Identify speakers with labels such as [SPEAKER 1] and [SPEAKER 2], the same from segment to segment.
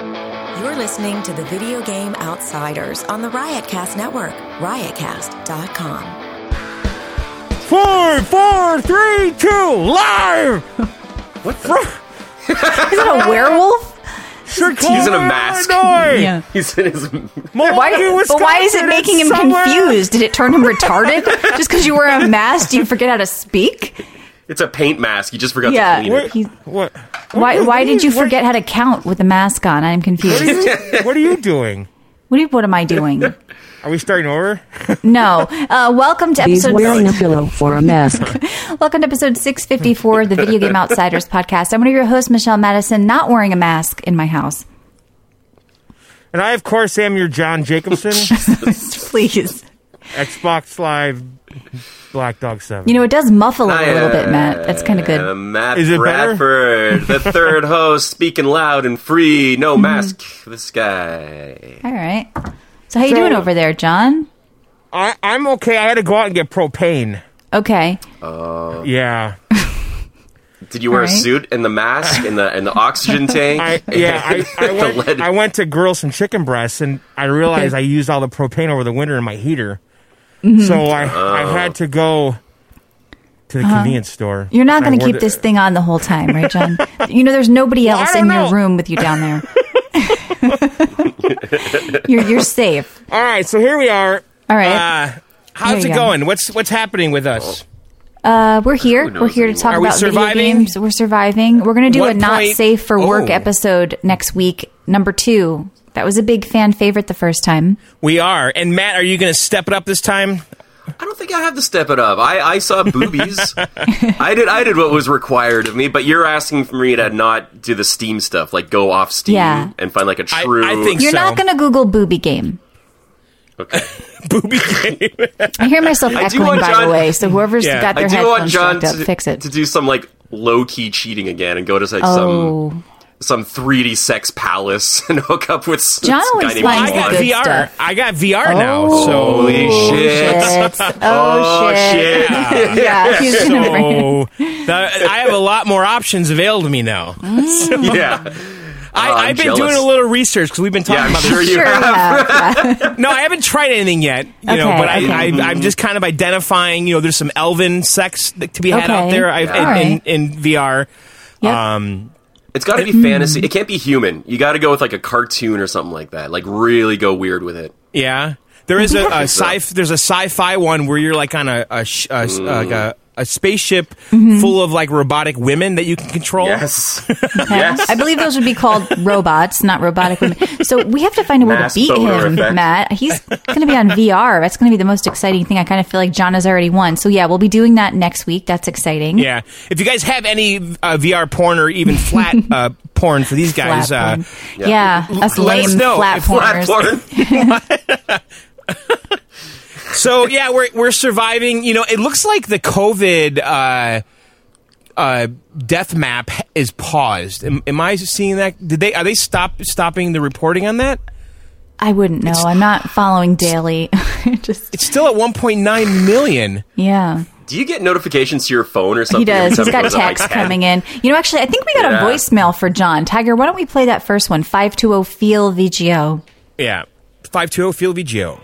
[SPEAKER 1] You're listening to the Video Game Outsiders on the Riotcast Network, riotcast.com.
[SPEAKER 2] Four, four, three, two, live.
[SPEAKER 3] What the?
[SPEAKER 4] Is it a werewolf?
[SPEAKER 2] Chicago,
[SPEAKER 3] He's in a mask.
[SPEAKER 2] Illinois,
[SPEAKER 4] Yeah.
[SPEAKER 3] He's in his.
[SPEAKER 2] Milwaukee,
[SPEAKER 4] Why, but why is it
[SPEAKER 2] Wisconsin,
[SPEAKER 4] making him
[SPEAKER 2] and somewhere-
[SPEAKER 4] confused? Did it turn him retarded? Just because you wear a mask, do you forget how to speak?
[SPEAKER 3] It's a paint mask. You just forgot
[SPEAKER 4] Yeah.
[SPEAKER 3] to clean
[SPEAKER 2] What?
[SPEAKER 3] it.
[SPEAKER 4] He's-
[SPEAKER 2] What?
[SPEAKER 4] Why,
[SPEAKER 2] what-
[SPEAKER 4] why
[SPEAKER 2] what
[SPEAKER 4] did
[SPEAKER 2] are
[SPEAKER 4] you forget how to count with a mask on? I'm
[SPEAKER 2] What,
[SPEAKER 4] confused.
[SPEAKER 2] what are you, what are you doing?
[SPEAKER 4] What, do you- what am I doing?
[SPEAKER 2] Are we starting over?
[SPEAKER 4] No. Uh, welcome to
[SPEAKER 5] He's
[SPEAKER 4] episode
[SPEAKER 5] wearing a pillow for a mask.
[SPEAKER 4] welcome to episode 654 of the Video Game Outsiders podcast. I'm one of your hosts, Michelle Madison, not wearing a mask in my house.
[SPEAKER 2] And I, of course, am your John Jacobson,
[SPEAKER 4] Please.
[SPEAKER 2] Xbox Live, Black Dog Seven.
[SPEAKER 4] You know, it does muffle it
[SPEAKER 3] I
[SPEAKER 4] a little bit, Matt. That's kind of
[SPEAKER 3] Uh,
[SPEAKER 4] good.
[SPEAKER 3] Matt
[SPEAKER 2] Is it better?
[SPEAKER 3] Bradford, the third host, speaking loud and free, no
[SPEAKER 4] Mm-hmm.
[SPEAKER 3] mask. This guy.
[SPEAKER 4] All right. So how you doing over there, John?
[SPEAKER 2] I, I'm okay. I had to go out and get propane.
[SPEAKER 4] Okay.
[SPEAKER 2] Yeah,
[SPEAKER 3] Did you wear a
[SPEAKER 4] Alright.
[SPEAKER 3] suit and the mask and the and the oxygen tank?
[SPEAKER 2] I yeah I, I,
[SPEAKER 3] The
[SPEAKER 2] went,
[SPEAKER 3] lead-
[SPEAKER 2] I went to grill some chicken breasts, and I realized
[SPEAKER 4] Okay.
[SPEAKER 2] I used all the propane over the winter in my heater,
[SPEAKER 4] Mm-hmm.
[SPEAKER 2] so I
[SPEAKER 3] Oh.
[SPEAKER 2] I had to go to the convenience store.
[SPEAKER 4] Uh-huh. You're not
[SPEAKER 2] And I
[SPEAKER 4] going to
[SPEAKER 2] wore
[SPEAKER 4] keep
[SPEAKER 2] the-
[SPEAKER 4] this thing on the whole time, right, John? you know, there's nobody
[SPEAKER 2] I
[SPEAKER 4] else
[SPEAKER 2] don't
[SPEAKER 4] in
[SPEAKER 2] know.
[SPEAKER 4] your room with you down there. you're you're safe.
[SPEAKER 2] All right, so here we are.
[SPEAKER 4] All right.
[SPEAKER 2] Uh, how's
[SPEAKER 4] Here
[SPEAKER 2] it
[SPEAKER 4] you go.
[SPEAKER 2] going? What's what's happening with us?
[SPEAKER 4] Uh, we're here.
[SPEAKER 3] knows
[SPEAKER 4] We're here to talk
[SPEAKER 2] anymore? Are we
[SPEAKER 4] about video
[SPEAKER 2] surviving?
[SPEAKER 4] games. We're surviving. We're going to do a
[SPEAKER 2] One
[SPEAKER 4] not
[SPEAKER 2] point-
[SPEAKER 4] safe for work
[SPEAKER 2] Oh.
[SPEAKER 4] episode next week, number two. That was a big fan favorite the first time.
[SPEAKER 2] We are. And Matt, are you going to step it up this time?
[SPEAKER 3] I don't think I have to step it up. I, I saw boobies. I did I did what was required of me, but you're asking for me to not do the Steam stuff, like go off Steam
[SPEAKER 4] Yeah.
[SPEAKER 3] and find like a
[SPEAKER 2] I
[SPEAKER 3] true.
[SPEAKER 2] think-
[SPEAKER 4] You're
[SPEAKER 2] So-
[SPEAKER 4] not going to Google booby game.
[SPEAKER 3] Okay.
[SPEAKER 2] Booby game.
[SPEAKER 4] I hear myself
[SPEAKER 3] do
[SPEAKER 4] echoing,
[SPEAKER 3] want
[SPEAKER 4] by
[SPEAKER 3] John-
[SPEAKER 4] the way. So whoever's
[SPEAKER 2] Yeah.
[SPEAKER 4] got their
[SPEAKER 3] I do want
[SPEAKER 4] headphones
[SPEAKER 3] John
[SPEAKER 4] plugged up,
[SPEAKER 3] to,
[SPEAKER 4] fix it.
[SPEAKER 3] to do some like low key cheating again and go to like
[SPEAKER 4] oh,
[SPEAKER 3] some some 3D sex palace and hook up with s-
[SPEAKER 4] John
[SPEAKER 3] this
[SPEAKER 4] always
[SPEAKER 3] guy named
[SPEAKER 2] I
[SPEAKER 4] finds the
[SPEAKER 2] got
[SPEAKER 3] Juan.
[SPEAKER 4] good
[SPEAKER 2] VR.
[SPEAKER 4] stuff.
[SPEAKER 2] I got VR now. So
[SPEAKER 3] Holy shit.
[SPEAKER 4] shit. Oh,
[SPEAKER 3] Oh,
[SPEAKER 4] shit.
[SPEAKER 3] shit.
[SPEAKER 4] Yeah, he's gonna
[SPEAKER 2] Oh,
[SPEAKER 4] bring it.
[SPEAKER 2] so that, I have a lot more options available to me now.
[SPEAKER 3] yeah.
[SPEAKER 2] I,
[SPEAKER 3] Oh, I'm
[SPEAKER 2] I've been
[SPEAKER 3] jealous.
[SPEAKER 2] doing a little research because we've been
[SPEAKER 3] Yeah,
[SPEAKER 2] talking
[SPEAKER 3] I'm
[SPEAKER 2] about
[SPEAKER 3] sure
[SPEAKER 2] this.
[SPEAKER 3] you
[SPEAKER 4] Sure,
[SPEAKER 3] have.
[SPEAKER 4] yeah, yeah.
[SPEAKER 2] No, I haven't tried anything yet. You know,
[SPEAKER 4] Okay,
[SPEAKER 2] but I,
[SPEAKER 4] okay.
[SPEAKER 2] I, I'm just kind of identifying. You know, there's some elven sex that, to be had out
[SPEAKER 4] Okay.
[SPEAKER 2] there. I,
[SPEAKER 4] All
[SPEAKER 2] in,
[SPEAKER 4] right.
[SPEAKER 2] in, in VR.
[SPEAKER 4] Yep.
[SPEAKER 2] Um,
[SPEAKER 3] It's got to
[SPEAKER 4] Mm-hmm.
[SPEAKER 3] be fantasy. It can't be human. You got to go with like a cartoon or something like that. Like really go weird with it.
[SPEAKER 2] Yeah, there is a, a sci. There's a sci-fi one where you're like on a a, sh- a,
[SPEAKER 3] Mm.
[SPEAKER 2] s- like a, a spaceship
[SPEAKER 4] Mm-hmm.
[SPEAKER 2] full of like robotic women that you can control.
[SPEAKER 3] Yes.
[SPEAKER 4] Okay.
[SPEAKER 3] yes.
[SPEAKER 4] I believe those would be called robots, not robotic women. So we have to find a way
[SPEAKER 3] Mass
[SPEAKER 4] to beat
[SPEAKER 3] boner
[SPEAKER 4] him,
[SPEAKER 3] effect.
[SPEAKER 4] Matt. He's going to be on VR. That's going to be the most exciting thing. I kind of feel like John has already won. So yeah, we'll be doing that next week. That's exciting.
[SPEAKER 2] Yeah. If you guys have any uh, VR porn or even flat uh, porn for these
[SPEAKER 4] Flat
[SPEAKER 2] guys, uh,
[SPEAKER 4] porn. yeah. us
[SPEAKER 2] Let
[SPEAKER 4] lame
[SPEAKER 2] us know.
[SPEAKER 4] flat
[SPEAKER 2] If flat
[SPEAKER 4] porners.
[SPEAKER 3] Platform.
[SPEAKER 2] so yeah, we're we're surviving. You know, it looks like the COVID uh, uh, death map is paused. Am, am I seeing that? Did they are they stop stopping the reporting on that?
[SPEAKER 4] I wouldn't know. I'm not following daily. Just
[SPEAKER 2] It's still at 1.9 million.
[SPEAKER 4] yeah.
[SPEAKER 3] Do you get notifications to your phone or something?
[SPEAKER 4] He does.
[SPEAKER 3] every
[SPEAKER 4] He's
[SPEAKER 3] time
[SPEAKER 4] got
[SPEAKER 3] it goes up, like,
[SPEAKER 4] texts
[SPEAKER 3] 10?
[SPEAKER 4] coming in. You know, actually, I think we got
[SPEAKER 3] Yeah.
[SPEAKER 4] a voicemail for John Tiger. Why don't we play that first one? Five two zero feel VGO.
[SPEAKER 2] Yeah, five two zero field VGO.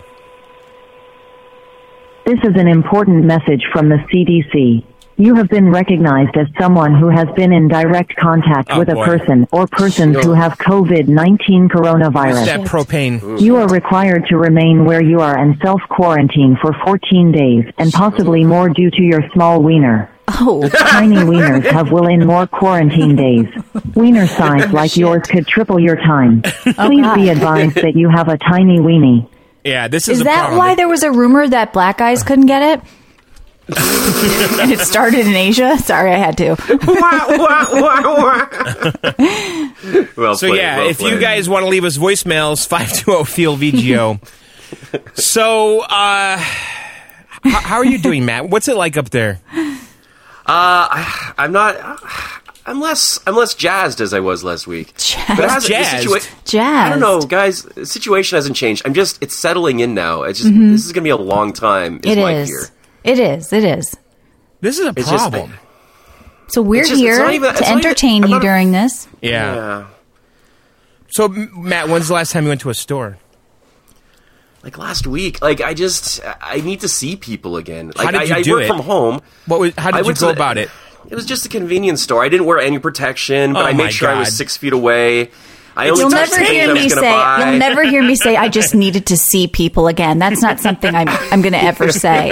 [SPEAKER 5] This is an important message from the CDC. You have been recognized as someone who has been in direct contact
[SPEAKER 2] Oh,
[SPEAKER 5] with a
[SPEAKER 2] boy.
[SPEAKER 5] person or persons who have COVID 19
[SPEAKER 2] That
[SPEAKER 5] coronavirus.
[SPEAKER 2] propane.
[SPEAKER 5] You are required to remain where you are and self quarantine for 14 days and possibly more due to your small wiener.
[SPEAKER 4] Oh,
[SPEAKER 5] Tiny wieners have will in more quarantine days. Wiener size like yours could triple your time. Please be advised that you have a tiny weenie.
[SPEAKER 2] Yeah, this is,
[SPEAKER 4] is
[SPEAKER 2] a
[SPEAKER 4] that
[SPEAKER 2] problem.
[SPEAKER 4] why there was a rumor that black guys couldn't get it? and it started in Asia. Sorry, I had to.
[SPEAKER 3] Well
[SPEAKER 2] So
[SPEAKER 3] played,
[SPEAKER 2] yeah,
[SPEAKER 3] well
[SPEAKER 2] if you
[SPEAKER 3] played.
[SPEAKER 2] guys want to leave us voicemails, five two zero field VGO. so, uh, h- how are you doing, Matt? What's it like up there?
[SPEAKER 3] I'm not. I'm less. I'm less jazzed as I was last week. But it hasn't- the
[SPEAKER 2] Jazzed?
[SPEAKER 3] I don't know,
[SPEAKER 4] Jazzed.
[SPEAKER 3] guys. The situation hasn't changed. I'm just. It's settling in now. It's just. This is gonna be a long time. Is
[SPEAKER 4] It
[SPEAKER 3] my
[SPEAKER 4] is.
[SPEAKER 3] fear.
[SPEAKER 4] It is. It is.
[SPEAKER 2] This is a
[SPEAKER 3] It's just-
[SPEAKER 2] problem.
[SPEAKER 4] So we're
[SPEAKER 3] It's just- it's
[SPEAKER 4] here
[SPEAKER 3] not even- it's
[SPEAKER 4] to
[SPEAKER 3] not even-
[SPEAKER 4] entertain
[SPEAKER 3] I'm
[SPEAKER 4] you
[SPEAKER 3] not-
[SPEAKER 4] during this.
[SPEAKER 2] yeah.
[SPEAKER 3] Yeah.
[SPEAKER 2] So, M- Matt, when's the last time you went to a store?
[SPEAKER 3] Like last week, like I just I need to see people again. Like
[SPEAKER 2] did you
[SPEAKER 3] I, I
[SPEAKER 2] do
[SPEAKER 3] work
[SPEAKER 2] it?
[SPEAKER 3] from home.
[SPEAKER 2] What was, how
[SPEAKER 3] I
[SPEAKER 2] did you
[SPEAKER 3] went to
[SPEAKER 2] go
[SPEAKER 3] the-
[SPEAKER 2] about it?
[SPEAKER 3] It was just a convenience store. I didn't wear any protection, but
[SPEAKER 2] Oh
[SPEAKER 3] I
[SPEAKER 2] my
[SPEAKER 3] made sure I
[SPEAKER 2] God.
[SPEAKER 3] was six feet away. I only
[SPEAKER 4] You'll
[SPEAKER 3] touched
[SPEAKER 4] never
[SPEAKER 3] things I
[SPEAKER 4] hear
[SPEAKER 3] was
[SPEAKER 4] me
[SPEAKER 3] gonna
[SPEAKER 4] say.
[SPEAKER 3] buy.
[SPEAKER 4] You'll never hear me say. I just needed to see people again. That's not something I'm. I'm going to ever say.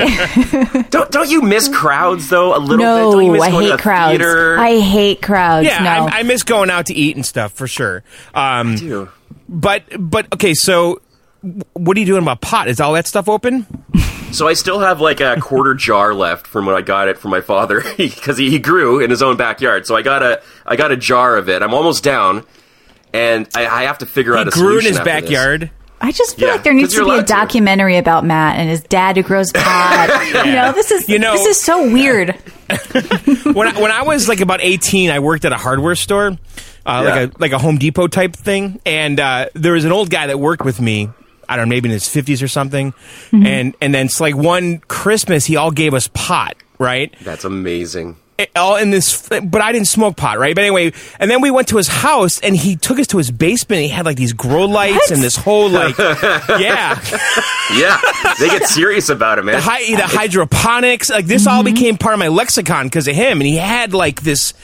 [SPEAKER 3] Don't don't you miss crowds though a little bit? Don't you
[SPEAKER 4] No,
[SPEAKER 3] miss
[SPEAKER 4] I
[SPEAKER 3] going to
[SPEAKER 4] hate
[SPEAKER 3] the
[SPEAKER 4] crowds.
[SPEAKER 3] Theater?
[SPEAKER 4] I hate crowds.
[SPEAKER 2] Yeah,
[SPEAKER 4] no.
[SPEAKER 2] I, I miss going out to eat and stuff for sure. Um,
[SPEAKER 3] do.
[SPEAKER 2] but but okay, so w- what are you doing about pot? Is all that stuff open?
[SPEAKER 3] So I still have like a quarter jar left from when I got it from my father because he, he grew in his own backyard. So I got a I got a jar of it. I'm almost down, and I, I have to figure
[SPEAKER 2] He
[SPEAKER 3] out a
[SPEAKER 2] grew in
[SPEAKER 3] solution
[SPEAKER 2] his
[SPEAKER 3] after this.
[SPEAKER 2] backyard.
[SPEAKER 4] I just feel
[SPEAKER 3] Yeah,
[SPEAKER 4] like there needs
[SPEAKER 3] 'cause
[SPEAKER 4] to
[SPEAKER 3] you're
[SPEAKER 4] be a
[SPEAKER 3] allowed to.
[SPEAKER 4] documentary about Matt and his dad who grows pot. You know, this is
[SPEAKER 2] You know-
[SPEAKER 4] this is so weird.
[SPEAKER 2] when I, when I was like about 18, I worked at a hardware store, uh,
[SPEAKER 3] Yeah.
[SPEAKER 2] like a like a Home Depot type thing, and uh, there was an old guy that worked with me. I don't know, maybe in his 50s or something, and and then it's like one Christmas he all gave us pot, right?
[SPEAKER 3] That's amazing.
[SPEAKER 2] It- all in this, but I didn't smoke pot, right? But anyway, and then we went to his house, and he took us to his basement. He had like these grow lights and this whole like, yeah,
[SPEAKER 3] Yeah, they get serious about it, man.
[SPEAKER 2] the, hy- the hydroponics. Like this all
[SPEAKER 4] Mm-hmm.
[SPEAKER 2] became part of my lexicon because of him, and he had like this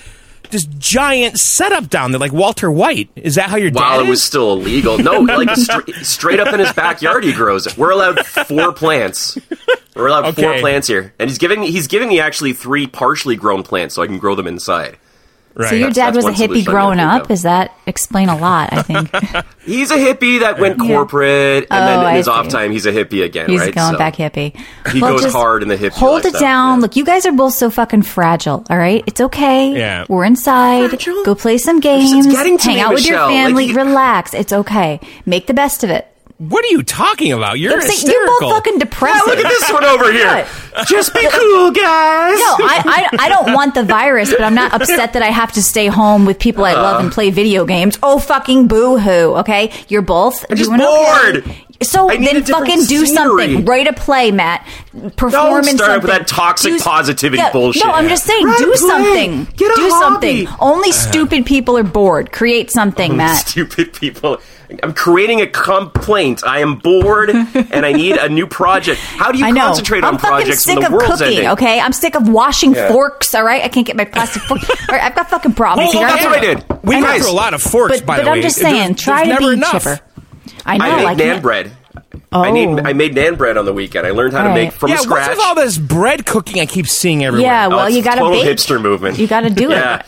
[SPEAKER 2] this giant setup down there, like Walter White. Is that how your
[SPEAKER 3] While
[SPEAKER 2] dad
[SPEAKER 3] it was
[SPEAKER 2] is?
[SPEAKER 3] still illegal, no, like stra- straight up in his backyard, he grows it. We're allowed four plants. We're allowed four
[SPEAKER 2] Okay.
[SPEAKER 3] plants here, and he's giving me he's giving me actually three partially grown plants so I can grow them inside.
[SPEAKER 2] Right.
[SPEAKER 4] So your
[SPEAKER 3] That's-
[SPEAKER 4] dad was
[SPEAKER 3] that's
[SPEAKER 4] a
[SPEAKER 3] one
[SPEAKER 4] hippie
[SPEAKER 3] solution I
[SPEAKER 4] growing
[SPEAKER 3] can think
[SPEAKER 4] up.
[SPEAKER 3] of.
[SPEAKER 4] Is that explain a lot? I think
[SPEAKER 3] He's a hippie that went corporate, and
[SPEAKER 4] Oh,
[SPEAKER 3] then in
[SPEAKER 4] I
[SPEAKER 3] his off
[SPEAKER 4] see.
[SPEAKER 3] time, he's a hippie again.
[SPEAKER 4] he's
[SPEAKER 3] right?
[SPEAKER 4] going
[SPEAKER 3] So
[SPEAKER 4] back hippie.
[SPEAKER 3] He goes
[SPEAKER 4] just
[SPEAKER 3] hard in the hippie.
[SPEAKER 4] Hold it
[SPEAKER 3] lifestyle,
[SPEAKER 4] down.
[SPEAKER 3] yeah.
[SPEAKER 4] Look, you guys are both so fucking fragile. All right, it's okay.
[SPEAKER 2] Yeah.
[SPEAKER 4] we're inside. Go play some
[SPEAKER 3] It's
[SPEAKER 4] games.
[SPEAKER 3] getting to
[SPEAKER 4] hang
[SPEAKER 3] me,
[SPEAKER 4] out
[SPEAKER 3] Michelle.
[SPEAKER 4] with
[SPEAKER 3] Like,
[SPEAKER 4] your family.
[SPEAKER 3] you-
[SPEAKER 4] relax. It's okay. Make the best of it.
[SPEAKER 2] what are you talking about? You're
[SPEAKER 4] It's like, you're
[SPEAKER 2] hysterical.
[SPEAKER 4] both fucking depressed.
[SPEAKER 3] Look at this one over here. Just be cool, guys.
[SPEAKER 4] No, I, I, I don't want the virus, but I'm not upset that I have to stay home with people I love
[SPEAKER 3] Uh.
[SPEAKER 4] and play video games. Oh, fucking boo hoo, okay? You're both
[SPEAKER 3] just
[SPEAKER 4] doing okay.
[SPEAKER 3] bored.
[SPEAKER 4] So
[SPEAKER 3] I need a
[SPEAKER 4] then
[SPEAKER 3] different
[SPEAKER 4] fucking do
[SPEAKER 3] scenery.
[SPEAKER 4] something. Write a play, Matt. Perform in
[SPEAKER 3] Don't start
[SPEAKER 4] something.
[SPEAKER 3] with that toxic
[SPEAKER 4] Do-
[SPEAKER 3] positivity
[SPEAKER 4] Yeah,
[SPEAKER 3] bullshit.
[SPEAKER 4] No, I'm just saying,
[SPEAKER 3] Write a
[SPEAKER 4] do
[SPEAKER 3] play.
[SPEAKER 4] something.
[SPEAKER 3] Get a
[SPEAKER 4] do
[SPEAKER 3] hobby. Uh-huh.
[SPEAKER 4] something. Only stupid people are bored. Create something, Matt.
[SPEAKER 3] Stupid people. I'm creating a complaint. I am bored, and I need a new project. How do you
[SPEAKER 4] I know.
[SPEAKER 3] concentrate
[SPEAKER 4] I'm
[SPEAKER 3] on
[SPEAKER 4] fucking
[SPEAKER 3] projects
[SPEAKER 4] sick
[SPEAKER 3] when the
[SPEAKER 4] of
[SPEAKER 3] world's
[SPEAKER 4] cooking.
[SPEAKER 3] ending?
[SPEAKER 4] Okay, I'm sick of washing
[SPEAKER 3] Yeah.
[SPEAKER 4] forks. All right, I can't get my plastic fork. All right, I've got fucking problems.
[SPEAKER 3] Oh,
[SPEAKER 4] here.
[SPEAKER 3] that's
[SPEAKER 4] I
[SPEAKER 3] what I
[SPEAKER 4] know.
[SPEAKER 3] did.
[SPEAKER 2] We
[SPEAKER 3] I
[SPEAKER 2] went
[SPEAKER 3] know.
[SPEAKER 2] through a lot of forks,
[SPEAKER 4] but,
[SPEAKER 2] by
[SPEAKER 4] but
[SPEAKER 2] the way.
[SPEAKER 4] I'm just
[SPEAKER 2] There's-
[SPEAKER 4] saying,
[SPEAKER 2] there's
[SPEAKER 4] try to
[SPEAKER 2] never
[SPEAKER 4] be
[SPEAKER 2] enough.
[SPEAKER 4] chipper. I know,
[SPEAKER 3] I made
[SPEAKER 4] like
[SPEAKER 3] nan
[SPEAKER 4] that.
[SPEAKER 3] bread. I made
[SPEAKER 4] Oh.
[SPEAKER 3] I made nan bread on the weekend. I learned how to
[SPEAKER 4] All
[SPEAKER 3] make
[SPEAKER 4] right.
[SPEAKER 3] from
[SPEAKER 2] Yeah,
[SPEAKER 3] scratch.
[SPEAKER 2] what's with all this bread cooking I keep seeing everywhere?
[SPEAKER 4] Yeah, well,
[SPEAKER 3] Oh, it's
[SPEAKER 4] you got to
[SPEAKER 3] total
[SPEAKER 4] bake.
[SPEAKER 3] hipster movement.
[SPEAKER 4] You gotta do it.
[SPEAKER 3] Yeah.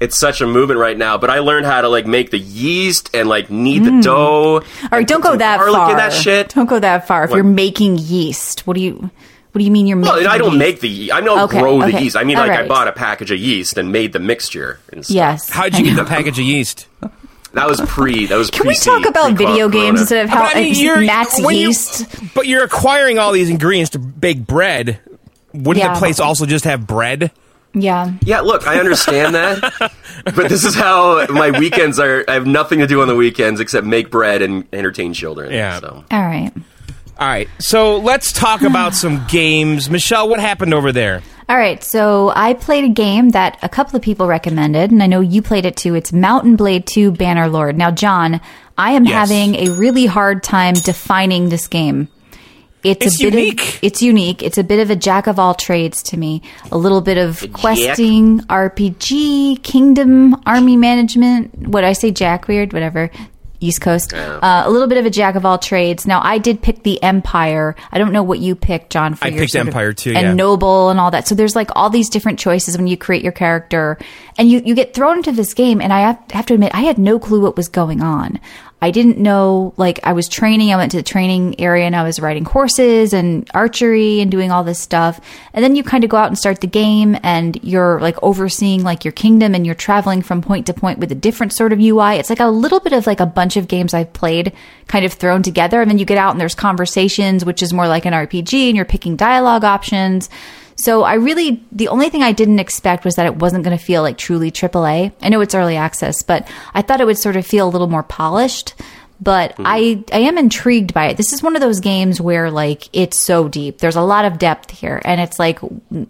[SPEAKER 3] It's such a movement right now, but I learned how to like make the yeast and like knead the dough.
[SPEAKER 4] Mm. All right, don't go that far.
[SPEAKER 3] Look at that shit.
[SPEAKER 4] Don't go that far. If
[SPEAKER 3] What?
[SPEAKER 4] you're making yeast, what do you? What do you mean you're making?
[SPEAKER 3] Well, I don't
[SPEAKER 4] yeast?
[SPEAKER 3] make the. ye- I don't
[SPEAKER 4] Okay,
[SPEAKER 3] grow the
[SPEAKER 4] okay.
[SPEAKER 3] yeast. I mean,
[SPEAKER 4] All
[SPEAKER 3] like
[SPEAKER 4] right.
[SPEAKER 3] I bought a package of yeast and made the mixture. And stuff.
[SPEAKER 4] Yes.
[SPEAKER 2] How'd you get the package of yeast?
[SPEAKER 3] that was pre. That was.
[SPEAKER 4] Can we talk about video games instead of how
[SPEAKER 2] But I mean,
[SPEAKER 4] it's
[SPEAKER 2] you're-
[SPEAKER 4] Matt's
[SPEAKER 2] when you-
[SPEAKER 4] yeast?
[SPEAKER 2] but you're acquiring all these ingredients to bake bread. Wouldn't
[SPEAKER 4] Yeah.
[SPEAKER 2] the place also just have bread?
[SPEAKER 4] yeah.
[SPEAKER 3] Yeah, look, I understand that, but this is how my weekends are. I have nothing to do on the weekends except make bread and entertain children.
[SPEAKER 2] Yeah.
[SPEAKER 3] So.
[SPEAKER 4] All right.
[SPEAKER 2] All right, so let's talk about some games. Michelle, what happened over there?
[SPEAKER 4] All right, so I played a game that a couple of people recommended, and I know you played it too. It's Mountain Blade 2 Bannerlord. Now, John, I am
[SPEAKER 2] Yes.
[SPEAKER 4] having a really hard time defining this game. It's,
[SPEAKER 2] It's
[SPEAKER 4] a bit
[SPEAKER 2] unique.
[SPEAKER 4] Of, it's unique. It's a bit of a jack of all trades to me. A little bit of questing, RPG, kingdom, army management. What I say, jack weird, whatever. East Coast.
[SPEAKER 2] Oh.
[SPEAKER 4] Uh, a little bit of a jack of all trades. Now, I did pick the Empire. I don't know what you picked, John. For
[SPEAKER 2] I
[SPEAKER 4] your
[SPEAKER 2] picked
[SPEAKER 4] sort of-
[SPEAKER 2] Empire too,
[SPEAKER 4] and
[SPEAKER 2] yeah.
[SPEAKER 4] noble and all that. So there's like all these different choices when you create your character, and you you get thrown into this game. And I have, have to admit, I had no clue what was going on. I didn't know like I was training. I went to the training area and I was riding horses and archery and doing all this stuff. And then you kind of go out and start the game, and you're like overseeing like your kingdom, and you're traveling from point to point with a different sort of UI. It's like a little bit of like a bunch of games I've played kind of thrown together. And then you get out and there's conversations, which is more like an RPG and you're picking dialogue options. So I really, the only thing I didn't expect was that it wasn't going to feel like truly AAA. I know it's early access, but I thought it would sort of feel a little more polished. but
[SPEAKER 3] Mm-hmm.
[SPEAKER 4] I I am intrigued by it. This is one of those games where like it's so deep. There's a lot of depth here, and it's like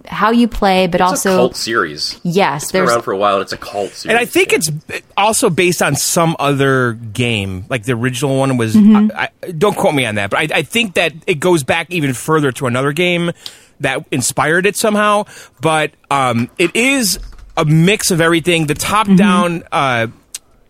[SPEAKER 4] how you play, but
[SPEAKER 3] It's a
[SPEAKER 4] also
[SPEAKER 3] cult series.
[SPEAKER 4] yes,
[SPEAKER 3] Been
[SPEAKER 4] there's
[SPEAKER 3] around for a while, and it's a cult series.
[SPEAKER 2] And I think it's also based on some other game. Like the original one was.
[SPEAKER 4] Mm-hmm.
[SPEAKER 2] I, I, don't quote me on that, but I, I think that it goes back even further to another game that inspired it somehow. But um, it is a mix of everything. The
[SPEAKER 4] Mm-hmm.
[SPEAKER 2] top-down uh,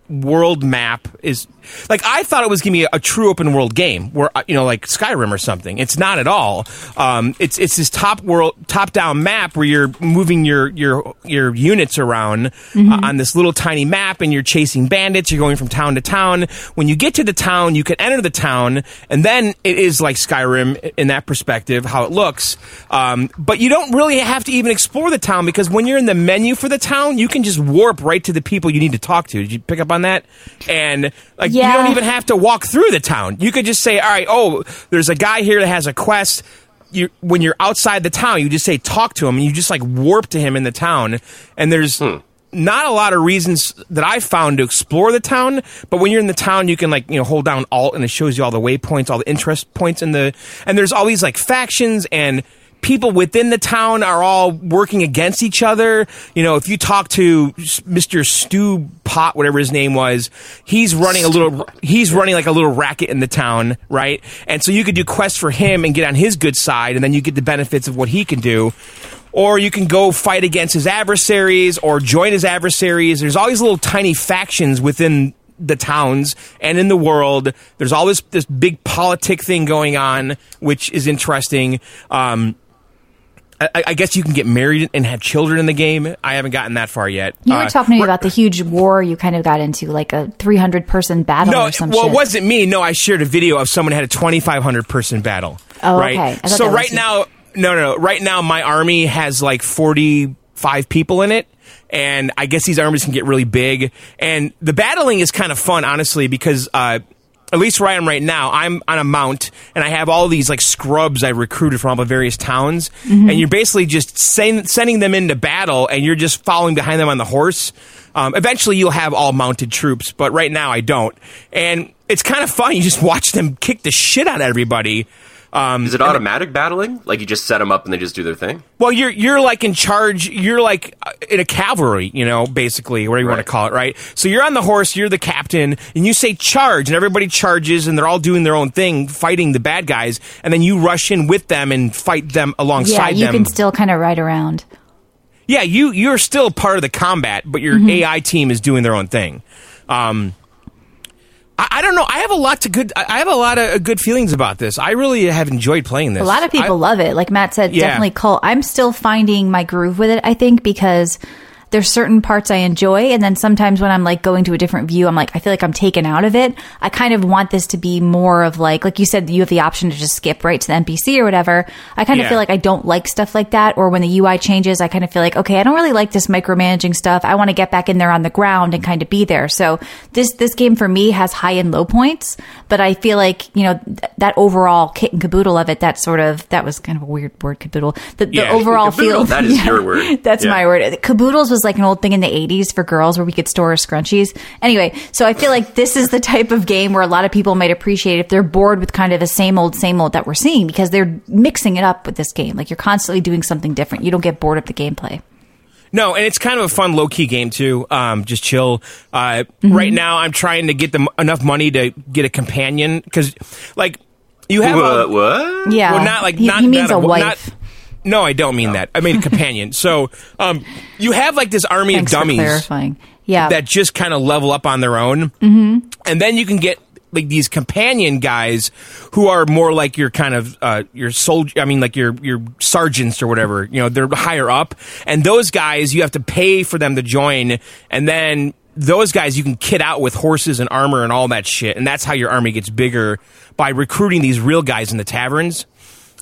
[SPEAKER 2] world map is like I thought it was going to be a true open world game where uh, you know like Skyrim or something. It's not at all. Um, it's it's this top world top down map where you're moving your your your units around uh, on this little tiny map and you're chasing bandits. You're going from town to town. When you get to the town, you can enter the town, and then it is like Skyrim in that perspective how it looks. Um, but you don't really have to even explore the town because when you're in the menu for the town, you can just warp right to the people you need to talk to. Did you pick up on that? And like
[SPEAKER 4] Yeah.
[SPEAKER 2] you don't even have to walk through the town. You could just say, "All right, oh, there's a guy here that has a quest." You, when you're outside the town, you just say talk to him, and you just like warp to him in the town. And there's not a lot of reasons that I found to explore the town. But when you're in the town, you can like you know hold down Alt, and it shows you all the waypoints, all the interest points in the. And there's all these like factions and people within the town are all working against each other. You know, if you talk to S- Mr. Stu Pot, whatever his name was, he's running a little, he's running like a little racket in the town, right? And so you could do quests for him and get on his good side, and then you get the benefits of what he can do. Or you can go fight against his adversaries or join his adversaries. There's all these little tiny factions within the towns and in the world. There's all this, this big politic thing going on, which is interesting. Um, I, I guess you can get married and have children in the game. I haven't gotten that far yet.
[SPEAKER 4] You were
[SPEAKER 2] Uh,
[SPEAKER 4] talking to me about the huge war you kind of got into, like a 300 person battle
[SPEAKER 2] no,
[SPEAKER 4] or some
[SPEAKER 2] well,
[SPEAKER 4] shit.
[SPEAKER 2] it wasn't me. No, I shared a video of someone had a 2,500 person battle.
[SPEAKER 4] Oh,
[SPEAKER 2] right?
[SPEAKER 4] okay. I thought that
[SPEAKER 2] So
[SPEAKER 4] was
[SPEAKER 2] right
[SPEAKER 4] you.
[SPEAKER 2] now, no, no, no. Right now, my army has like 45 people in it. And I guess these armies can get really big. And the battling is kind of fun, honestly, because, uh, at least where I am right now, I'm on a mount and I have all these like scrubs I recruited from all the various towns.
[SPEAKER 4] Mm-hmm.
[SPEAKER 2] And you're basically just send, sending them into battle and you're just following behind them on the horse. Um, eventually you'll have all mounted troops, but right now I don't. And it's kind of fun. You just watch them kick the shit out of everybody.
[SPEAKER 3] Is it automatic battling? Like you just set them up and they just do their thing?
[SPEAKER 2] Well, you're you're like in charge. You're like uh, in a cavalry, you know, basically, whatever you want
[SPEAKER 3] Right.
[SPEAKER 2] to call it, right? So you're on the horse, you're the captain, and you say charge, and everybody charges, and they're all doing their own thing, fighting the bad guys, and then you rush in with them and fight them
[SPEAKER 4] yeah,
[SPEAKER 2] alongside
[SPEAKER 4] you
[SPEAKER 2] them.
[SPEAKER 4] can still kind of ride around.
[SPEAKER 2] yeah, you you're still part of the combat, but your
[SPEAKER 4] Mm-hmm.
[SPEAKER 2] AI team is doing their own thing. Um, I, I don't know. I have a lot to good. I I have a lot of uh, good feelings about this. I really have enjoyed playing this.
[SPEAKER 4] A lot of people love it. Like Matt said,
[SPEAKER 2] Yeah.
[SPEAKER 4] definitely cult. I'm still finding my groove with it, I think, because there's certain parts I enjoy. And then sometimes when I'm like going to a different view, I'm like, I feel like I'm taken out of it. I kind of want this to be more of like, like you said, you have the option to just skip right to the NPC or whatever. I kind
[SPEAKER 2] Yeah.
[SPEAKER 4] of feel like I don't like stuff like that. Or when the UI changes, I kind of feel like, okay, I don't really like this micromanaging stuff. I want to get back in there on the ground and kind of be there. So this, this game for me has high and low points, but I feel like, you know, th- that overall kit and caboodle of it, that sort of, that was kind of a weird word, caboodle. The, the
[SPEAKER 2] Yeah,
[SPEAKER 4] overall
[SPEAKER 3] Caboodle,
[SPEAKER 4] feel.
[SPEAKER 3] that is your word.
[SPEAKER 4] That's
[SPEAKER 3] Yeah.
[SPEAKER 4] my word. Caboodles was like an old thing in the 80s for girls where we could store our scrunchies. Anyway, so I feel like this is the type of game where a lot of people might appreciate if they're bored with kind of the same old, same old that we're seeing because they're mixing it up with this game. Like you're constantly doing something different. You don't get bored of the gameplay.
[SPEAKER 2] No, and it's kind of a fun low key game too. Um, just chill. Uh,
[SPEAKER 4] Mm-hmm.
[SPEAKER 2] Right now, I'm trying to get them enough money to get a companion because, like, you have
[SPEAKER 3] What?
[SPEAKER 2] all,
[SPEAKER 3] uh, what?
[SPEAKER 4] Yeah.
[SPEAKER 2] well, not like
[SPEAKER 4] he,
[SPEAKER 2] not
[SPEAKER 4] he means
[SPEAKER 2] not
[SPEAKER 4] a
[SPEAKER 2] not-
[SPEAKER 4] wife.
[SPEAKER 2] no, I don't mean that. I mean a companion. so, um, you have like this army
[SPEAKER 4] Thanks
[SPEAKER 2] of
[SPEAKER 4] for
[SPEAKER 2] dummies
[SPEAKER 4] clarifying. Yeah.
[SPEAKER 2] that just kind of level up on their own, mm-hmm. and then you can get like these companion guys who are more like your kind of uh, your soldier. I mean, like your your sergeants or whatever. You know, they're higher up, and those guys you have to pay for them to join, and then those guys you can kit out with horses and armor and all that shit, and that's how your army gets bigger by recruiting these real guys in the taverns.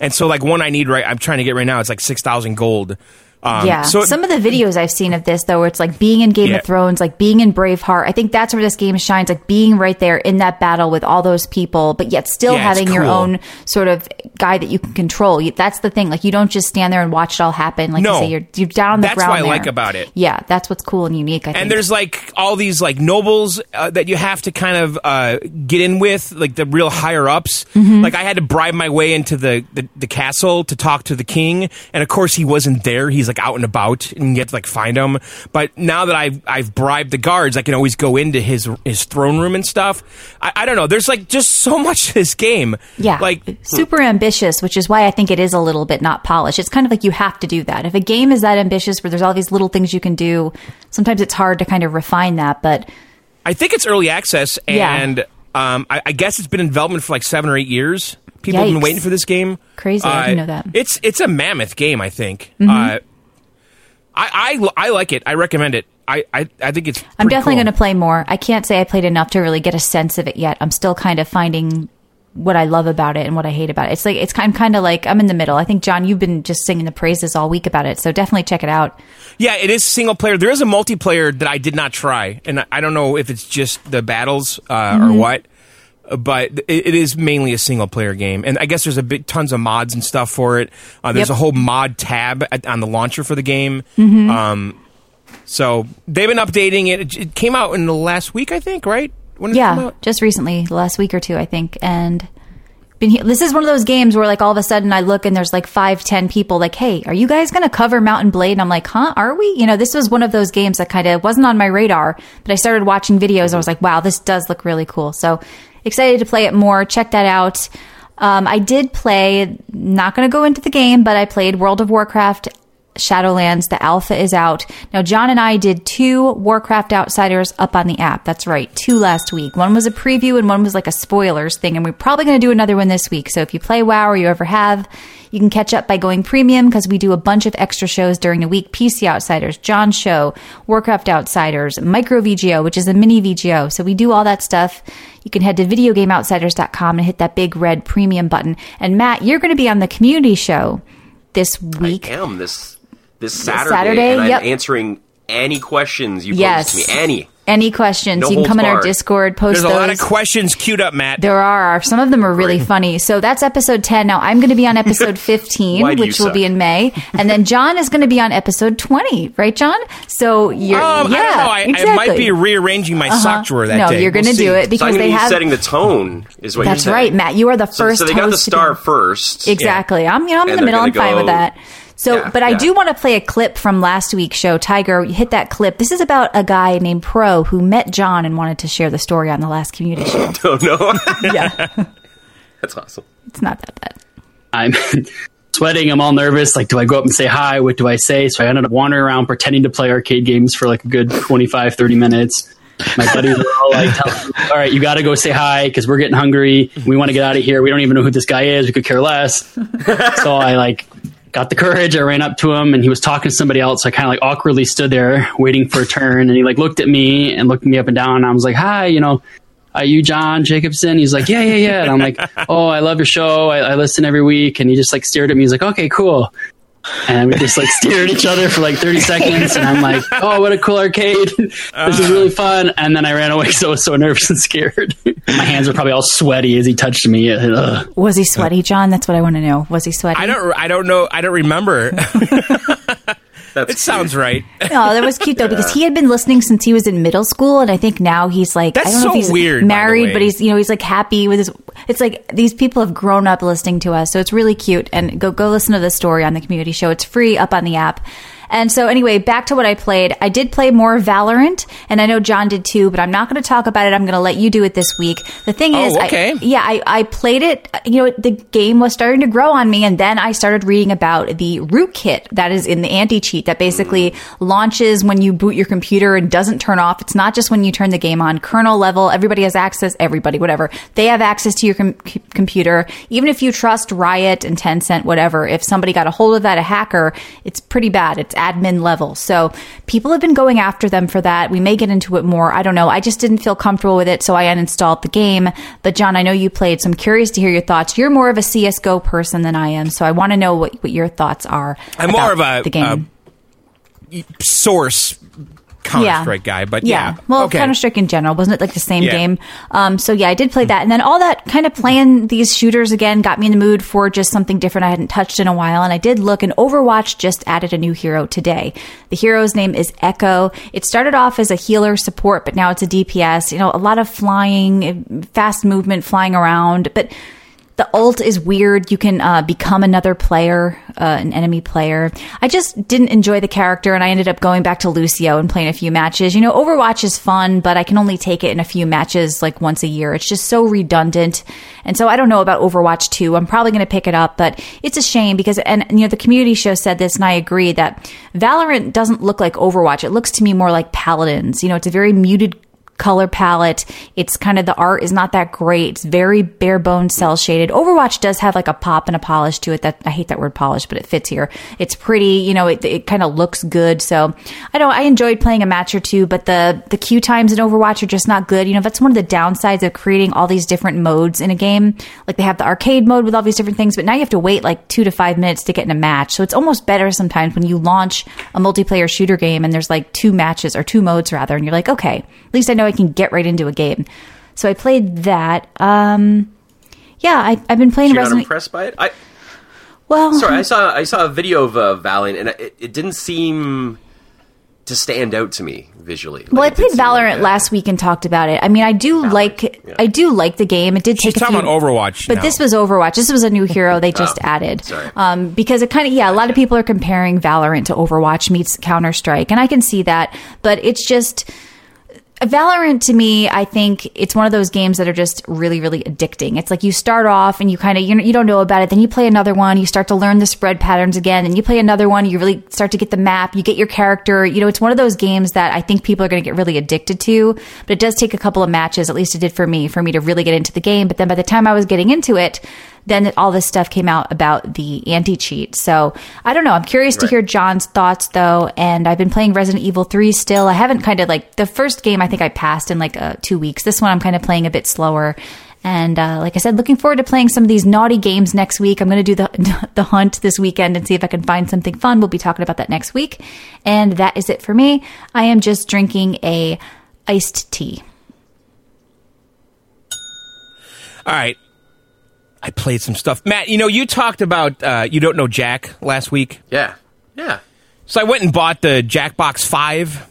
[SPEAKER 2] And so, like one I need right, I'm trying to get right now. It's like six thousand gold. Um,
[SPEAKER 4] yeah.
[SPEAKER 2] So
[SPEAKER 4] Some of the videos I've seen of this, though, where it's like being in Game
[SPEAKER 2] Yeah.
[SPEAKER 4] of Thrones, like being in Braveheart. I think that's where this game shines, like being right there in that battle with all those people, but yet still
[SPEAKER 2] Yeah, it's
[SPEAKER 4] having your
[SPEAKER 2] cool.
[SPEAKER 4] own sort of guy that you can control. You- That's the thing. Like you don't just stand there and watch it all happen. Like
[SPEAKER 2] No.
[SPEAKER 4] you say, you're, you're down on the
[SPEAKER 2] That's
[SPEAKER 4] ground.
[SPEAKER 2] what I
[SPEAKER 4] there.
[SPEAKER 2] like about it.
[SPEAKER 4] Yeah. That's what's cool and unique. I think.
[SPEAKER 2] and there's like all these like nobles uh, that you have to kind of uh, get in with, like the real higher ups.
[SPEAKER 4] Mm-hmm.
[SPEAKER 2] Like I had to bribe my way into the, the the castle to talk to the king, and of course he wasn't there. He's like out and about, and you have to like find him. But now that I've I've bribed the guards, I can always go into his his throne room and stuff. I, I don't know. There's like just so much to this game.
[SPEAKER 4] Yeah.
[SPEAKER 2] like
[SPEAKER 4] super ambitious, which is why I think it is a little bit not polished. It's kind of like you have to do that. If a game is that ambitious where there's all these little things you can do, sometimes it's hard to kind of refine that, but
[SPEAKER 2] I think it's early access,
[SPEAKER 4] Yeah.
[SPEAKER 2] and um, I, I guess it's been in development for like seven or eight years. People have been
[SPEAKER 4] Yikes.
[SPEAKER 2] waiting for this game. Uh,
[SPEAKER 4] Crazy, I didn't know that. Mm-hmm.
[SPEAKER 2] It's it's a mammoth game. I think. Uh, I, I I like it. I recommend it. I I, I think it's.
[SPEAKER 4] I'm
[SPEAKER 2] pretty
[SPEAKER 4] definitely
[SPEAKER 2] cool.
[SPEAKER 4] going to play more. I can't say I played enough to really get a sense of it yet. I'm still kind of finding what I love about it and what I hate about it. It's like it's I'm kind of like I'm in the middle. I think John, you've been just singing the praises all week about it, so definitely check it out.
[SPEAKER 2] Yeah, it is single player. There is a multiplayer that I did not try, and I- I don't know if it's just the battles uh, or
[SPEAKER 4] Mm-hmm.
[SPEAKER 2] what. But it, it is mainly a single player game, and I guess there's a bit tons of mods and stuff for it. Uh, there's
[SPEAKER 4] Yep. Mm-hmm.
[SPEAKER 2] a whole mod tab at, on the launcher for the game. Um, so they've been updating it. it. It came out in the last week, I think. Right? When did it come
[SPEAKER 4] Yeah,
[SPEAKER 2] out?
[SPEAKER 4] just recently, the last week or two, I think, and. Been he- this is one of those games where like all of a sudden I look and there's like five, ten people like, hey, are you guys gonna cover Mountain Blade? And I'm like, huh, are we? You know, this was one of those games that kind of wasn't on my radar, but I started watching videos. I was like, wow, this does look really cool. So excited to play it more. Check that out. Um, I did play. Not gonna go into the game, but I played World of Warcraft. Shadowlands, the alpha is out. Now, John and I did two Warcraft Outsiders up on the app. That's right, two last week. One was a preview and one was like a spoilers thing, and we're probably going to do another one this week. So if you play WoW or you ever have, you can catch up by going premium because we do a bunch of extra shows during the week PC Outsiders, John's show, Warcraft Outsiders, Micro VGO, which is a mini VGO. So we do all that stuff. You can head to videogameoutsiders.com and hit that big red premium button. And Matt, you're going to be on the community show this week.
[SPEAKER 3] I am this this Saturday,
[SPEAKER 4] Saturday,
[SPEAKER 3] and I'm
[SPEAKER 4] yep.
[SPEAKER 3] answering any questions you
[SPEAKER 4] Yes.
[SPEAKER 3] pose to me. Any.
[SPEAKER 4] Any questions?
[SPEAKER 3] No
[SPEAKER 4] you can come in
[SPEAKER 3] holds
[SPEAKER 4] our
[SPEAKER 3] barred.
[SPEAKER 4] Discord, post
[SPEAKER 2] There's a
[SPEAKER 4] those.
[SPEAKER 2] lot of questions queued up, Matt.
[SPEAKER 4] there are some of them are really funny. So that's episode ten. Now I'm going to be on episode
[SPEAKER 3] Why
[SPEAKER 4] fifteen,
[SPEAKER 3] do you
[SPEAKER 4] which will
[SPEAKER 3] suck?
[SPEAKER 4] be in May, and then John is going to be on episode twenty, right, John? So you're
[SPEAKER 2] um,
[SPEAKER 4] yeah,
[SPEAKER 2] I don't know. I,
[SPEAKER 4] exactly. Uh-huh.
[SPEAKER 2] I might be rearranging my sock drawer that
[SPEAKER 4] no,
[SPEAKER 2] day.
[SPEAKER 4] you're going to
[SPEAKER 2] We'll see.
[SPEAKER 4] do it
[SPEAKER 3] So
[SPEAKER 4] because
[SPEAKER 3] I'm going
[SPEAKER 4] they
[SPEAKER 3] to be
[SPEAKER 4] have.
[SPEAKER 3] setting the tone. Is what
[SPEAKER 4] that's
[SPEAKER 3] you're
[SPEAKER 4] right,
[SPEAKER 3] saying.
[SPEAKER 4] Matt. You are the
[SPEAKER 3] So,
[SPEAKER 4] first.
[SPEAKER 3] so they got the
[SPEAKER 4] host to be
[SPEAKER 3] star
[SPEAKER 4] on-
[SPEAKER 3] first.
[SPEAKER 4] Exactly. I'm you know I'm in
[SPEAKER 3] And
[SPEAKER 4] the
[SPEAKER 3] they're
[SPEAKER 4] middle. I'm
[SPEAKER 3] gonna
[SPEAKER 4] fine with
[SPEAKER 3] go-
[SPEAKER 4] that. So,
[SPEAKER 3] Yeah,
[SPEAKER 4] but I
[SPEAKER 3] yeah.
[SPEAKER 4] do want to play a clip from last week's show. Tiger, you hit that clip. This is about a guy named Pro who met John and wanted to share the story on the last community show.
[SPEAKER 3] Oh no,
[SPEAKER 4] yeah,
[SPEAKER 3] that's awesome.
[SPEAKER 4] it's not that bad.
[SPEAKER 6] I'm sweating. I'm all nervous. Like, do I go up and say hi? What do I say? So I ended up wandering around pretending to play arcade games for like a good 25, 30 minutes. My buddies were all like, telling me, all right, you got to go say hi because we're getting hungry. We want to get out of here. We don't even know who this guy is. We could care less. so I like got the courage. I ran up to him and he was talking to somebody else. So I kind of like awkwardly stood there waiting for a turn. And he like looked at me and looked me up and down. And I was like, hi, you know, are you John Jacobson? He's like, yeah, yeah, yeah. And I'm like, oh, I love your show. I, I listen every week. And he just like stared at me. He's like, okay, cool. And we just like stared at each other for like 30 seconds. And I'm like, oh, what a cool arcade. this is really fun. And then I ran away because I was so nervous and scared. My hands were probably all sweaty as he touched me. Ugh.
[SPEAKER 4] Was he sweaty, John? That's what I want to know. Was he sweaty?
[SPEAKER 2] I don't. I don't know. I don't remember.
[SPEAKER 3] That's
[SPEAKER 2] it sounds right.
[SPEAKER 4] No, Oh, that was cute though because he had been listening since he was in middle school, and I think now he's like
[SPEAKER 2] That's
[SPEAKER 4] I don't know
[SPEAKER 2] so
[SPEAKER 4] if he's
[SPEAKER 2] weird, by the
[SPEAKER 4] married,
[SPEAKER 2] way.
[SPEAKER 4] but he's you know he's like happy with his. It's like these people have grown up listening to us, so it's really cute. And go go listen to the story on the community show. It's free up on the app. And so anyway, back to what I played. I did play more Valorant, and I know John did too, but I'm not going to talk about it. I'm going to let you do it this week. The thing
[SPEAKER 2] Oh,
[SPEAKER 4] is, I-
[SPEAKER 2] okay.
[SPEAKER 4] yeah, I, I played it. You know, the game was starting to grow on me, and then I started reading about the rootkit that is in the anti cheat that basically launches when you boot your computer and doesn't turn off. It's not just when you turn the game on. Kernel level, everybody has access. Everybody, whatever, they have access to your com- c- computer. Even if you trust Riot and Tencent, whatever, if somebody got a hold of that, a hacker, it's pretty bad. It's admin level. So people have been going after them for that. We may get into it more. I don't know. I just didn't feel comfortable with it, so I uninstalled the game. But John, I know you played, so I'm curious to hear your thoughts. You're more of a CS:GO person than I am, so I want to know what, what your thoughts are.
[SPEAKER 2] I'm
[SPEAKER 4] about
[SPEAKER 2] more of a,
[SPEAKER 4] the game.
[SPEAKER 2] a source Counter Strike guy, but yeah,
[SPEAKER 4] Well,
[SPEAKER 2] okay.
[SPEAKER 4] Counter Strike in general wasn't it like the same
[SPEAKER 2] Yeah.
[SPEAKER 4] game? Um, so yeah, I did play that, and then all that kind of playing these shooters again got me in the mood for just something different I hadn't touched in a while. And I did look, and Overwatch just added a new hero today. The hero's name is Echo. It started off as a healer support, but now it's a DPS. You know, a lot of flying, fast movement, flying around, but. The ult is weird. You can uh, become another player, uh, an enemy player. I just didn't enjoy the character, and I ended up going back to Lucio and playing a few matches. You know, Overwatch is fun, but I can only take it in a few matches, like once a year. It's just so redundant, and so I don't know about Overwatch Two. I'm probably going to pick it up, but it's a shame because, and you know, the community show said this, and I agree that Valorant doesn't look like Overwatch. It looks to me more like Paladins. You know, it's a very muted color palette. It's kind of the art is not that great. It's very bare bones cell shaded. Overwatch does have like a pop and a polish to it that I hate that word polish, but it fits here. It's pretty, you know, it, it kind of looks good. So I don't, I enjoyed playing a match or two, but the, the queue times in Overwatch are just not good. You know, that's one of the downsides of creating all these different modes in a game. Like they have the arcade mode with all these different things, but now you have to wait like two to five minutes to get in a match. So it's almost better sometimes when you launch a multiplayer shooter game and there's like two matches or two modes rather, and you're like, okay, at least I know I can get right into a game. So I played that. Um, yeah, I, I've been playing
[SPEAKER 3] You're not
[SPEAKER 4] Resident.
[SPEAKER 3] impressed by it? I,
[SPEAKER 4] well,
[SPEAKER 3] sorry, I saw I saw a video of uh, Valiant, and it, it didn't seem to stand out to me visually. Like,
[SPEAKER 4] well, I
[SPEAKER 3] it did
[SPEAKER 4] played
[SPEAKER 3] seem like
[SPEAKER 4] Valorant
[SPEAKER 3] a-
[SPEAKER 4] last week and talked about it. I mean, I do like
[SPEAKER 3] yeah.
[SPEAKER 4] I do like the game. It did
[SPEAKER 2] She's
[SPEAKER 4] take a
[SPEAKER 2] talking
[SPEAKER 4] few-
[SPEAKER 2] about Overwatch,
[SPEAKER 4] But
[SPEAKER 2] now.
[SPEAKER 4] this was Overwatch. This was a new hero they just added.
[SPEAKER 3] sorry.
[SPEAKER 4] Um, because it kind of, yeah, a lot of people are comparing Valorant to Overwatch meets Counter Strike. And I can see that. But it's just. Valorant to me, I think it's one of those games that are just really, really addicting. It's like you start off and you kind of you, you don't know about it, then you play another one, you start to learn the spread patterns again, and you play another one, you really start to get the map, you get your character. You know, it's one of those games that I think people are going to get really addicted to. But it does take a couple of matches, at least it did for me, for me to really get into the game. But then by the time I was getting into it, then all this stuff came out about the anti cheat. So I don't know. I'm curious to hear John's thoughts though. And I've been playing Resident Evil 3 still. I haven't kind of like the first game I think I passed in like uh, two weeks. This one I'm kind of playing a bit slower. And uh, like I said, looking forward to playing some of these naughty games next week. I'm going to do the the hunt this weekend and see if I can find something fun. We'll be talking about that next week. And that is it for me. I am just drinking a iced tea.
[SPEAKER 2] All right. I played some stuff. Matt, you know, you talked about uh, you don't know Jack last week.
[SPEAKER 3] Yeah, yeah.
[SPEAKER 2] So I went and bought the Jackbox 5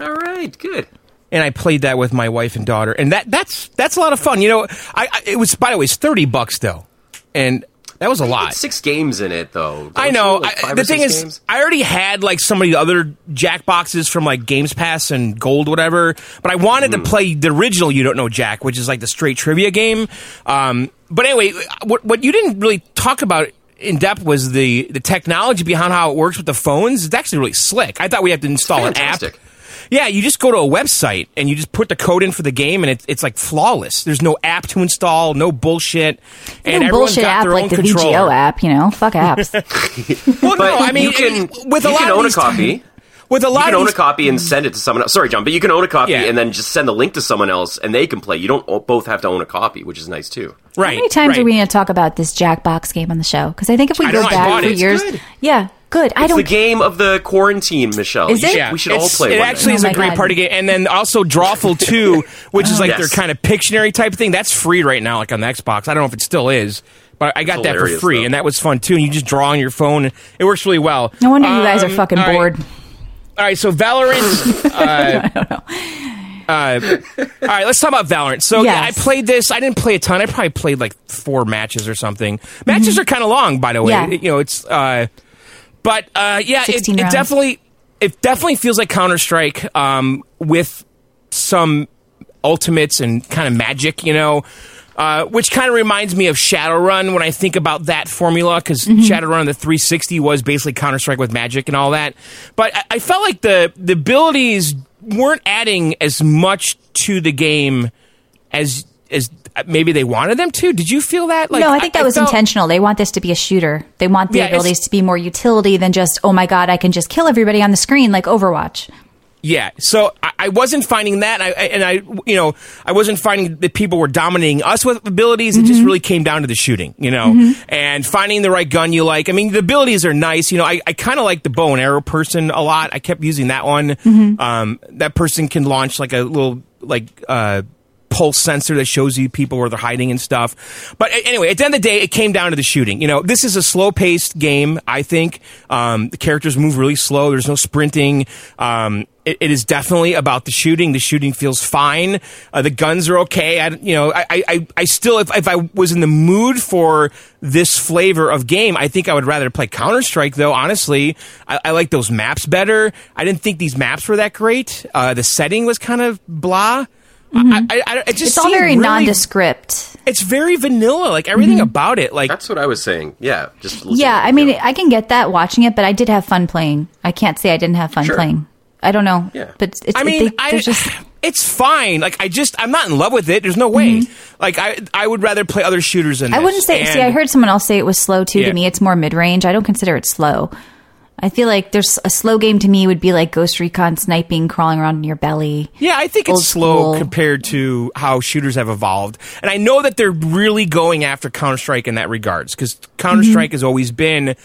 [SPEAKER 3] All right, good.
[SPEAKER 2] and I played that with my wife and daughter. And that that's that's a lot of fun. You know, I, I it was by the way, it's 30 bucks though. And that was a lot.
[SPEAKER 3] Six games in it though. Don't
[SPEAKER 2] I
[SPEAKER 3] you?
[SPEAKER 2] know.
[SPEAKER 3] Like
[SPEAKER 2] I,
[SPEAKER 3] five
[SPEAKER 2] the
[SPEAKER 3] or
[SPEAKER 2] thing
[SPEAKER 3] six
[SPEAKER 2] is,
[SPEAKER 3] games?
[SPEAKER 2] I already had like some of the other Jackboxes from like Games Pass and Gold, whatever. But I wanted
[SPEAKER 3] Hmm.
[SPEAKER 2] to play the original You Don't Know Jack, which is like the straight trivia game. Um, but anyway, what, what you didn't really talk about in depth was the, the technology behind how it works with the phones. It's actually really slick. I thought we had to install an
[SPEAKER 3] Fantastic.
[SPEAKER 2] app. Yeah, you just go to a website and you just put the code in for the game, and it, it's like flawless. There's no app to install, no bullshit, and
[SPEAKER 4] No
[SPEAKER 2] everyone's
[SPEAKER 4] bullshit
[SPEAKER 2] got
[SPEAKER 4] app
[SPEAKER 2] their
[SPEAKER 4] like
[SPEAKER 2] own
[SPEAKER 4] the
[SPEAKER 2] controller.
[SPEAKER 4] VGO app, you know? Fuck apps.
[SPEAKER 2] Well, no,
[SPEAKER 3] But
[SPEAKER 2] I mean,
[SPEAKER 3] you can
[SPEAKER 2] it- with a
[SPEAKER 3] you
[SPEAKER 2] lot
[SPEAKER 3] can
[SPEAKER 2] of
[SPEAKER 3] own a
[SPEAKER 2] these
[SPEAKER 3] copy.
[SPEAKER 2] with a
[SPEAKER 3] You
[SPEAKER 2] lot
[SPEAKER 3] can
[SPEAKER 2] of
[SPEAKER 3] own a
[SPEAKER 2] these-
[SPEAKER 3] copy and send it to someone else. Sorry, John, but you can own a copy
[SPEAKER 2] Yeah.
[SPEAKER 3] and then just send the link to someone else, and they can play. You don't o- both have to own a copy, which is nice too.
[SPEAKER 2] right?
[SPEAKER 4] How many times
[SPEAKER 2] right.
[SPEAKER 4] are we going to talk about this Jackbox game on the show? Because I think if we
[SPEAKER 2] I
[SPEAKER 4] go
[SPEAKER 2] don't know, I
[SPEAKER 4] back
[SPEAKER 2] bought
[SPEAKER 4] for
[SPEAKER 2] it. It's
[SPEAKER 4] years,
[SPEAKER 3] good.
[SPEAKER 4] yeah, good. I
[SPEAKER 3] It's
[SPEAKER 4] don't.
[SPEAKER 3] the game of the quarantine, Michelle.
[SPEAKER 4] Is
[SPEAKER 3] You
[SPEAKER 4] it?
[SPEAKER 3] should-
[SPEAKER 4] Yeah.
[SPEAKER 3] We should all
[SPEAKER 2] It's-
[SPEAKER 3] play.
[SPEAKER 2] It
[SPEAKER 3] one
[SPEAKER 2] actually
[SPEAKER 3] night.
[SPEAKER 2] is
[SPEAKER 4] Oh
[SPEAKER 2] a
[SPEAKER 4] my
[SPEAKER 2] great
[SPEAKER 4] God.
[SPEAKER 2] party game, and then also Drawful Two, which is like
[SPEAKER 3] Yes.
[SPEAKER 2] their kind of Pictionary type thing. That's free right now, like on the Xbox. I don't know if it still is, but I got
[SPEAKER 3] It's
[SPEAKER 2] that for
[SPEAKER 3] hilarious,
[SPEAKER 2] free,
[SPEAKER 3] though.
[SPEAKER 2] and that was fun too. And you just draw on your phone, and it works really well.
[SPEAKER 4] no wonder you guys are
[SPEAKER 2] Um,
[SPEAKER 4] fucking
[SPEAKER 2] all right.
[SPEAKER 4] bored.
[SPEAKER 2] All right, so Valorant. Uh, uh, all right, let's talk about Valorant. So yeah, I
[SPEAKER 4] Yes.
[SPEAKER 2] played this. I didn't play a ton. I probably played like four matches or something. Matches are kind of long, by the way.
[SPEAKER 4] Mm-hmm. Yeah.
[SPEAKER 2] It- you know, it's. Uh, but uh, yeah, it,
[SPEAKER 4] 16
[SPEAKER 2] it
[SPEAKER 4] rounds.
[SPEAKER 2] definitely it definitely feels like Counter Strike um, with some ultimates and kind of magic, you know. Uh, which kind of reminds me of Shadowrun when I think about that formula, because
[SPEAKER 4] Mm-hmm.
[SPEAKER 2] Shadowrun on the 360 was basically Counter Strike with magic and all that. But I, I felt like the the abilities weren't adding as much to the game as as maybe they wanted them to. Did you feel that? Like,
[SPEAKER 4] no, I think that was
[SPEAKER 2] felt-
[SPEAKER 4] intentional. They want this to be a shooter. They want the
[SPEAKER 2] Yeah, it's-
[SPEAKER 4] abilities to be more utility than just oh my god, I can just kill everybody on the screen like Overwatch.
[SPEAKER 2] Yeah, so I, I wasn't finding that, I, I- and I, you know, I wasn't finding that people were dominating us with abilities. It just really came down to the shooting, you know, and finding the right gun you like. I mean, the abilities are nice, you know. I, I kind of like the bow and arrow person a lot. I kept using that one. Um, that person can launch like a little like uh, pulse sensor that shows you people where they're hiding and stuff. But a- anyway, at the end of the day, it came down to the shooting. You know, this is a slow paced game, I think. Um, the characters move really slow, there's no sprinting. Um, it, it is definitely about the shooting. The shooting feels fine. Uh, the guns are okay. I, you know, I, I- I, I still, if, if I was in the mood for this flavor of game, I think I would rather play Counter Strike. Though honestly, I, I like those maps better. I didn't think these maps were that great. Uh, the setting was kind of blah. I, I, I, it just
[SPEAKER 4] Mm-hmm. It's all
[SPEAKER 2] seemed
[SPEAKER 4] very Mm-hmm.
[SPEAKER 2] really-
[SPEAKER 4] nondescript.
[SPEAKER 2] It's very vanilla, like everything about it. Like
[SPEAKER 3] That's what I was saying. Yeah, just listen
[SPEAKER 4] Yeah,
[SPEAKER 3] to the
[SPEAKER 4] I mean,
[SPEAKER 3] video.
[SPEAKER 4] I can get that watching it, but I did have fun playing. I can't say I didn't have fun
[SPEAKER 3] Sure.
[SPEAKER 4] playing. I don't know.
[SPEAKER 3] Yeah.
[SPEAKER 4] But it's,
[SPEAKER 2] I
[SPEAKER 4] it-
[SPEAKER 2] mean,
[SPEAKER 4] they,
[SPEAKER 2] I,
[SPEAKER 4] they're just
[SPEAKER 2] it's fine. Like I just, I'm not in love with it. There's no way. Like I, I would rather play other shooters than.
[SPEAKER 4] Mm-hmm. I
[SPEAKER 2] this.
[SPEAKER 4] wouldn't say. see, I
[SPEAKER 2] And-
[SPEAKER 4] heard someone else say it was slow too.
[SPEAKER 2] Yeah.
[SPEAKER 4] To me, it's more mid range. I don't consider it slow. I feel like there's a slow game to me would be like Ghost Recon sniping, crawling around in your belly.
[SPEAKER 2] Yeah, I think
[SPEAKER 4] Old
[SPEAKER 2] it's slow
[SPEAKER 4] school.
[SPEAKER 2] compared to how shooters have evolved. And I know that they're really going after Counter Strike in that regards because Counter
[SPEAKER 4] Mm-hmm.
[SPEAKER 2] Strike has always been,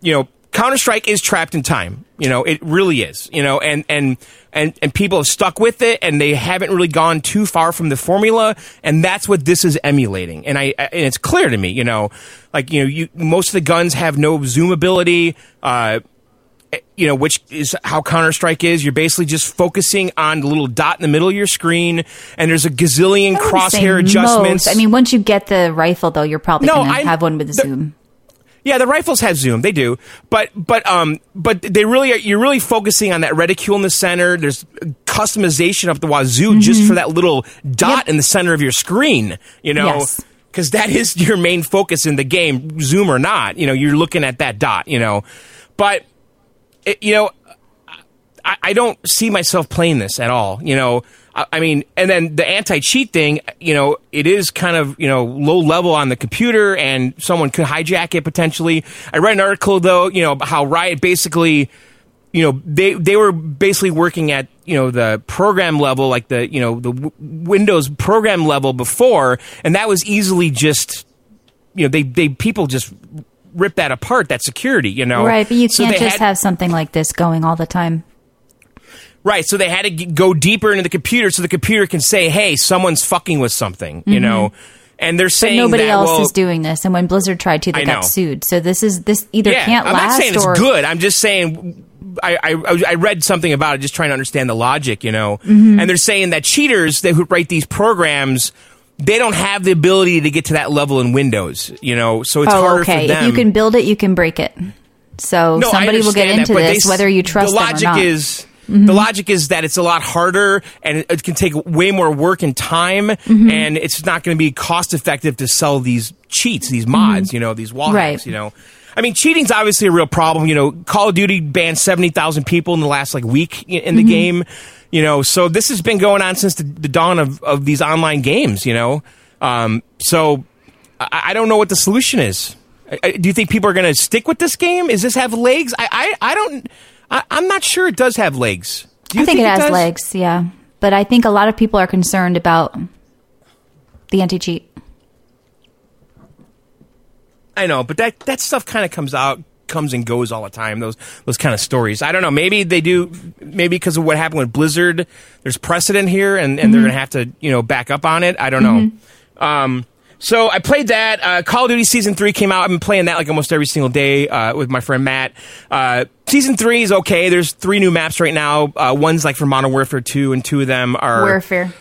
[SPEAKER 2] you know, Counter Strike is trapped in time. You know, it really is. You know, and and and and people have stuck with it, and they haven't really gone too far from the formula. And that's what this is emulating. And I I- and it's clear to me. You know, like you know, you most of the guns have no zoom ability. Uh, you know, which is how Counter Strike is. You're basically just focusing on the little dot in the middle of your screen, and there's a gazillion
[SPEAKER 4] I wouldn't say
[SPEAKER 2] crosshair
[SPEAKER 4] most.
[SPEAKER 2] adjustments.
[SPEAKER 4] I mean, once you get the rifle, though, you're probably
[SPEAKER 2] No,
[SPEAKER 4] going to
[SPEAKER 2] I'm-
[SPEAKER 4] have one with a
[SPEAKER 2] the-
[SPEAKER 4] zoom.
[SPEAKER 2] yeah, the rifles have zoom, they do, but but um, but they really are, you're really focusing on that reticule in the center. There's customization up the wazoo just for that little dot in the center of your screen. You know.
[SPEAKER 4] Yes.
[SPEAKER 2] Because that is your main focus in the game, Zoom or not. You know, you're looking at that dot. You know, but it, you know, I, I don't see myself playing this at all. You know, I, I mean, and then the anti cheat thing, you know, it is kind of, you know, low level on the computer and someone could hijack it potentially. I read an article though, you know, about how Riot basically, you know, they, they were basically working at, you know, the program level, like the, you know, the w- Windows program level before, and that was easily just, you know, they, they, people just, rip that apart that security you know
[SPEAKER 4] Right, but you
[SPEAKER 2] Oh. So
[SPEAKER 4] can't
[SPEAKER 2] they
[SPEAKER 4] just
[SPEAKER 2] had-
[SPEAKER 4] have something like this going all the time.
[SPEAKER 2] Right, so they had to g- go deeper into the computer so the computer can say, "Hey, someone's fucking with something," you know. And they're saying
[SPEAKER 4] Mm-hmm. Nobody
[SPEAKER 2] that,
[SPEAKER 4] else
[SPEAKER 2] well,
[SPEAKER 4] is doing this, and when Blizzard tried to,
[SPEAKER 2] I
[SPEAKER 4] they
[SPEAKER 2] know.
[SPEAKER 4] got sued. So this is this either
[SPEAKER 2] Yeah,
[SPEAKER 4] can't
[SPEAKER 2] I'm
[SPEAKER 4] last
[SPEAKER 2] not saying
[SPEAKER 4] or
[SPEAKER 2] it's good. I'm just saying I, I I read something about it, just trying to understand the logic, you know.
[SPEAKER 4] Mm-hmm.
[SPEAKER 2] And they're saying that cheaters that who write these programs. They don't have the ability to get to that level in Windows, you know, so it's
[SPEAKER 4] oh,
[SPEAKER 2] harder
[SPEAKER 4] okay.
[SPEAKER 2] for them.
[SPEAKER 4] If you can build it, you can break it. So
[SPEAKER 2] No, I
[SPEAKER 4] somebody will get
[SPEAKER 2] understand
[SPEAKER 4] into
[SPEAKER 2] that, but they
[SPEAKER 4] this,
[SPEAKER 2] s-
[SPEAKER 4] whether you trust
[SPEAKER 2] the logic
[SPEAKER 4] them or not. Mm-hmm.
[SPEAKER 2] is the logic is that it's a lot harder and it, it can take way more work and time,
[SPEAKER 4] Mm-hmm.
[SPEAKER 2] and it's not going to be cost effective to sell these cheats, these mods, you know, these wall
[SPEAKER 4] Mm-hmm. Right.
[SPEAKER 2] hacks, you know. I mean, cheating's obviously a real problem. You know, Call of Duty banned seventy thousand people in the last like week i- in the
[SPEAKER 4] Mm-hmm.
[SPEAKER 2] game. You know, so this has been going on since the, the dawn of, of these online games. You know, um, so I, I don't know what the solution is. I, I- do you think people are going to stick with this game? Is this have legs? I I, I don't. I, I'm not sure it does have legs. Do you
[SPEAKER 4] I think, it has
[SPEAKER 2] does?
[SPEAKER 4] legs, yeah. But I think a lot of people are concerned about the anti cheat.
[SPEAKER 2] I know, but that that stuff kind of comes out comes and goes all the time those those kind of stories i don't know maybe they do maybe because of what happened with blizzard there's precedent here and, and they're gonna have to you know back up on it i don't know um so i played that uh, call of duty season three came out i've been playing that like almost every single day uh, with my friend matt uh, season three is okay there's three new maps right now uh, one's like for modern warfare 2 and two of them are
[SPEAKER 4] Warfare.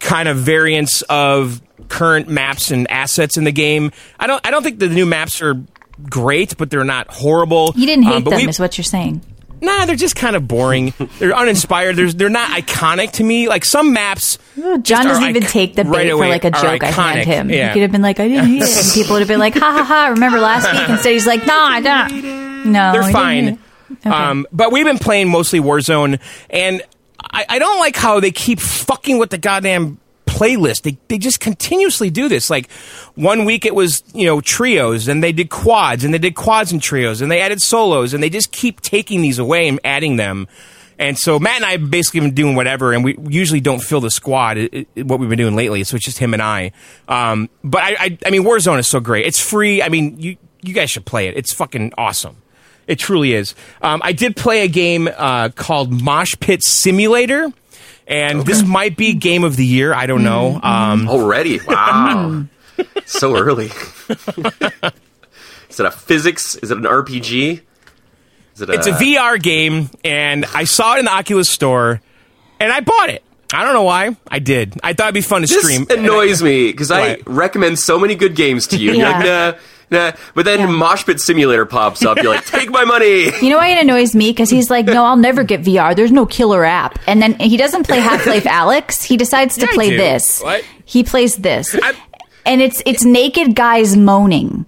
[SPEAKER 2] kind of variants of current maps and assets in the game. I don't I don't think the new maps are great, but they're not horrible.
[SPEAKER 4] You didn't hate
[SPEAKER 2] Um, but
[SPEAKER 4] them,
[SPEAKER 2] we-
[SPEAKER 4] is what you're saying.
[SPEAKER 2] nah, they're just kind of boring. they're uninspired. They're they're not iconic to me. Like some maps. just
[SPEAKER 4] John
[SPEAKER 2] are
[SPEAKER 4] doesn't even
[SPEAKER 2] ic-
[SPEAKER 4] take the bait
[SPEAKER 2] right
[SPEAKER 4] for
[SPEAKER 2] away
[SPEAKER 4] like a
[SPEAKER 2] are
[SPEAKER 4] joke I
[SPEAKER 2] iconic.
[SPEAKER 4] hand him.
[SPEAKER 2] Yeah.
[SPEAKER 4] He could have been like, I didn't hate it. And people would have been like, ha ha ha, remember last week? Instead, he's like, nah, I don't. No. Oh, I
[SPEAKER 2] they're
[SPEAKER 4] didn't
[SPEAKER 2] fine.
[SPEAKER 4] hate it. Okay.
[SPEAKER 2] Um, but we've been playing mostly Warzone, and I, I don't like how they keep fucking with the goddamn playlist. They they just continuously do this. Like one week it was you know trios, and they did quads, and they did quads and trios, and they added solos, and they just keep taking these away and adding them. And so Matt and I have basically been doing whatever, and we usually don't fill the squad. It, it, what we've been doing lately, so it's just him and I. Um, but I, I, I mean, Warzone is so great. It's free. I mean, you you guys should play it. It's fucking awesome. It truly is. Um, I did play a game uh, called Mosh Pit Simulator, and this might be game of the year. I don't know.
[SPEAKER 3] Mm-hmm.
[SPEAKER 2] Um,
[SPEAKER 3] Already? Wow. so early. is it a physics? Is it an RPG? Is it
[SPEAKER 2] it's a VR game, and I saw it in the Oculus store, and I bought it. I don't know why. I did. I thought it'd be fun to
[SPEAKER 3] This
[SPEAKER 2] stream.
[SPEAKER 3] annoys me because I
[SPEAKER 2] What?
[SPEAKER 3] recommend so many good games to you. You're
[SPEAKER 4] Yeah.
[SPEAKER 3] like, nah, nah. But then Mosh Pit Simulator pops up. You're like, take my money.
[SPEAKER 4] You know why it annoys me? Because he's like, no, I'll never get VR. There's no killer app. And then he doesn't play Half Life Alex. He decides to
[SPEAKER 2] Yeah, I
[SPEAKER 4] play
[SPEAKER 2] do.
[SPEAKER 4] this.
[SPEAKER 2] What?
[SPEAKER 4] He plays this. and it's it's naked guys moaning.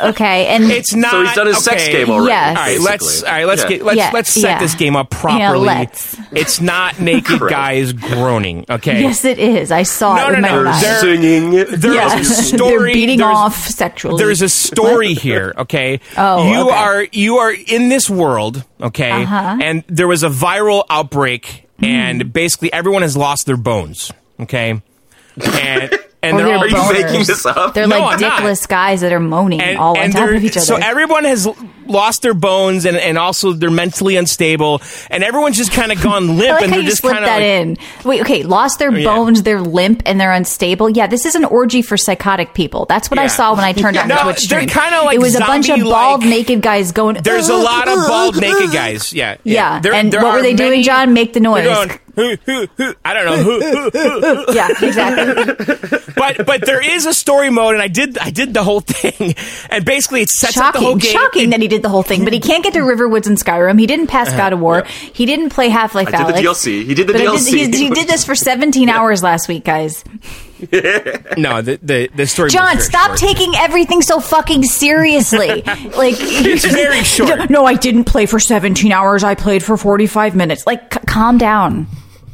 [SPEAKER 4] Okay. And
[SPEAKER 2] It's not.
[SPEAKER 3] so he's done his sex
[SPEAKER 2] okay.
[SPEAKER 3] game already.
[SPEAKER 4] Yes.
[SPEAKER 2] All right,
[SPEAKER 3] basically.
[SPEAKER 2] let's all right, let's
[SPEAKER 3] Yeah.
[SPEAKER 2] get let's
[SPEAKER 4] Yeah,
[SPEAKER 2] let's set
[SPEAKER 4] yeah.
[SPEAKER 2] this game up properly.
[SPEAKER 4] let's.
[SPEAKER 2] It's not naked
[SPEAKER 3] Correct.
[SPEAKER 2] guys groaning. Okay.
[SPEAKER 4] yes, it is. I saw
[SPEAKER 2] No, no,
[SPEAKER 4] it with
[SPEAKER 2] no.
[SPEAKER 4] my own
[SPEAKER 2] There-
[SPEAKER 4] eyes.
[SPEAKER 3] singing.
[SPEAKER 2] There's
[SPEAKER 4] Yeah.
[SPEAKER 2] a story.
[SPEAKER 4] They're beating
[SPEAKER 2] there's-
[SPEAKER 4] off sexually.
[SPEAKER 2] There's a story here, okay?
[SPEAKER 4] Oh,
[SPEAKER 2] you
[SPEAKER 4] okay. Uh-huh.
[SPEAKER 2] are you are in this world, okay? And there was a viral outbreak,
[SPEAKER 4] Hmm.
[SPEAKER 2] and basically everyone has lost their bones, okay? And and
[SPEAKER 4] Or
[SPEAKER 2] they're
[SPEAKER 4] their
[SPEAKER 2] all
[SPEAKER 3] Are you
[SPEAKER 4] boners.
[SPEAKER 3] making this up?
[SPEAKER 4] They're
[SPEAKER 2] No,
[SPEAKER 4] like
[SPEAKER 2] I'm not.
[SPEAKER 4] dickless guys that are moaning all on top
[SPEAKER 2] they're-
[SPEAKER 4] of each other.
[SPEAKER 2] So everyone has l- lost their bones, and, and also they're mentally unstable, and everyone's just kind of gone limp,
[SPEAKER 4] I like
[SPEAKER 2] and
[SPEAKER 4] how
[SPEAKER 2] they're
[SPEAKER 4] you
[SPEAKER 2] just
[SPEAKER 4] slipped
[SPEAKER 2] kind of
[SPEAKER 4] that in. Wait, okay, lost their
[SPEAKER 2] yeah.
[SPEAKER 4] bones, they're limp, and they're unstable. Yeah, this is an orgy for psychotic people. That's what
[SPEAKER 2] Yeah.
[SPEAKER 4] I saw when I turned on
[SPEAKER 2] No,
[SPEAKER 4] the Twitch
[SPEAKER 2] they're
[SPEAKER 4] stream.
[SPEAKER 2] kinda like
[SPEAKER 4] it was a bunch of bald
[SPEAKER 2] zombie-like-
[SPEAKER 4] naked guys going.
[SPEAKER 2] There's a
[SPEAKER 4] "Ugh,
[SPEAKER 2] lot of
[SPEAKER 4] ugh,
[SPEAKER 2] bald
[SPEAKER 4] ugh."
[SPEAKER 2] naked guys. Yeah,
[SPEAKER 4] Yeah, and
[SPEAKER 2] there
[SPEAKER 4] what were
[SPEAKER 2] are
[SPEAKER 4] they doing,
[SPEAKER 2] many-
[SPEAKER 4] John? Make the
[SPEAKER 2] They're
[SPEAKER 4] noise.
[SPEAKER 2] going, "Hoo, hoo, hoo." I don't know who, who, who.
[SPEAKER 4] Yeah, exactly.
[SPEAKER 2] but but there is a story mode, and I did I did the whole thing, and basically it sets up the whole
[SPEAKER 4] shocking,
[SPEAKER 2] game.
[SPEAKER 4] shocking
[SPEAKER 2] It-
[SPEAKER 4] that he did the whole thing, but he can't get to Riverwoods and Skyrim. He didn't
[SPEAKER 2] Uh-huh.
[SPEAKER 4] pass God of War. He didn't play Half Life
[SPEAKER 3] I did the
[SPEAKER 4] Alex.
[SPEAKER 3] DLC. He did the
[SPEAKER 4] But I did-
[SPEAKER 3] DLC.
[SPEAKER 4] he, he did this for 17 hours last week, guys.
[SPEAKER 2] no, the the, the story.
[SPEAKER 4] John,
[SPEAKER 2] was very
[SPEAKER 4] stop
[SPEAKER 2] short.
[SPEAKER 4] taking everything so fucking seriously. like it's
[SPEAKER 2] very short.
[SPEAKER 4] No, I didn't play for 17 hours. I played for 45 minutes. Like, c- calm down.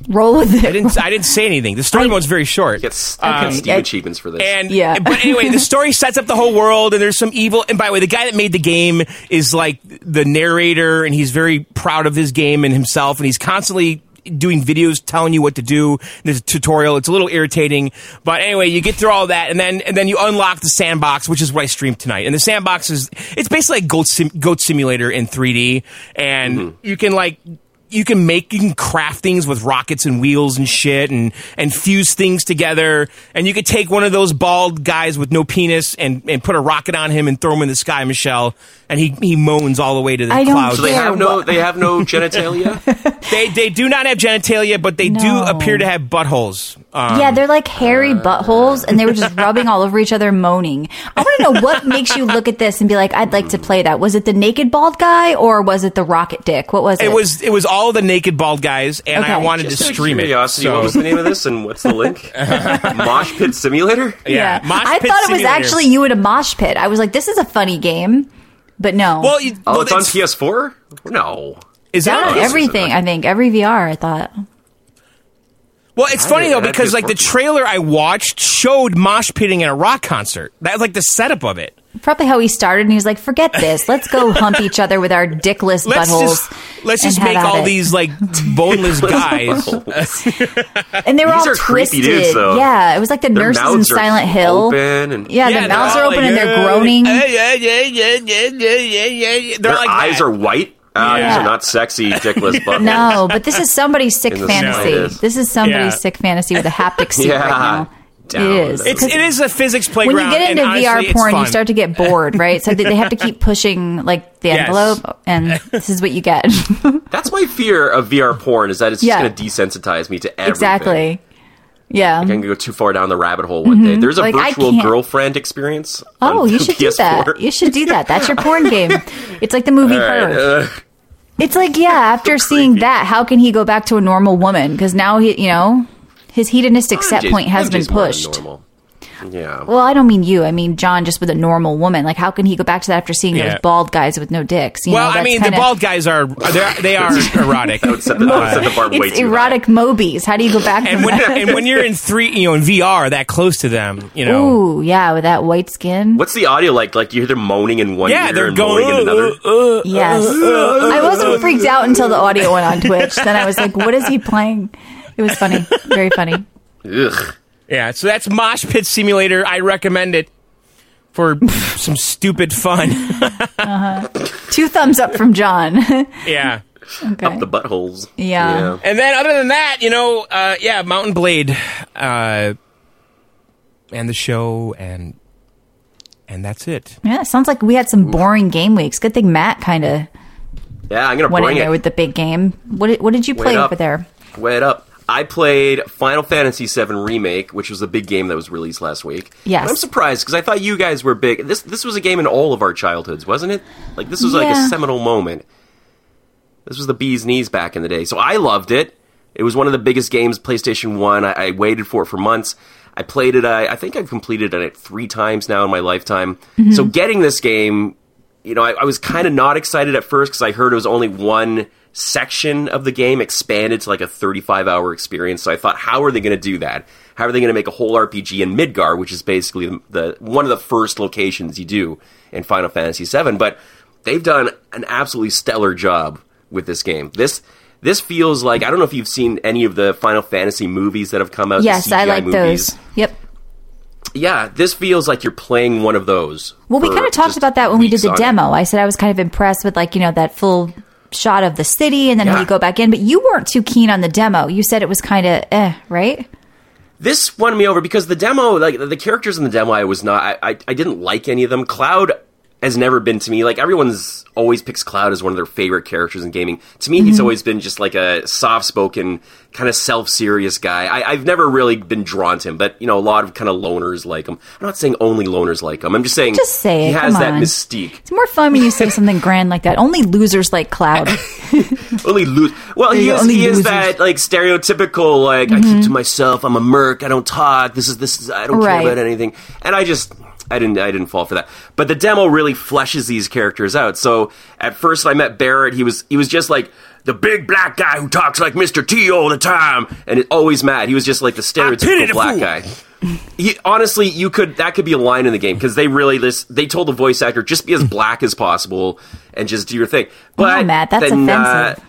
[SPEAKER 4] Roll with it.
[SPEAKER 2] I didn't I didn't say anything. The story mode's very short.
[SPEAKER 3] Gets
[SPEAKER 2] Um,
[SPEAKER 3] Steam
[SPEAKER 4] I-
[SPEAKER 3] achievements for this.
[SPEAKER 2] And
[SPEAKER 4] Yeah.
[SPEAKER 2] but anyway, the story sets up the whole world, and there's some evil. And by the way, the guy that made the game is like the narrator, and he's very proud of his game and himself, and he's constantly doing videos telling you what to do. There's a tutorial. It's a little irritating, but anyway, you get through all that, and then and then you unlock the sandbox, which is what I streamed tonight. And the sandbox is it's basically like Goat, Sim- Goat Simulator in 3D, and
[SPEAKER 3] Mm-hmm.
[SPEAKER 2] you can like you can make you can craft things with rockets and wheels and shit and and fuse things together and you could take one of those bald guys with no penis and and put a rocket on him and throw him in the sky michelle and he he moans all the way to the
[SPEAKER 4] I don't
[SPEAKER 2] clouds
[SPEAKER 3] so they
[SPEAKER 4] care.
[SPEAKER 3] have no, they have no genitalia.
[SPEAKER 2] they they do not have genitalia but they
[SPEAKER 4] No.
[SPEAKER 2] do appear to have buttholes
[SPEAKER 3] Oh.
[SPEAKER 2] um,
[SPEAKER 4] yeah, they're like hairy
[SPEAKER 2] Uh,
[SPEAKER 4] buttholes, and they were just rubbing all over each other, moaning. I want to know what makes you look at this and be like, "I'd like to play that." Was it the naked bald guy, or was it the rocket dick? What was it?
[SPEAKER 2] it was it was all the naked bald guys and i
[SPEAKER 4] Okay.
[SPEAKER 2] wanted
[SPEAKER 3] Just out
[SPEAKER 2] to
[SPEAKER 3] of
[SPEAKER 2] stream it
[SPEAKER 3] curiosity, What was the name of this, and what's the link? Mosh Pit Simulator.
[SPEAKER 2] yeah, Mosh
[SPEAKER 4] I
[SPEAKER 2] Pit
[SPEAKER 4] thought it was
[SPEAKER 2] Simulator.
[SPEAKER 4] actually you in a mosh pit. I was like, "This is a funny game," but no.
[SPEAKER 2] well, you,
[SPEAKER 3] Oh,
[SPEAKER 2] well,
[SPEAKER 3] it's on
[SPEAKER 2] it's-
[SPEAKER 3] PS4. No,
[SPEAKER 2] is that
[SPEAKER 4] Yeah,
[SPEAKER 2] on
[SPEAKER 3] this is
[SPEAKER 4] everything.
[SPEAKER 3] a-
[SPEAKER 4] I think every VR. I thought.
[SPEAKER 2] Well, it's funny
[SPEAKER 3] did-
[SPEAKER 2] though
[SPEAKER 3] that
[SPEAKER 2] because
[SPEAKER 3] just
[SPEAKER 2] like the
[SPEAKER 3] worked.
[SPEAKER 2] trailer I watched showed mosh pitting at a rock concert. That was like the setup of it.
[SPEAKER 4] Probably how he started, and he was like, "Forget this. Let's go hump each other with our dickless
[SPEAKER 2] Let's
[SPEAKER 4] buttholes."
[SPEAKER 2] just let's
[SPEAKER 4] and
[SPEAKER 2] just
[SPEAKER 4] have
[SPEAKER 2] make
[SPEAKER 4] at
[SPEAKER 2] all
[SPEAKER 4] it."
[SPEAKER 2] these like boneless guys.
[SPEAKER 3] Oh.
[SPEAKER 4] and they were
[SPEAKER 3] These
[SPEAKER 4] all
[SPEAKER 3] are creepy
[SPEAKER 4] twisted.
[SPEAKER 3] dudes, though.
[SPEAKER 4] Yeah, it was like the
[SPEAKER 3] Their
[SPEAKER 4] nurses in
[SPEAKER 3] mouths are
[SPEAKER 4] Silent Hill.
[SPEAKER 3] Open and
[SPEAKER 4] Yeah,
[SPEAKER 2] they're
[SPEAKER 4] the mouths
[SPEAKER 2] all
[SPEAKER 4] are open
[SPEAKER 2] like,
[SPEAKER 4] and they're
[SPEAKER 2] "Yeah,
[SPEAKER 4] groaning.
[SPEAKER 2] Yeah, yeah, yeah, yeah, yeah, yeah, yeah, yeah. They're
[SPEAKER 3] their
[SPEAKER 2] like
[SPEAKER 3] eyes
[SPEAKER 2] that.
[SPEAKER 3] are white. Uh,
[SPEAKER 4] Yeah.
[SPEAKER 3] These are not sexy, dickless buttholes.
[SPEAKER 4] No, but this is somebody's sick
[SPEAKER 3] In the
[SPEAKER 4] fantasy.
[SPEAKER 3] slightest.
[SPEAKER 4] This is somebody's
[SPEAKER 2] Yeah.
[SPEAKER 4] sick fantasy with a haptic suit
[SPEAKER 3] Yeah.
[SPEAKER 4] right now.
[SPEAKER 3] Down.
[SPEAKER 4] It is.
[SPEAKER 2] It's, it is a physics playground.
[SPEAKER 4] when you get
[SPEAKER 2] and
[SPEAKER 4] into
[SPEAKER 2] honestly,
[SPEAKER 4] VR
[SPEAKER 2] it's
[SPEAKER 4] porn, you
[SPEAKER 2] fun.
[SPEAKER 4] start to get bored, right? So they, they have to keep pushing like the
[SPEAKER 2] Yes.
[SPEAKER 4] envelope, and this is what you get.
[SPEAKER 3] That's my fear of VR porn is that it's
[SPEAKER 4] Yeah.
[SPEAKER 3] just going to desensitize me to everything.
[SPEAKER 4] exactly. Yeah.
[SPEAKER 3] I'm going to go too far down the rabbit hole one day. There's a
[SPEAKER 4] Like, I
[SPEAKER 3] virtual
[SPEAKER 4] can't-
[SPEAKER 3] girlfriend experience.
[SPEAKER 4] Oh,
[SPEAKER 3] on
[SPEAKER 4] you should do
[SPEAKER 3] PS4.
[SPEAKER 4] that. You should do that. That's your porn game. It's like the movie
[SPEAKER 3] All right,
[SPEAKER 4] Her.
[SPEAKER 3] uh,
[SPEAKER 4] It's like, yeah, after seeing that, how can he go back to a normal woman? Because now he, you know, his hedonistic set
[SPEAKER 3] MJ's
[SPEAKER 4] point has been
[SPEAKER 3] MJ's more than
[SPEAKER 4] pushed.
[SPEAKER 3] normal. Yeah.
[SPEAKER 4] Well, I don't mean you. I mean John, just with a normal woman. Like, how can he go back to that after seeing
[SPEAKER 2] Yeah.
[SPEAKER 4] those bald guys with no dicks? You
[SPEAKER 2] Well,
[SPEAKER 4] know,
[SPEAKER 2] I
[SPEAKER 4] that's
[SPEAKER 2] mean,
[SPEAKER 4] kinda-
[SPEAKER 2] the bald guys are they're- they are erotic.
[SPEAKER 3] set the, that would set the bar way
[SPEAKER 4] It's
[SPEAKER 3] too
[SPEAKER 4] erotic Mobies. How do you go back?
[SPEAKER 2] and
[SPEAKER 4] from
[SPEAKER 2] when
[SPEAKER 4] that?
[SPEAKER 2] and when you're in three, you know, in VR, that close to them, you know.
[SPEAKER 4] Ooh, yeah, with that white skin.
[SPEAKER 3] What's the audio like? Like you hear them moaning in one
[SPEAKER 2] Yeah,
[SPEAKER 3] ear
[SPEAKER 2] they're
[SPEAKER 3] and
[SPEAKER 2] going.
[SPEAKER 3] moaning in
[SPEAKER 2] "Uh,
[SPEAKER 3] another.
[SPEAKER 2] uh, uh."
[SPEAKER 4] Yes. I wasn't freaked out until the audio went on Twitch. Then I was like, what is he playing? It was funny. Very funny.
[SPEAKER 2] uh,
[SPEAKER 3] Ugh.
[SPEAKER 2] Yeah, so that's Mosh Pit Simulator. I recommend it for some stupid fun.
[SPEAKER 4] Two thumbs up from John.
[SPEAKER 2] Yeah.
[SPEAKER 4] okay.
[SPEAKER 3] The buttholes.
[SPEAKER 4] Yeah.
[SPEAKER 2] And then, other than that, you know, uh, yeah, Mountain Blade, uh, and the show, and and that's it.
[SPEAKER 4] Yeah, it sounds like we had some boring game weeks. Good thing Matt kind of
[SPEAKER 3] Yeah, I'm gonna
[SPEAKER 4] went in
[SPEAKER 3] bring
[SPEAKER 4] there
[SPEAKER 3] it.
[SPEAKER 4] with the big game. What did, what did you play
[SPEAKER 3] Wait up.
[SPEAKER 4] over there?
[SPEAKER 3] Wait up. I played Final Fantasy VII Remake, which was the big game that was released last week.
[SPEAKER 4] Yes.
[SPEAKER 3] But I'm surprised because I thought you guys were big. This this was a game in all of our childhoods, wasn't it? Like this was like a
[SPEAKER 4] Yeah.
[SPEAKER 3] seminal moment. This was the bee's knees back in the day. So I loved it. It was one of the biggest games PlayStation One. I, I waited for it for months. I played it. I, I think I've completed it three times now in my lifetime. So getting this game you know, I, I was kind of not excited at first because I heard it was only one section of the game expanded to like a 35 hour experience. So I thought, how are they going to do that? How are they going to make a whole RPG in Midgar, which is basically the, the one of the first locations you do in Final Fantasy VII? But they've done an absolutely stellar job with this game. This this feels like I don't know if you've seen any of the Final Fantasy movies that have come out. the
[SPEAKER 4] Yes, I
[SPEAKER 3] CGI
[SPEAKER 4] like
[SPEAKER 3] movies.
[SPEAKER 4] those. Yep.
[SPEAKER 3] Yeah, this feels like you're playing one of those.
[SPEAKER 4] Well, we
[SPEAKER 3] for
[SPEAKER 4] kind of talked
[SPEAKER 3] just
[SPEAKER 4] about that when we did
[SPEAKER 3] weeks
[SPEAKER 4] the
[SPEAKER 3] on end.
[SPEAKER 4] demo. I said I was kind of impressed with like, you know, that full shot of the city and then
[SPEAKER 3] Yeah.
[SPEAKER 4] when you go back in, but you weren't too keen on the demo. You said it was kind of eh, right?
[SPEAKER 3] this won me over because the demo, like the characters in the demo, I was not, I, I, I didn't like any of them. Cloud has never been to me like everyone's always picks Cloud as one of their favorite characters in gaming. To me,
[SPEAKER 4] Mm-hmm.
[SPEAKER 3] he's always been just like a soft-spoken, kind of self-serious guy. I, I've never really been drawn to him, but you know, a lot of kind of loners like him. I'm not saying only loners like him. I'm just saying
[SPEAKER 4] Just say
[SPEAKER 3] he
[SPEAKER 4] it,
[SPEAKER 3] has
[SPEAKER 4] come
[SPEAKER 3] that
[SPEAKER 4] on.
[SPEAKER 3] mystique.
[SPEAKER 4] It's more fun when you say something grand like that. Only losers like Cloud.
[SPEAKER 3] Only lose. Well, he
[SPEAKER 4] Yeah,
[SPEAKER 3] is,
[SPEAKER 4] only Mm-hmm.
[SPEAKER 3] he is
[SPEAKER 4] losers.
[SPEAKER 3] that like stereotypical like I keep to myself. I'm a merc. I don't talk. This is this. Is, I don't
[SPEAKER 4] Right.
[SPEAKER 3] care about anything. And I just I didn't I didn't fall for that. But the demo really fleshes these characters out. So at first I met Barrett. He was he was just like the big black guy who talks like Mr. T all the time and it, always mad. He was just like the
[SPEAKER 2] pity
[SPEAKER 3] stereotypical
[SPEAKER 2] the
[SPEAKER 3] black
[SPEAKER 2] fool.
[SPEAKER 3] guy. He, honestly, you could that could be a line in the game because they really this they told the voice actor just be as black as possible and just do your thing. But
[SPEAKER 4] Mm. Matt, that's
[SPEAKER 3] then, uh,
[SPEAKER 4] offensive.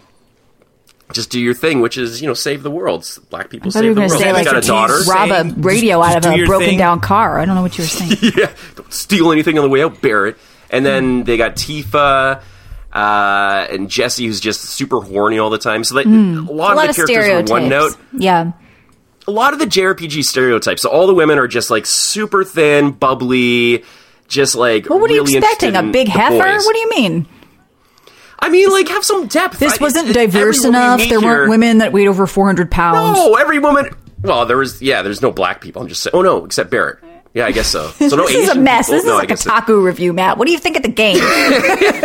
[SPEAKER 3] just do your thing, which is you know save the world. Black people
[SPEAKER 4] I thought you
[SPEAKER 3] save
[SPEAKER 4] were
[SPEAKER 3] the
[SPEAKER 4] going
[SPEAKER 3] world.
[SPEAKER 4] to say
[SPEAKER 3] He's
[SPEAKER 4] like
[SPEAKER 3] got a
[SPEAKER 2] Please.
[SPEAKER 3] daughter.
[SPEAKER 4] rob a
[SPEAKER 2] Saying,
[SPEAKER 4] radio
[SPEAKER 2] just-
[SPEAKER 4] out
[SPEAKER 2] just
[SPEAKER 4] of
[SPEAKER 2] do
[SPEAKER 4] a
[SPEAKER 2] your
[SPEAKER 4] broken
[SPEAKER 2] thing.
[SPEAKER 4] down car. I don't know what you were saying.
[SPEAKER 3] yeah, don't steal anything on the way out, Barrett. And
[SPEAKER 4] Mm.
[SPEAKER 3] then they got Tifa uh, and Jesse, who's just super horny all the time. So that, a lot
[SPEAKER 4] Mm. a
[SPEAKER 3] of
[SPEAKER 4] lot
[SPEAKER 3] the
[SPEAKER 4] of
[SPEAKER 3] characters
[SPEAKER 4] stereotypes.
[SPEAKER 3] are one note.
[SPEAKER 4] Yeah.
[SPEAKER 3] a lot of the JRPG stereotypes. So all the women are just like super thin, bubbly, just like.
[SPEAKER 4] Well, what are you
[SPEAKER 3] really
[SPEAKER 4] expecting?
[SPEAKER 3] interested
[SPEAKER 4] A
[SPEAKER 3] in
[SPEAKER 4] big
[SPEAKER 3] the
[SPEAKER 4] heifer?
[SPEAKER 3] boys.
[SPEAKER 4] What do you mean?
[SPEAKER 3] I mean, like have some depth. I-
[SPEAKER 4] This
[SPEAKER 3] it's-
[SPEAKER 4] wasn't
[SPEAKER 3] it's
[SPEAKER 4] diverse
[SPEAKER 3] every woman
[SPEAKER 4] enough.
[SPEAKER 3] you meet
[SPEAKER 4] There
[SPEAKER 3] here-
[SPEAKER 4] weren't women that weighed over 400 pounds.
[SPEAKER 3] No, every woman. Well, there was. Yeah, there's no black people. I'm just saying. Oh no, except Barrett. Yeah, I guess so. So no
[SPEAKER 4] this is a
[SPEAKER 3] Asian
[SPEAKER 4] mess.
[SPEAKER 3] people? Oh,
[SPEAKER 4] This
[SPEAKER 3] No,
[SPEAKER 4] is
[SPEAKER 3] I
[SPEAKER 4] like a
[SPEAKER 3] guess it-
[SPEAKER 4] taco review, Matt. What do you think of the game?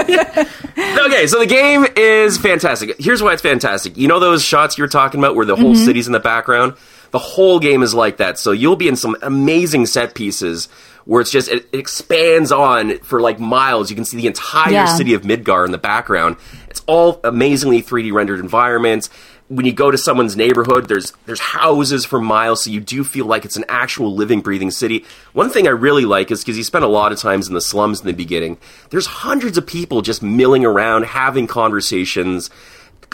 [SPEAKER 3] Okay, so the game is fantastic. Here's why it's fantastic. You know those shots you were talking about where the whole city's in the background? The whole game is like that. So you'll be in some amazing set pieces where it's just, it, it expands on for like miles. You can see the entire
[SPEAKER 4] Yeah.
[SPEAKER 3] city of Midgar in the background. It's all amazingly 3D rendered environments. When you go to someone's neighborhood, there's there's houses for miles, so you do feel like it's an actual living, breathing city. One thing I really like is because you spent a lot of times in the slums in the beginning. There's hundreds of people just milling around, having conversations,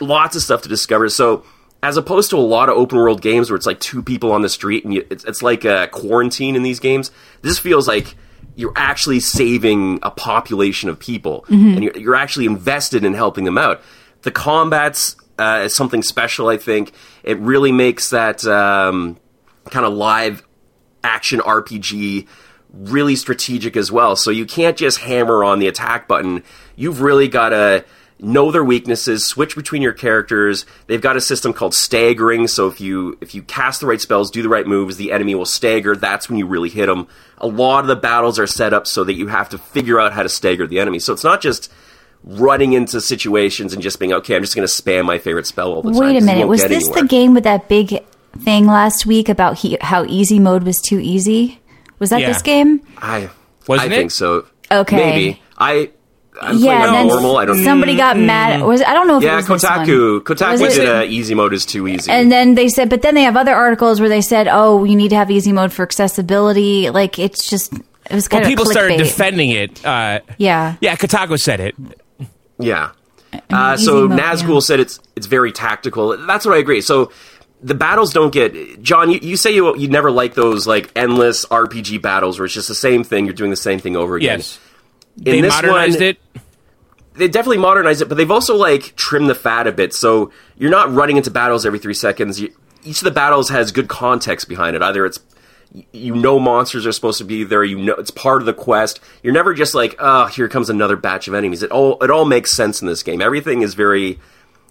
[SPEAKER 3] lots of stuff to discover. So as opposed to a lot of open world games where it's like two people on the street and you, it's, it's like a quarantine in these games, this feels like you're actually saving a population of people and you're, you're actually invested in helping them out. The combat's uh, is something special, I think. It really makes that um, kind of live action RPG really strategic as well. So you can't just hammer on the attack button. You've really got to know their weaknesses, switch between your characters. They've got a system called staggering, so if you if you cast the right spells, do the right moves, the enemy will stagger. That's when you really hit them. A lot of the battles are set up so that you have to figure out how to stagger the enemy. So it's not just running into situations and just being okay, I'm just going to spam my favorite spell all the time.
[SPEAKER 4] Wait a
[SPEAKER 3] 'cause you
[SPEAKER 4] minute.
[SPEAKER 3] won't
[SPEAKER 4] Was
[SPEAKER 3] get
[SPEAKER 4] this
[SPEAKER 3] anywhere.
[SPEAKER 4] the game with that big thing last week about he, how easy mode was too easy? Was that
[SPEAKER 2] Yeah.
[SPEAKER 4] this game?
[SPEAKER 3] I
[SPEAKER 2] Wasn't
[SPEAKER 3] I
[SPEAKER 2] it?
[SPEAKER 3] think so.
[SPEAKER 4] Okay.
[SPEAKER 3] Maybe I. I'm
[SPEAKER 4] yeah,
[SPEAKER 3] playing
[SPEAKER 4] and then
[SPEAKER 3] on normal. I don't. Mm-hmm.
[SPEAKER 4] somebody got mad. Was I don't know if it
[SPEAKER 3] yeah,
[SPEAKER 4] was this
[SPEAKER 3] Kotaku.
[SPEAKER 4] one. Was
[SPEAKER 3] Kotaku
[SPEAKER 4] it-
[SPEAKER 3] did a easy mode is too easy.
[SPEAKER 4] and then they said, but then they have other articles where they said, oh, you need to have easy mode for accessibility. Like it's just it was kind
[SPEAKER 2] Well,
[SPEAKER 4] of
[SPEAKER 2] people started
[SPEAKER 4] clickbait.
[SPEAKER 2] defending it. Uh,
[SPEAKER 4] Yeah.
[SPEAKER 2] yeah, Kotaku said it.
[SPEAKER 3] Yeah. Uh, so
[SPEAKER 4] easy mode,
[SPEAKER 3] Nazgul
[SPEAKER 4] yeah.
[SPEAKER 3] said it's it's very tactical. That's what I agree. So the battles don't get John. You, you say you you never like those like endless RPG battles where it's just the same thing. You're doing the same thing over again.
[SPEAKER 2] Yes,
[SPEAKER 3] In
[SPEAKER 2] they
[SPEAKER 3] this
[SPEAKER 2] modernized
[SPEAKER 3] one,
[SPEAKER 2] it.
[SPEAKER 3] They definitely modernized it, but they've also like trimmed the fat a bit. So you're not running into battles every three seconds. You, each of the battles has good context behind it. Either it's you know monsters are supposed to be there. You know it's part of the quest. You're never just like, oh, here comes another batch of enemies. It all it all makes sense in this game. Everything is very,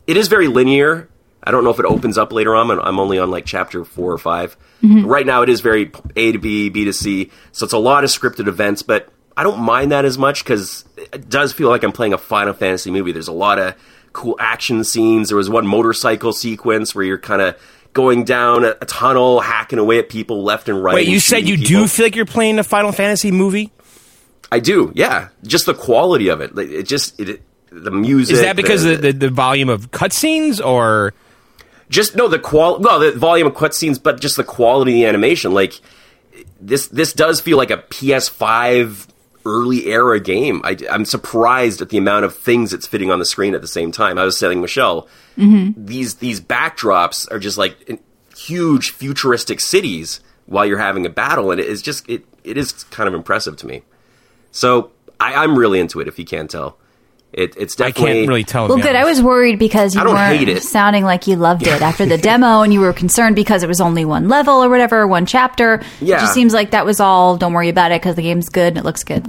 [SPEAKER 3] it is very linear. I don't know if it opens up later on. I'm- I'm only on like chapter four or 5
[SPEAKER 2] Mm-hmm.
[SPEAKER 3] But Right now, it is very A to B, B to C. So it's a lot of scripted events, but I don't mind that as much because it does feel like I'm playing a Final Fantasy movie. There's a lot of cool action scenes. There was one motorcycle sequence where you're kind of going down a, a tunnel, hacking away at people left and right.
[SPEAKER 2] Wait,
[SPEAKER 3] and
[SPEAKER 2] you said
[SPEAKER 3] shooting
[SPEAKER 2] you
[SPEAKER 3] people.
[SPEAKER 2] do feel like you're playing a Final Fantasy movie?
[SPEAKER 3] I do. Yeah, just the quality of it. Like, It just it, it- the music.
[SPEAKER 2] Is that because of the, the volume of cutscenes or?
[SPEAKER 3] just no the qual well the volume of cutscenes, but just the quality of the animation. Like this this does feel like a PS5 early era game. I, am surprised at the amount of things it's fitting on the screen at the same time. I was telling Michelle these these backdrops are just like in huge futuristic cities while you're having a battle, and it's just it it is kind of impressive to me. So I, I'm really into it. If you can't tell, it, it's
[SPEAKER 2] I
[SPEAKER 3] definitely
[SPEAKER 2] can't really tell. to
[SPEAKER 4] Well,
[SPEAKER 2] be
[SPEAKER 4] good. I
[SPEAKER 2] honest.
[SPEAKER 4] was worried because you
[SPEAKER 3] I don't
[SPEAKER 4] weren't
[SPEAKER 3] hate it.
[SPEAKER 4] sounding like you loved it after the demo, and you were concerned because it was only one level or whatever, one chapter.
[SPEAKER 3] Yeah.
[SPEAKER 4] It just seems like that was all. Don't worry about it because the game's good and it looks good.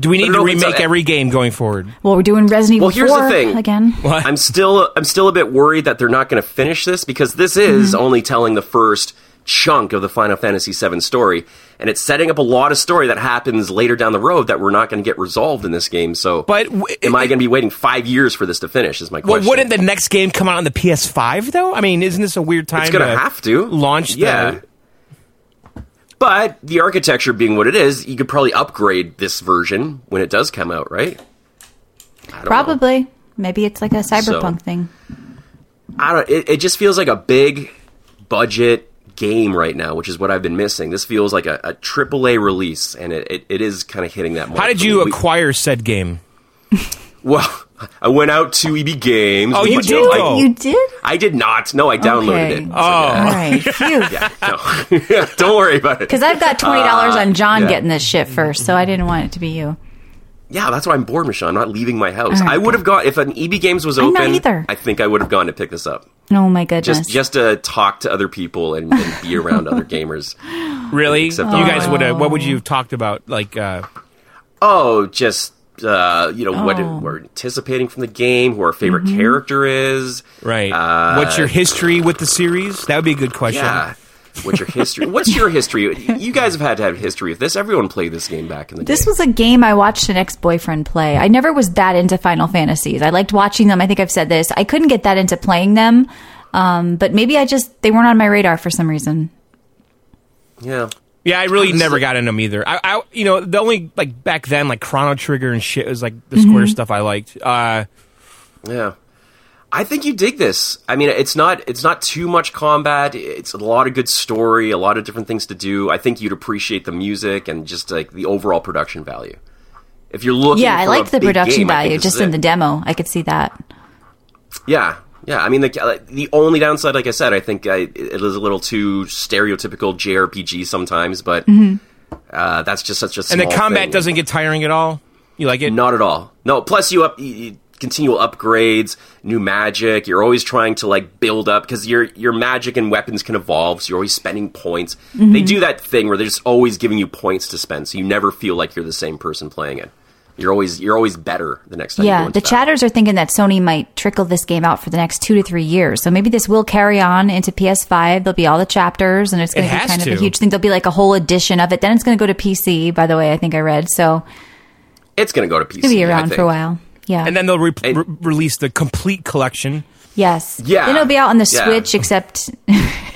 [SPEAKER 2] Do we need to
[SPEAKER 3] No, no, it's-
[SPEAKER 2] remake every game going forward?
[SPEAKER 4] Well, we're doing Resident Evil
[SPEAKER 3] Well, here's the
[SPEAKER 4] 4
[SPEAKER 3] thing.
[SPEAKER 4] again.
[SPEAKER 2] What?
[SPEAKER 3] I'm still I'm still a bit worried that they're not going to finish this because this is
[SPEAKER 2] Mm-hmm.
[SPEAKER 3] only telling the first chunk of the Final Fantasy VII story, and it's setting up a lot of story that happens later down the road that we're not going to get resolved in this game. So,
[SPEAKER 2] But w-
[SPEAKER 3] am I going to be waiting five years for this to finish? Is my
[SPEAKER 2] Well,
[SPEAKER 3] question.
[SPEAKER 2] wouldn't the next game come out on the PS5 though? I mean, isn't this a weird time?
[SPEAKER 3] it's going to have to
[SPEAKER 2] launch.
[SPEAKER 3] Yeah.
[SPEAKER 2] The,
[SPEAKER 3] but the architecture being what it is, you could probably upgrade this version when it does come out, right? I don't know.
[SPEAKER 4] Probably. Maybe it's like a cyberpunk thing.
[SPEAKER 3] I don't. It, it just feels like a big budget game right now, which is what I've been missing. This feels like a, a AAA release, and it, it, it is kind of hitting that. Mark
[SPEAKER 2] how did
[SPEAKER 3] for
[SPEAKER 2] you
[SPEAKER 3] me. We-
[SPEAKER 2] acquire said game?
[SPEAKER 3] well, I went out to EB Games.
[SPEAKER 2] Oh, you
[SPEAKER 3] which
[SPEAKER 2] did
[SPEAKER 3] I,
[SPEAKER 2] go. Oh.
[SPEAKER 4] You did?
[SPEAKER 3] I did not. No, I downloaded
[SPEAKER 4] Okay.
[SPEAKER 3] it.
[SPEAKER 4] All right. Phew.
[SPEAKER 3] No. don't worry about it.
[SPEAKER 4] Because I've got twenty dollars on John
[SPEAKER 3] yeah.
[SPEAKER 4] getting this shit first, so I didn't want it to be you.
[SPEAKER 3] Yeah, that's why I'm bored, Michelle. I'm not leaving my house.
[SPEAKER 4] All right,
[SPEAKER 3] I would have gone if an EB Games was
[SPEAKER 4] I'm
[SPEAKER 3] open.
[SPEAKER 4] not either.
[SPEAKER 3] I think I would have gone to pick this up
[SPEAKER 4] Oh my goodness!
[SPEAKER 3] just just to talk to other people and, and be around other gamers.
[SPEAKER 2] Really?
[SPEAKER 3] Except
[SPEAKER 2] you
[SPEAKER 3] online.
[SPEAKER 2] guys would have. What would you have talked about? Like, uh,
[SPEAKER 3] oh, just uh, you know what
[SPEAKER 4] Oh. Mm-hmm.
[SPEAKER 3] we're anticipating from the game, who our favorite character is,
[SPEAKER 2] right?
[SPEAKER 3] Uh,
[SPEAKER 2] What's your history with the series? That would be a good question.
[SPEAKER 3] Yeah, what's your history? What's your history? You guys have had to have history of this. Everyone played this game back in the
[SPEAKER 4] this
[SPEAKER 3] day.
[SPEAKER 4] was a game I watched an ex-boyfriend play. I never was that into Final Fantasies. I liked watching them. I think I've said this. I couldn't get that into playing them, um, but maybe I just they weren't on my radar for some reason.
[SPEAKER 3] yeah.
[SPEAKER 2] Yeah, I really never got into them either. I, I, you know, the only like back then, like Chrono Trigger and shit was like
[SPEAKER 4] Mm-hmm.
[SPEAKER 2] the Square stuff I liked. Uh,
[SPEAKER 3] Yeah. I think you dig this. I mean, it's not it's not too much combat. It's a lot of good story, a lot of different things to do. I think you'd appreciate the music and just like the overall production value. If you're looking,
[SPEAKER 4] Yeah, I
[SPEAKER 3] for a
[SPEAKER 4] liked the
[SPEAKER 3] big
[SPEAKER 4] production
[SPEAKER 3] game, I think
[SPEAKER 4] value
[SPEAKER 3] this is
[SPEAKER 4] just in
[SPEAKER 3] it.
[SPEAKER 4] the demo. I could see that.
[SPEAKER 3] Yeah, yeah. I mean, the the only downside, like I said, I think I, it is a little too stereotypical JRPG sometimes, but
[SPEAKER 4] Mm-hmm.
[SPEAKER 3] uh, that's just such a
[SPEAKER 2] and the
[SPEAKER 3] small
[SPEAKER 2] combat
[SPEAKER 3] thing.
[SPEAKER 2] doesn't get tiring at all. You like it?
[SPEAKER 3] not at all. No. Plus, you up you, you continual upgrades, new magic. You're always trying to like build up because your your magic and weapons can evolve. So you're always spending points.
[SPEAKER 4] Mm-hmm.
[SPEAKER 3] They do that thing where they're just always giving you points to spend, so you never feel like you're the same person playing it. You're always you're always better the next time. you go
[SPEAKER 4] Yeah,
[SPEAKER 3] into
[SPEAKER 4] the
[SPEAKER 3] battle.
[SPEAKER 4] chatters are thinking that Sony might trickle this game out for the next two to three years. So maybe this will carry on into PS5. There'll be all the chapters, and it's going
[SPEAKER 2] It
[SPEAKER 4] to be
[SPEAKER 2] has
[SPEAKER 4] kind of
[SPEAKER 2] to.
[SPEAKER 4] a huge thing. There'll be like a whole edition of it. Then it's going to go to PC. By the way, I think I read so
[SPEAKER 3] It's gonna go to PC.
[SPEAKER 4] it'll be
[SPEAKER 3] I
[SPEAKER 4] around for
[SPEAKER 3] think.
[SPEAKER 4] a while. Yeah,
[SPEAKER 2] And then they'll re-
[SPEAKER 3] And-
[SPEAKER 2] re- release the complete collection.
[SPEAKER 4] Yes.
[SPEAKER 3] Yeah.
[SPEAKER 4] Then it'll be out on the
[SPEAKER 3] Yeah.
[SPEAKER 4] Switch, except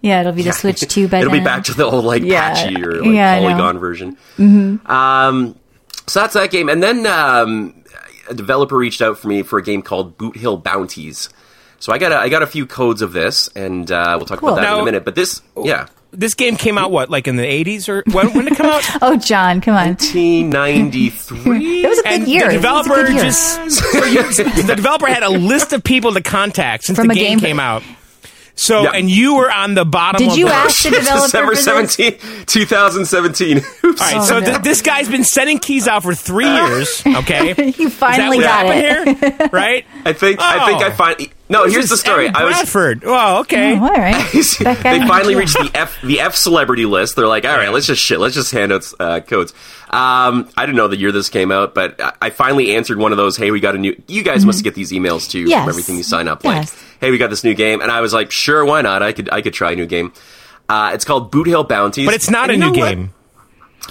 [SPEAKER 4] yeah, it'll be the Switch too. By
[SPEAKER 3] It'll
[SPEAKER 4] then.
[SPEAKER 3] be back to the old like
[SPEAKER 4] uh, Yeah.
[SPEAKER 3] patchy or like
[SPEAKER 4] Yeah, I know. Mm-hmm.
[SPEAKER 3] polygon version. Um, so that's that game, and then um, a developer reached out for me for a game called Boot Hill Bounties. So I got a, I got a few codes of this, and uh, we'll talk
[SPEAKER 4] Cool.
[SPEAKER 3] about that in
[SPEAKER 2] Now- oh.
[SPEAKER 3] a minute. But this, yeah,
[SPEAKER 2] This game came out what, like in the eighties or when? When did it come out?
[SPEAKER 4] oh, John, come on.
[SPEAKER 3] 1993.
[SPEAKER 4] That was a good
[SPEAKER 2] And
[SPEAKER 4] year.
[SPEAKER 2] the
[SPEAKER 4] It was a
[SPEAKER 2] developer
[SPEAKER 4] good year.
[SPEAKER 2] just the developer had a list of people to contact since
[SPEAKER 4] From
[SPEAKER 2] the
[SPEAKER 4] a
[SPEAKER 2] game,
[SPEAKER 4] game-
[SPEAKER 2] came out. So
[SPEAKER 3] Yeah.
[SPEAKER 2] and you were on the bottom.
[SPEAKER 4] Did
[SPEAKER 2] of
[SPEAKER 4] you
[SPEAKER 2] the
[SPEAKER 4] ask the developer?
[SPEAKER 3] December
[SPEAKER 4] for this?
[SPEAKER 3] 17th, 2017. Oops.
[SPEAKER 2] All right,
[SPEAKER 4] Oh,
[SPEAKER 2] so
[SPEAKER 4] no.
[SPEAKER 2] th- this guy's been sending keys out for three years. Okay,
[SPEAKER 4] You finally
[SPEAKER 2] Is that
[SPEAKER 4] got
[SPEAKER 2] what
[SPEAKER 4] it.
[SPEAKER 2] happened here? Right?
[SPEAKER 3] I think I think
[SPEAKER 2] Oh.
[SPEAKER 3] I find No, here's the story.
[SPEAKER 2] Evan
[SPEAKER 3] I was
[SPEAKER 2] Bradford. Oh, okay.
[SPEAKER 4] Oh, all right.
[SPEAKER 3] they
[SPEAKER 4] Becca.
[SPEAKER 3] finally reached the F the F celebrity list. They're like, all right, let's just shit, let's just hand out uh, codes. Um, I don't know the year this came out, but I- I finally answered one of those. Hey, we got a new. You guys must get these emails too
[SPEAKER 4] Mm-hmm. Yes.
[SPEAKER 3] from everything you sign up.
[SPEAKER 4] Yes.
[SPEAKER 3] Like, hey, we got this new game, and I was like, sure, why not? I could I could try a new game. Uh, it's called Boot Hill Bounties,
[SPEAKER 2] But it's not
[SPEAKER 3] And
[SPEAKER 2] a
[SPEAKER 3] you
[SPEAKER 2] new
[SPEAKER 3] know what?
[SPEAKER 2] game.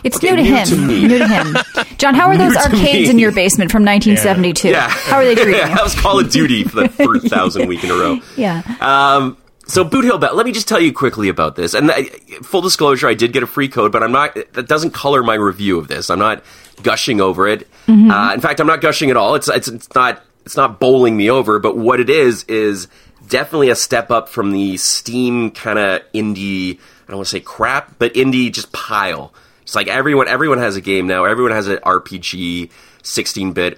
[SPEAKER 4] It's
[SPEAKER 3] Okay,
[SPEAKER 4] new to
[SPEAKER 3] new
[SPEAKER 4] him.
[SPEAKER 3] to me.
[SPEAKER 4] new to him. John, how are those
[SPEAKER 3] to
[SPEAKER 4] arcades
[SPEAKER 3] me.
[SPEAKER 4] in your basement from 1972?
[SPEAKER 3] Yeah.
[SPEAKER 4] How are they treating
[SPEAKER 3] yeah,
[SPEAKER 4] you?
[SPEAKER 3] that was Call of Duty for the third thousand week in a row.
[SPEAKER 4] Yeah.
[SPEAKER 3] Um, so Boot Hill, Ba- let me just tell you quickly about this. And I, full disclosure, I did get a free code, but I'm not. That doesn't color my review of this. I'm not gushing over it. Uh, in fact, I'm not gushing at all. It's, it's it's not it's not bowling me over. But what it is is definitely a step up from the Steam kind of indie. I don't want to say crap, but indie just pile. It's like everyone everyone has a game now. Everyone has an RPG, 16 bit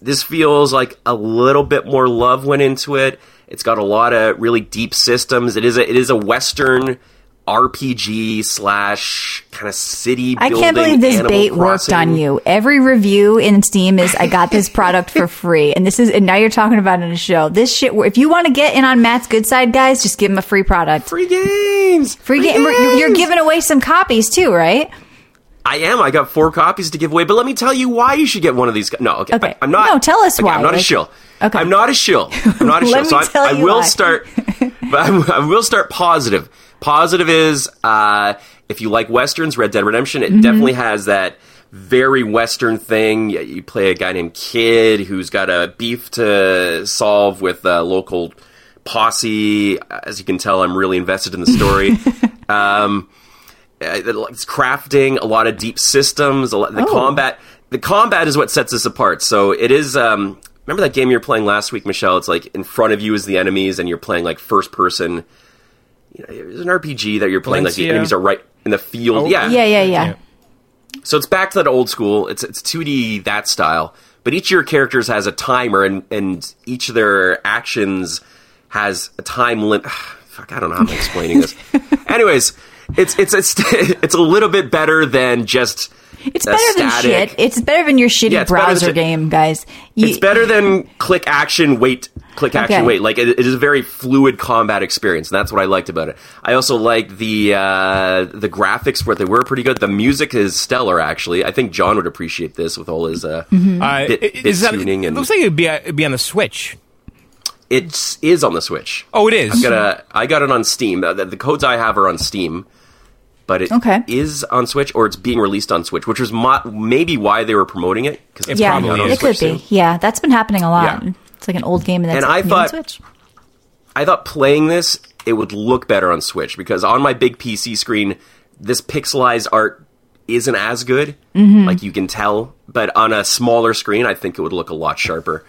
[SPEAKER 3] this feels like a little bit more love went into it. It's got a lot of really deep systems. It is a it is a Western RPG slash kind of city.
[SPEAKER 4] I can't believe
[SPEAKER 3] building,
[SPEAKER 4] this
[SPEAKER 3] Animal
[SPEAKER 4] bait worked
[SPEAKER 3] Crossing.
[SPEAKER 4] on you. Every review in Steam is, I got this product for free. And this is, and now you're talking about it in a show. This shit, if you want to get in on Matt's good side, guys, just give him a free product.
[SPEAKER 3] Free games.
[SPEAKER 4] Free game. You're, you're giving away some copies too, right?
[SPEAKER 3] I am. I got four copies to give away, but let me tell you why you should get one of these. co- No, okay.
[SPEAKER 4] Okay.
[SPEAKER 3] I, am not.
[SPEAKER 4] No, tell us
[SPEAKER 3] okay,
[SPEAKER 4] why,
[SPEAKER 3] I'm not a
[SPEAKER 4] like-
[SPEAKER 3] shill.
[SPEAKER 4] Okay.
[SPEAKER 3] I'm not a shill. I'm not a
[SPEAKER 4] Let
[SPEAKER 3] shill. so
[SPEAKER 4] me
[SPEAKER 3] I,
[SPEAKER 4] tell
[SPEAKER 3] I
[SPEAKER 4] you
[SPEAKER 3] will
[SPEAKER 4] why.
[SPEAKER 3] start. but I'm, I will start positive. Positive is uh, if you like westerns, Red Dead Redemption.
[SPEAKER 4] Mm-hmm.
[SPEAKER 3] It definitely has that very western thing. You- You play a guy named Kid who's got a beef to solve with a local posse. As you can tell, I'm really invested in the story. um, uh, it's crafting a lot of deep systems a lot, the combat the combat is what sets us apart so it is um, remember that game you were playing last week michelle it's like in front of you is the enemies and you're playing like first person you know, it's an rpg that you're playing like
[SPEAKER 2] Valencia.
[SPEAKER 3] the enemies are right in the field yeah
[SPEAKER 4] Yeah, yeah, yeah.
[SPEAKER 3] so it's back to that old school. It's it's 2D that style, but each of your characters has a timer, and and each of their actions has a time limit. Fuck, I don't know how I'm explaining this. Anyways, it's it's it's it's a little bit better than just.
[SPEAKER 4] It's
[SPEAKER 3] a
[SPEAKER 4] better than
[SPEAKER 3] static-
[SPEAKER 4] shit. It's better than your shitty
[SPEAKER 3] Yeah, it's better than
[SPEAKER 4] browser
[SPEAKER 3] shit.
[SPEAKER 4] game, guys. You-
[SPEAKER 3] It's better than click action wait click action
[SPEAKER 4] Okay.
[SPEAKER 3] wait. Like it, it is a very fluid combat experience, and that's what I liked about it. I also liked the uh, the graphics where they were pretty good. The music is stellar, actually. I think John would appreciate this with all his uh,
[SPEAKER 4] Mm-hmm.
[SPEAKER 2] Uh,
[SPEAKER 3] bit,
[SPEAKER 2] i-
[SPEAKER 3] bit
[SPEAKER 2] is that,
[SPEAKER 3] tuning
[SPEAKER 2] it
[SPEAKER 3] and
[SPEAKER 2] looks like it'd be it'd be on the Switch.
[SPEAKER 3] it is on the Switch.
[SPEAKER 2] Oh, it is.
[SPEAKER 3] I've got a, I got it on Steam. Uh, The, the codes I have are on Steam, but it is
[SPEAKER 4] Okay.
[SPEAKER 3] on Switch or it's being released on Switch, which was mo- maybe why they were promoting it because it's
[SPEAKER 2] It
[SPEAKER 4] yeah,
[SPEAKER 3] coming out
[SPEAKER 2] probably
[SPEAKER 3] on
[SPEAKER 2] is.
[SPEAKER 4] it
[SPEAKER 3] Switch
[SPEAKER 4] could be.
[SPEAKER 3] soon.
[SPEAKER 4] Yeah, that's been happening a lot.
[SPEAKER 3] Yeah.
[SPEAKER 4] It's like an old game, and that's
[SPEAKER 3] And I
[SPEAKER 4] new on
[SPEAKER 3] thought-
[SPEAKER 4] Switch.
[SPEAKER 3] I thought playing this it would look better on Switch because on my big PC screen, this pixelized art isn't as good. Like you can tell, but on a smaller screen, I think it would look a lot sharper.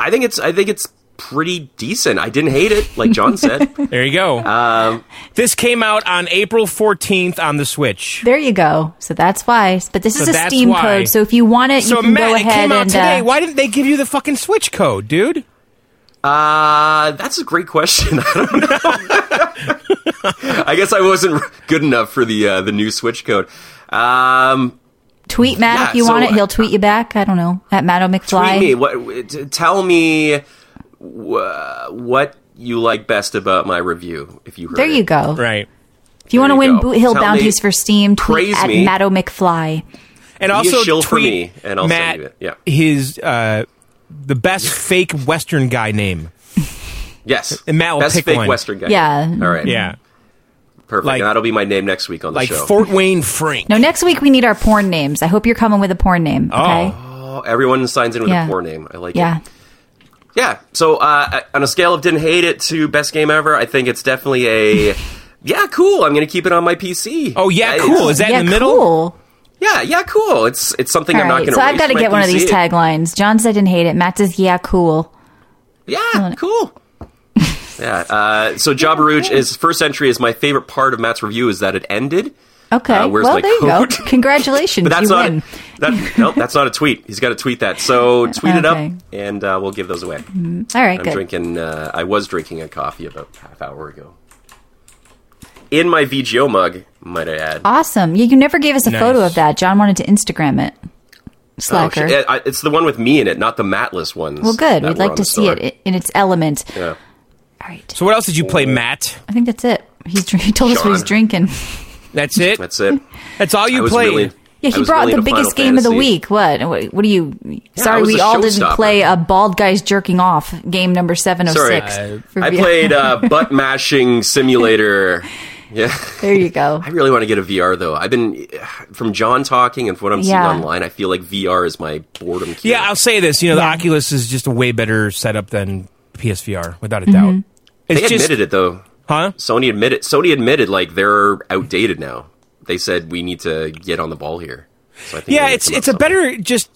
[SPEAKER 3] I think it's I think it's pretty decent. I didn't hate it, like John said.
[SPEAKER 2] There you go.
[SPEAKER 3] Um,
[SPEAKER 2] this came out on April fourteenth on the Switch.
[SPEAKER 4] There you go. So that's why. But this is
[SPEAKER 2] So
[SPEAKER 4] a
[SPEAKER 2] that's
[SPEAKER 4] Steam
[SPEAKER 2] why.
[SPEAKER 4] code. So if you want it,
[SPEAKER 2] So
[SPEAKER 4] you can
[SPEAKER 2] Matt,
[SPEAKER 4] go
[SPEAKER 2] it
[SPEAKER 4] ahead
[SPEAKER 2] came out
[SPEAKER 4] and
[SPEAKER 2] today.
[SPEAKER 4] uh,
[SPEAKER 2] Why didn't they give you the fucking Switch code, dude?
[SPEAKER 3] Uh, that's a great question. I don't know. I guess I wasn't good enough for the uh, the new Switch code. Um,
[SPEAKER 4] tweet Matt
[SPEAKER 3] Yeah,
[SPEAKER 4] if you
[SPEAKER 3] so
[SPEAKER 4] want it.
[SPEAKER 3] I-
[SPEAKER 4] He'll tweet you back. I don't know at Matt
[SPEAKER 3] tweet
[SPEAKER 4] McFly.
[SPEAKER 3] me. What? t- Tell me wh- what you like best about my review. If you heard
[SPEAKER 4] There
[SPEAKER 3] it.
[SPEAKER 4] you go.
[SPEAKER 2] Right.
[SPEAKER 4] If you want to
[SPEAKER 3] you
[SPEAKER 4] win
[SPEAKER 3] go.
[SPEAKER 4] Boot Hill
[SPEAKER 3] Tell
[SPEAKER 4] bounties
[SPEAKER 3] me-
[SPEAKER 4] for Steam, tweet
[SPEAKER 3] praise
[SPEAKER 4] at
[SPEAKER 3] me.
[SPEAKER 4] Matt McFly.
[SPEAKER 2] And
[SPEAKER 3] Be a
[SPEAKER 2] also
[SPEAKER 3] shill
[SPEAKER 2] tweet
[SPEAKER 3] for me, and I'll send
[SPEAKER 2] Matt
[SPEAKER 3] you it. Yeah.
[SPEAKER 2] his uh, the best fake Western guy name.
[SPEAKER 3] Yes,
[SPEAKER 2] And Matt will
[SPEAKER 3] best
[SPEAKER 2] pick
[SPEAKER 3] fake
[SPEAKER 2] one.
[SPEAKER 3] Western guy.
[SPEAKER 4] Yeah.
[SPEAKER 3] All right.
[SPEAKER 2] Yeah,
[SPEAKER 3] Perfect.
[SPEAKER 2] Like-
[SPEAKER 3] and that'll be my name next week on the
[SPEAKER 2] like
[SPEAKER 3] Mm-hmm. show.
[SPEAKER 2] Fort Wayne Frank.
[SPEAKER 4] No, next week we need our porn names. I hope you're coming with a porn name. Okay.
[SPEAKER 2] Oh.
[SPEAKER 3] Oh, everyone signs in with
[SPEAKER 4] Yeah.
[SPEAKER 3] a poor name. I like
[SPEAKER 4] Yeah.
[SPEAKER 3] it. Yeah. So uh, on a scale of didn't hate it to best game ever, I think it's definitely a yeah, cool. I'm gonna keep it on my PC.
[SPEAKER 2] Oh yeah,
[SPEAKER 3] Uh,
[SPEAKER 2] cool. Is that
[SPEAKER 4] yeah,
[SPEAKER 2] in the middle?
[SPEAKER 4] Cool.
[SPEAKER 3] Yeah, yeah, cool. It's it's something
[SPEAKER 4] All
[SPEAKER 3] I'm not
[SPEAKER 4] right,
[SPEAKER 3] gonna.
[SPEAKER 4] so I've got to get one of these
[SPEAKER 3] tags.
[SPEAKER 4] taglines. John said didn't hate it. Matt says yeah, cool.
[SPEAKER 3] Yeah, cool. yeah. Uh, so Jabba Rouge is first entry is my favorite part of Matt's review is that it ended.
[SPEAKER 4] Okay,
[SPEAKER 3] Uh, where's
[SPEAKER 4] well
[SPEAKER 3] my
[SPEAKER 4] there you go.
[SPEAKER 3] coat?
[SPEAKER 4] Congratulations,
[SPEAKER 3] But that's
[SPEAKER 4] you
[SPEAKER 3] not
[SPEAKER 4] win.
[SPEAKER 3] that. no, that's not a tweet. He's got to tweet that. So tweet it up,
[SPEAKER 4] Okay.
[SPEAKER 3] and uh, we'll give those away.
[SPEAKER 4] All right,
[SPEAKER 3] I'm
[SPEAKER 4] good.
[SPEAKER 3] drinking. Uh, I was drinking a coffee about half hour ago. In my VGO mug, might I add.
[SPEAKER 4] Awesome. You, you never gave us a
[SPEAKER 2] Nice.
[SPEAKER 4] photo of that. John wanted to Instagram it.
[SPEAKER 3] Oh,
[SPEAKER 4] Slacker.
[SPEAKER 3] shit. Yeah, I- it's the one with me in it, not the matless ones.
[SPEAKER 4] well, good.
[SPEAKER 3] that
[SPEAKER 4] We'd
[SPEAKER 3] were
[SPEAKER 4] like
[SPEAKER 3] on
[SPEAKER 4] to
[SPEAKER 3] the
[SPEAKER 4] see
[SPEAKER 3] store.
[SPEAKER 4] it i- in its element.
[SPEAKER 3] Yeah.
[SPEAKER 4] All right.
[SPEAKER 2] So what else did you play, Matt?
[SPEAKER 4] I think that's it. He's, dr- he told us what he's
[SPEAKER 3] Sean.
[SPEAKER 4] drinking.
[SPEAKER 2] That's it.
[SPEAKER 3] That's it.
[SPEAKER 2] That's all
[SPEAKER 3] I
[SPEAKER 2] you
[SPEAKER 3] was
[SPEAKER 2] played.
[SPEAKER 3] really-
[SPEAKER 4] Yeah,
[SPEAKER 3] I
[SPEAKER 4] he
[SPEAKER 3] was
[SPEAKER 4] brought
[SPEAKER 3] really
[SPEAKER 4] the
[SPEAKER 3] into
[SPEAKER 4] biggest
[SPEAKER 3] Final
[SPEAKER 4] game of the
[SPEAKER 3] Fantasy.
[SPEAKER 4] week. What? What, what do you?
[SPEAKER 3] I
[SPEAKER 4] sorry,
[SPEAKER 3] was
[SPEAKER 4] we
[SPEAKER 3] a
[SPEAKER 4] all didn't
[SPEAKER 3] showstopper.
[SPEAKER 4] play a bald guy's jerking off game number seven oh
[SPEAKER 3] Sorry.
[SPEAKER 4] six.
[SPEAKER 3] I played uh, butt mashing simulator. Yeah.
[SPEAKER 4] there you go.
[SPEAKER 3] I really want to get a VR though. I've been from John talking and from what I'm
[SPEAKER 4] Yeah.
[SPEAKER 3] seeing online. I feel like VR is my boredom. Cure.
[SPEAKER 2] Yeah, I'll say this. You know,
[SPEAKER 4] Yeah.
[SPEAKER 2] the Oculus is just a way better setup than PSVR, without a
[SPEAKER 4] Mm-hmm.
[SPEAKER 2] doubt. It's
[SPEAKER 3] they admitted it though.
[SPEAKER 2] huh?
[SPEAKER 3] Sony admitted. Sony admitted like they're outdated now. They said we need to get on the ball here. So I think
[SPEAKER 2] Yeah,
[SPEAKER 3] they
[SPEAKER 2] it's
[SPEAKER 3] come up
[SPEAKER 2] it's a
[SPEAKER 3] with
[SPEAKER 2] better just.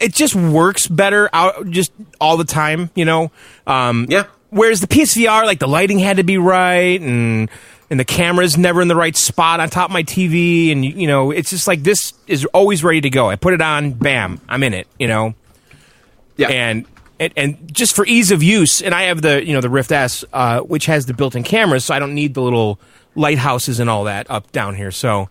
[SPEAKER 2] It just works better out just all the time. You know. Um,
[SPEAKER 3] Yeah.
[SPEAKER 2] Whereas the PSVR, like the lighting had to be right and. And the camera's never in the right spot on top of my TV, and you know it's just like this is always ready to go. I put it on, bam, I'm in it. You know,
[SPEAKER 3] something. Yeah,
[SPEAKER 2] and, and and just for ease of use, and I have the you know the Rift S, uh, which has the built-in cameras, so I don't need the little lighthouses and all that up down here. So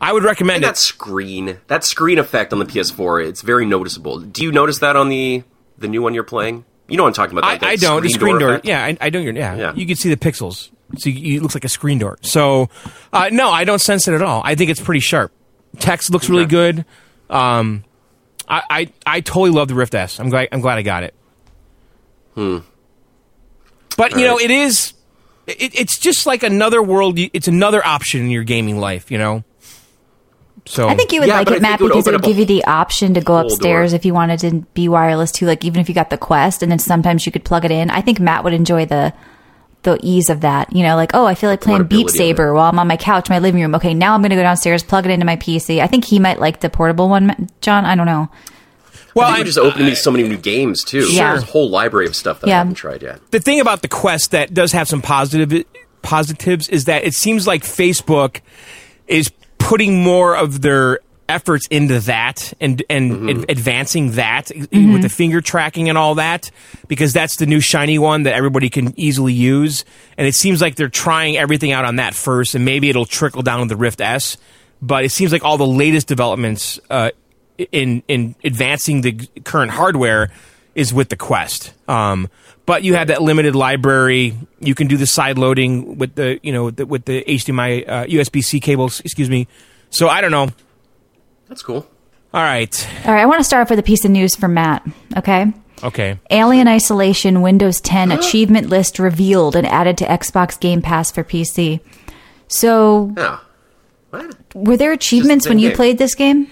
[SPEAKER 2] I would recommend
[SPEAKER 3] and that
[SPEAKER 2] it.
[SPEAKER 3] screen, that screen effect on the PS4, it's very noticeable. Do you notice that on the the new one you're playing? You know what I'm talking about.
[SPEAKER 2] I,
[SPEAKER 3] that- that
[SPEAKER 2] I don't the screen door.
[SPEAKER 3] effect.
[SPEAKER 2] Yeah, I, I don't. Yeah,
[SPEAKER 3] Yeah.
[SPEAKER 2] you can see the pixels, so you, you- it looks like a screen door. So uh, no, I don't sense it at all. I think it's pretty sharp. Text looks really
[SPEAKER 3] Okay.
[SPEAKER 2] good. Um, I, I I totally love the Rift S. I'm glad I'm glad I got it.
[SPEAKER 3] Hmm.
[SPEAKER 2] But you know,
[SPEAKER 3] right.
[SPEAKER 2] it is. It, it's just like another world. It's another option in your gaming life. You know. So
[SPEAKER 4] I think you would
[SPEAKER 3] Oh. Yeah,
[SPEAKER 4] like
[SPEAKER 3] but I
[SPEAKER 4] it,
[SPEAKER 3] think
[SPEAKER 4] Matt,
[SPEAKER 3] it would
[SPEAKER 4] because it would
[SPEAKER 3] open up a
[SPEAKER 4] give you the option to go
[SPEAKER 3] whole door.
[SPEAKER 4] upstairs if you wanted to be wireless too. Like even if you got the Quest, and then sometimes you could plug it in. I think Matt would enjoy the the ease of that. You know, like oh, I feel like playing Beat
[SPEAKER 3] portability of it.
[SPEAKER 4] Saber while I'm on my couch, in my living room. Okay, now I'm going to go downstairs, plug it into my PC. I think he might like the portable one, Ma- John. I don't know.
[SPEAKER 2] well,
[SPEAKER 3] I think
[SPEAKER 2] I'm-
[SPEAKER 3] it just opened me so many new games too.
[SPEAKER 4] Yeah.
[SPEAKER 3] There's a whole library of stuff that
[SPEAKER 4] Yeah.
[SPEAKER 3] I haven't tried yet.
[SPEAKER 2] the thing about the quest that does have some positive positives is that it seems like Facebook is putting more of their efforts into that and and ad- advancing that e-, with the finger tracking and all that because that's the new shiny one that everybody can easily use and it seems like they're trying everything out on that first and maybe it'll trickle down to the Rift S but it seems like all the latest developments uh, in in advancing the g- current hardware is with the Quest. Um, but you have that limited library. You can do the side loading with the you know with the, with the HDMI uh, USB C cables. Excuse me. So I don't know.
[SPEAKER 3] That's cool.
[SPEAKER 2] All right.
[SPEAKER 4] All right, I want to start off with a piece of news for Matt. Okay.
[SPEAKER 2] Okay.
[SPEAKER 4] Alien Isolation Windows 10 achievement list revealed and added to Xbox Game Pass for PC. So,
[SPEAKER 3] Yeah. What?
[SPEAKER 4] were there achievements
[SPEAKER 3] the
[SPEAKER 4] when you
[SPEAKER 3] game.
[SPEAKER 4] played this game?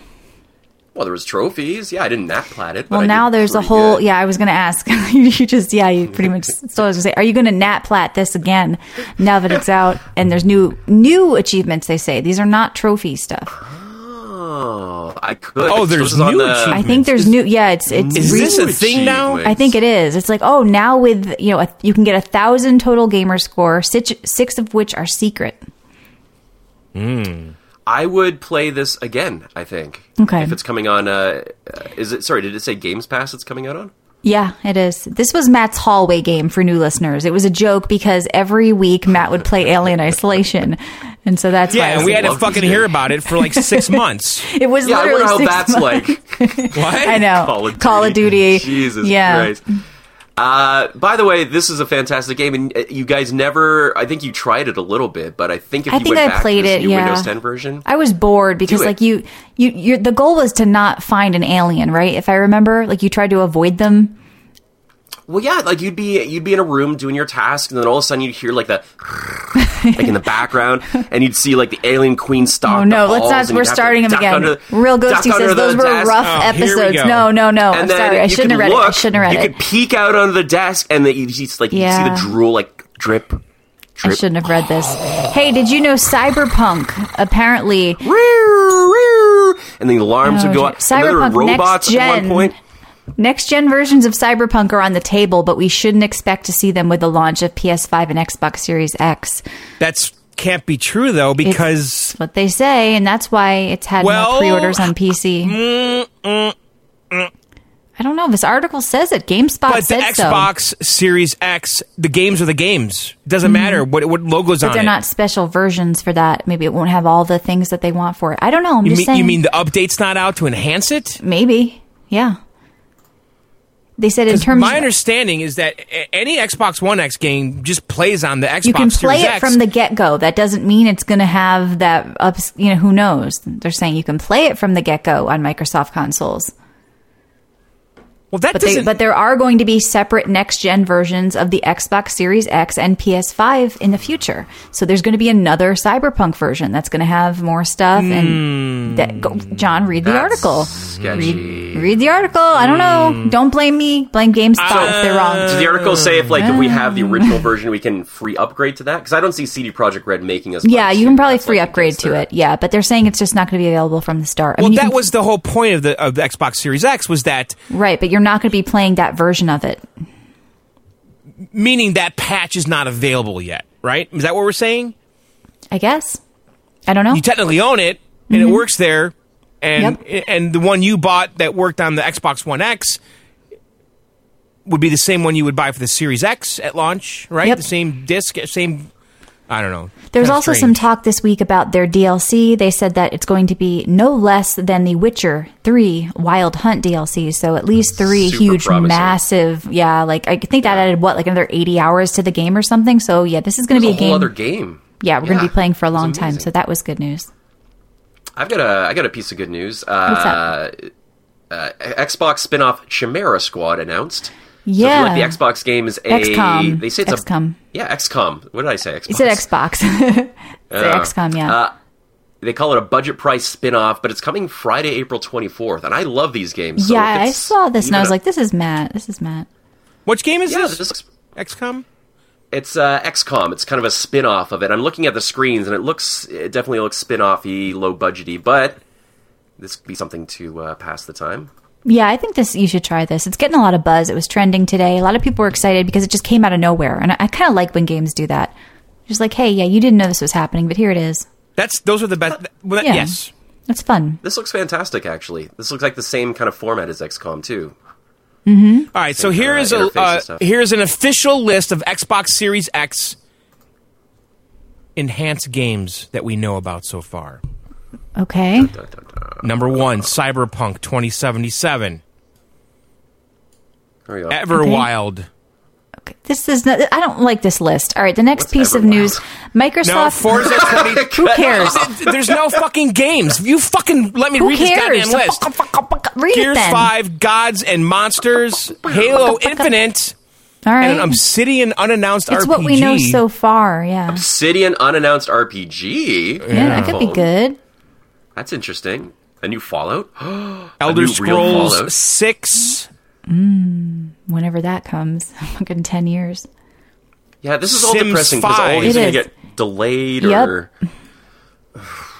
[SPEAKER 3] Well, there was trophies. Yeah, I didn't nat plat it. but
[SPEAKER 4] Well,
[SPEAKER 3] I
[SPEAKER 4] now
[SPEAKER 3] did
[SPEAKER 4] there's a
[SPEAKER 3] pretty
[SPEAKER 4] whole.
[SPEAKER 3] good.
[SPEAKER 4] Yeah, I was going to ask. you just, yeah, you pretty much. So I was going to say, are you going to nat plat this again now that it's out and there's new new achievements? They say these are not trophy stuff.
[SPEAKER 3] Oh, I could.
[SPEAKER 2] Oh, there's
[SPEAKER 3] This was on
[SPEAKER 2] new
[SPEAKER 3] the-
[SPEAKER 2] achievements.
[SPEAKER 4] I think there's new. Yeah, it's it's.
[SPEAKER 2] Is this a
[SPEAKER 4] recent-
[SPEAKER 2] thing now?
[SPEAKER 4] I think it is. It's like, oh, now with you know, a, you can get a thousand total gamer score, six, six of which are secret.
[SPEAKER 3] I would play this again. I think.
[SPEAKER 4] Okay.
[SPEAKER 3] If it's coming on, uh, uh, is it? Sorry, did it say Games Pass? It's coming out on.
[SPEAKER 4] Yeah, it is. This was Matt's hallway game for new listeners. It was a joke because every week Matt would play Alien Isolation, and so that's why I
[SPEAKER 2] Yeah, and
[SPEAKER 4] was
[SPEAKER 2] we
[SPEAKER 4] like-
[SPEAKER 2] had to
[SPEAKER 3] love this
[SPEAKER 2] fucking
[SPEAKER 3] game.
[SPEAKER 2] hear about it for like six months.
[SPEAKER 4] it was
[SPEAKER 3] Yeah, I
[SPEAKER 4] literally
[SPEAKER 3] wonder how
[SPEAKER 4] six
[SPEAKER 3] that's
[SPEAKER 4] months.
[SPEAKER 3] like.
[SPEAKER 2] What?
[SPEAKER 4] I know.
[SPEAKER 3] Call of
[SPEAKER 4] Oh, Duty.
[SPEAKER 3] Jesus
[SPEAKER 4] yeah.
[SPEAKER 3] Christ. Uh, by the way, this is a fantastic game, and uh, you guys never. I think you tried it a little bit, but I think if
[SPEAKER 4] I
[SPEAKER 3] you
[SPEAKER 4] think
[SPEAKER 3] went
[SPEAKER 4] I
[SPEAKER 3] back
[SPEAKER 4] played
[SPEAKER 3] to this
[SPEAKER 4] it,
[SPEAKER 3] new
[SPEAKER 4] yeah.
[SPEAKER 3] Windows 10 version,
[SPEAKER 4] I was bored because
[SPEAKER 3] it.
[SPEAKER 4] like you, you, you the goal was to not find an alien, right? If I remember, like you tried to avoid them.
[SPEAKER 3] Well, yeah, like you'd be you'd be in a room doing your task, and then all of a sudden you'd hear like the like in the background, and you'd see like the alien queen stalk.
[SPEAKER 4] Oh
[SPEAKER 3] the
[SPEAKER 4] no, let's
[SPEAKER 3] halls,
[SPEAKER 4] not.
[SPEAKER 3] and
[SPEAKER 4] We're
[SPEAKER 3] you'd have to
[SPEAKER 4] starting them
[SPEAKER 3] duck
[SPEAKER 4] again.
[SPEAKER 3] under-
[SPEAKER 4] Real
[SPEAKER 3] duck
[SPEAKER 4] Ghosty
[SPEAKER 3] under
[SPEAKER 4] says
[SPEAKER 3] the
[SPEAKER 4] those were
[SPEAKER 3] desk.
[SPEAKER 4] rough
[SPEAKER 2] Oh, here we
[SPEAKER 4] episodes.
[SPEAKER 2] go.
[SPEAKER 4] No, no, no. I'm
[SPEAKER 3] And then
[SPEAKER 4] sorry. I
[SPEAKER 3] you
[SPEAKER 4] shouldn't have
[SPEAKER 3] could
[SPEAKER 4] read it. I
[SPEAKER 3] look,
[SPEAKER 4] shouldn't have
[SPEAKER 3] You
[SPEAKER 4] read
[SPEAKER 3] could
[SPEAKER 4] it.
[SPEAKER 3] peek out under the desk, and then you just like you
[SPEAKER 4] Yeah.
[SPEAKER 3] see the drool like drip.
[SPEAKER 4] I
[SPEAKER 3] drip.
[SPEAKER 4] shouldn't have read this. Hey, did you know Cyberpunk apparently
[SPEAKER 3] And the alarms
[SPEAKER 4] Oh,
[SPEAKER 3] would go
[SPEAKER 4] shit.
[SPEAKER 3] up. And then there were
[SPEAKER 4] Cyberpunk
[SPEAKER 3] robots
[SPEAKER 4] Next
[SPEAKER 3] at
[SPEAKER 4] Gen.
[SPEAKER 3] one point.
[SPEAKER 4] Next gen versions of Cyberpunk are on the table, but we shouldn't expect to see them with the launch of PS5 and Xbox Series X.
[SPEAKER 2] That's can't be true though because
[SPEAKER 4] That's what they say, and that's why it's had
[SPEAKER 2] Well- mm,
[SPEAKER 4] more pre-orders on PC. I don't know. This article says it. GameSpot
[SPEAKER 2] but the
[SPEAKER 4] said so.
[SPEAKER 2] Xbox Series X, the games are the games. It doesn't matter what what logos on
[SPEAKER 4] Mm-hmm. But they're
[SPEAKER 2] it.
[SPEAKER 4] not special versions for that. Maybe it won't have all the things that they want for it. I don't know. I'm
[SPEAKER 2] you
[SPEAKER 4] just
[SPEAKER 2] mean
[SPEAKER 4] saying.
[SPEAKER 2] you mean the update's not out to enhance it?
[SPEAKER 4] maybe? Yeah. They said in
[SPEAKER 2] 'Cause
[SPEAKER 4] terms.
[SPEAKER 2] my
[SPEAKER 4] of-
[SPEAKER 2] understanding is that a- any Xbox One X game just plays on the Xbox
[SPEAKER 4] you can play
[SPEAKER 2] Series
[SPEAKER 4] it
[SPEAKER 2] X.
[SPEAKER 4] from the get go. That doesn't mean it's going to have that ups. You know, who knows? They're saying you can play it from the get go on Microsoft consoles,
[SPEAKER 2] well, that
[SPEAKER 4] but they,
[SPEAKER 2] doesn't.
[SPEAKER 4] but there are going to be separate next gen versions of the Xbox Series X and PS5 in the future. So there's going to be another Cyberpunk version that's going to have more stuff.
[SPEAKER 2] Hmm.
[SPEAKER 4] And that, go, John, read the
[SPEAKER 3] That's
[SPEAKER 4] article.
[SPEAKER 3] sketchy.
[SPEAKER 4] Read, read the article. I don't
[SPEAKER 2] Hmm.
[SPEAKER 4] know. Don't blame me. Blame GameSpot
[SPEAKER 2] Uh,
[SPEAKER 4] if they're wrong.
[SPEAKER 3] Does the article say if like if we have the
[SPEAKER 4] Oh.
[SPEAKER 3] original version, we can free upgrade to that? Because I don't see CD Project Red making us.
[SPEAKER 4] Yeah,
[SPEAKER 3] buy
[SPEAKER 4] you can
[SPEAKER 3] it.
[SPEAKER 4] probably
[SPEAKER 3] That's
[SPEAKER 4] free
[SPEAKER 3] like
[SPEAKER 4] upgrade
[SPEAKER 3] against
[SPEAKER 4] to
[SPEAKER 3] their-
[SPEAKER 4] it. Yeah, but they're saying it's just not going to be available from the start. I
[SPEAKER 2] well,
[SPEAKER 4] mean, you
[SPEAKER 2] that
[SPEAKER 4] can-
[SPEAKER 2] was the whole point of the of the Xbox Series X was that
[SPEAKER 4] right, but you're not going to be playing that version of it.
[SPEAKER 2] meaning that patch is not available yet, right? Is that what we're saying?
[SPEAKER 4] I guess. I don't know.
[SPEAKER 2] You technically own it and
[SPEAKER 4] Mm-hmm.
[SPEAKER 2] it works there, and and the one you bought that worked on the Xbox One X would be the same one you would buy for the Series X at launch, right?
[SPEAKER 4] Yep.
[SPEAKER 2] The same disc, same. I don't know.
[SPEAKER 4] There's
[SPEAKER 2] Kinda
[SPEAKER 4] also
[SPEAKER 2] strange.
[SPEAKER 4] some talk this week about their DLC. They said that it's going to be no less than The Witcher 3 Wild Hunt DLC. So at least three
[SPEAKER 3] Super
[SPEAKER 4] huge,
[SPEAKER 3] promising.
[SPEAKER 4] massive. Yeah, like I think that added what, like another 80 hours to the game or something. So yeah, this is going to
[SPEAKER 3] It's
[SPEAKER 4] be
[SPEAKER 3] a
[SPEAKER 4] a
[SPEAKER 3] whole
[SPEAKER 4] game.
[SPEAKER 3] other game.
[SPEAKER 4] Yeah, we're going to
[SPEAKER 3] Yeah,
[SPEAKER 4] be playing for a
[SPEAKER 3] it's
[SPEAKER 4] long time.
[SPEAKER 3] amazing.
[SPEAKER 4] So that was good news.
[SPEAKER 3] I've got a I got a piece of good news. Uh,
[SPEAKER 4] What's up?
[SPEAKER 3] Xbox spin-off Chimera Squad announced.
[SPEAKER 4] yeah.
[SPEAKER 3] So if you like the Xbox game is a
[SPEAKER 4] XCOM.
[SPEAKER 3] they say it's
[SPEAKER 4] XCOM.
[SPEAKER 3] a yeah XCOM. What did I say? Xbox.
[SPEAKER 4] It's an Xbox. it's an XCOM, yeah.
[SPEAKER 3] Uh, They call it a budget price spin-off, but it's coming Friday, April 24th, and I love these games. so
[SPEAKER 4] yeah,
[SPEAKER 3] if
[SPEAKER 4] I
[SPEAKER 3] it's
[SPEAKER 4] saw this and I
[SPEAKER 3] even
[SPEAKER 4] was
[SPEAKER 3] a-
[SPEAKER 4] like, this is Matt. This is Matt.
[SPEAKER 2] Which game is
[SPEAKER 3] yeah,
[SPEAKER 2] this?
[SPEAKER 3] this-
[SPEAKER 2] XCOM.
[SPEAKER 3] It's uh, XCOM. It's kind of a spin off of it. I'm looking at the screens, and it looks it definitely looks spin offy, low budgety, but this could be something to uh, pass the time.
[SPEAKER 4] Yeah, I think this you should try this. It's getting a lot of buzz. It was trending today. A lot of people were excited because it just came out of nowhere. And I, I kind of like when games do that. Just like, hey, yeah, you didn't know this was happening, but here it is.
[SPEAKER 2] That's those are the best. well, that-
[SPEAKER 4] Uh, Yeah.
[SPEAKER 2] Yes,
[SPEAKER 4] That's fun.
[SPEAKER 3] This looks fantastic, actually. This looks like the same kind of format as XCOM too.
[SPEAKER 2] All right, so here
[SPEAKER 3] uh,
[SPEAKER 2] is a
[SPEAKER 3] interface and
[SPEAKER 2] uh,
[SPEAKER 3] stuff.
[SPEAKER 2] here is an official list of Xbox Series X enhanced games that we know about so far.
[SPEAKER 4] Okay.
[SPEAKER 2] Number one, Cyberpunk 2077,
[SPEAKER 3] There we go.
[SPEAKER 2] Everwild.
[SPEAKER 4] okay. This is not, I don't like this list. All right, the next
[SPEAKER 3] What's
[SPEAKER 4] piece of
[SPEAKER 3] Everwild?
[SPEAKER 4] news
[SPEAKER 2] No,
[SPEAKER 4] Microsoft.
[SPEAKER 2] Forza 20.
[SPEAKER 4] who cares?
[SPEAKER 2] There's no fucking games. You fucking let me
[SPEAKER 4] who
[SPEAKER 2] read
[SPEAKER 4] cares?
[SPEAKER 2] this goddamn list.
[SPEAKER 4] Read it
[SPEAKER 2] Gears
[SPEAKER 4] then.
[SPEAKER 2] 5, Gods and Monsters, Halo Infinite,
[SPEAKER 4] All right.
[SPEAKER 2] and an Obsidian unannounced
[SPEAKER 4] it's
[SPEAKER 2] RPG.
[SPEAKER 4] what we know so far. Yeah.
[SPEAKER 3] Obsidian unannounced RPG.
[SPEAKER 4] Yeah, that could be good.
[SPEAKER 3] Oh, That's interesting. A new Fallout. A
[SPEAKER 2] Elder
[SPEAKER 3] new real Fallout.
[SPEAKER 2] Scrolls 6.
[SPEAKER 4] Whenever that comes, fucking 10 years.
[SPEAKER 3] Yeah, this is all
[SPEAKER 2] Sims
[SPEAKER 3] depressing because all
[SPEAKER 2] 5.
[SPEAKER 3] these
[SPEAKER 4] It
[SPEAKER 3] are gonna
[SPEAKER 4] is.
[SPEAKER 3] get delayed
[SPEAKER 4] Yep.
[SPEAKER 3] or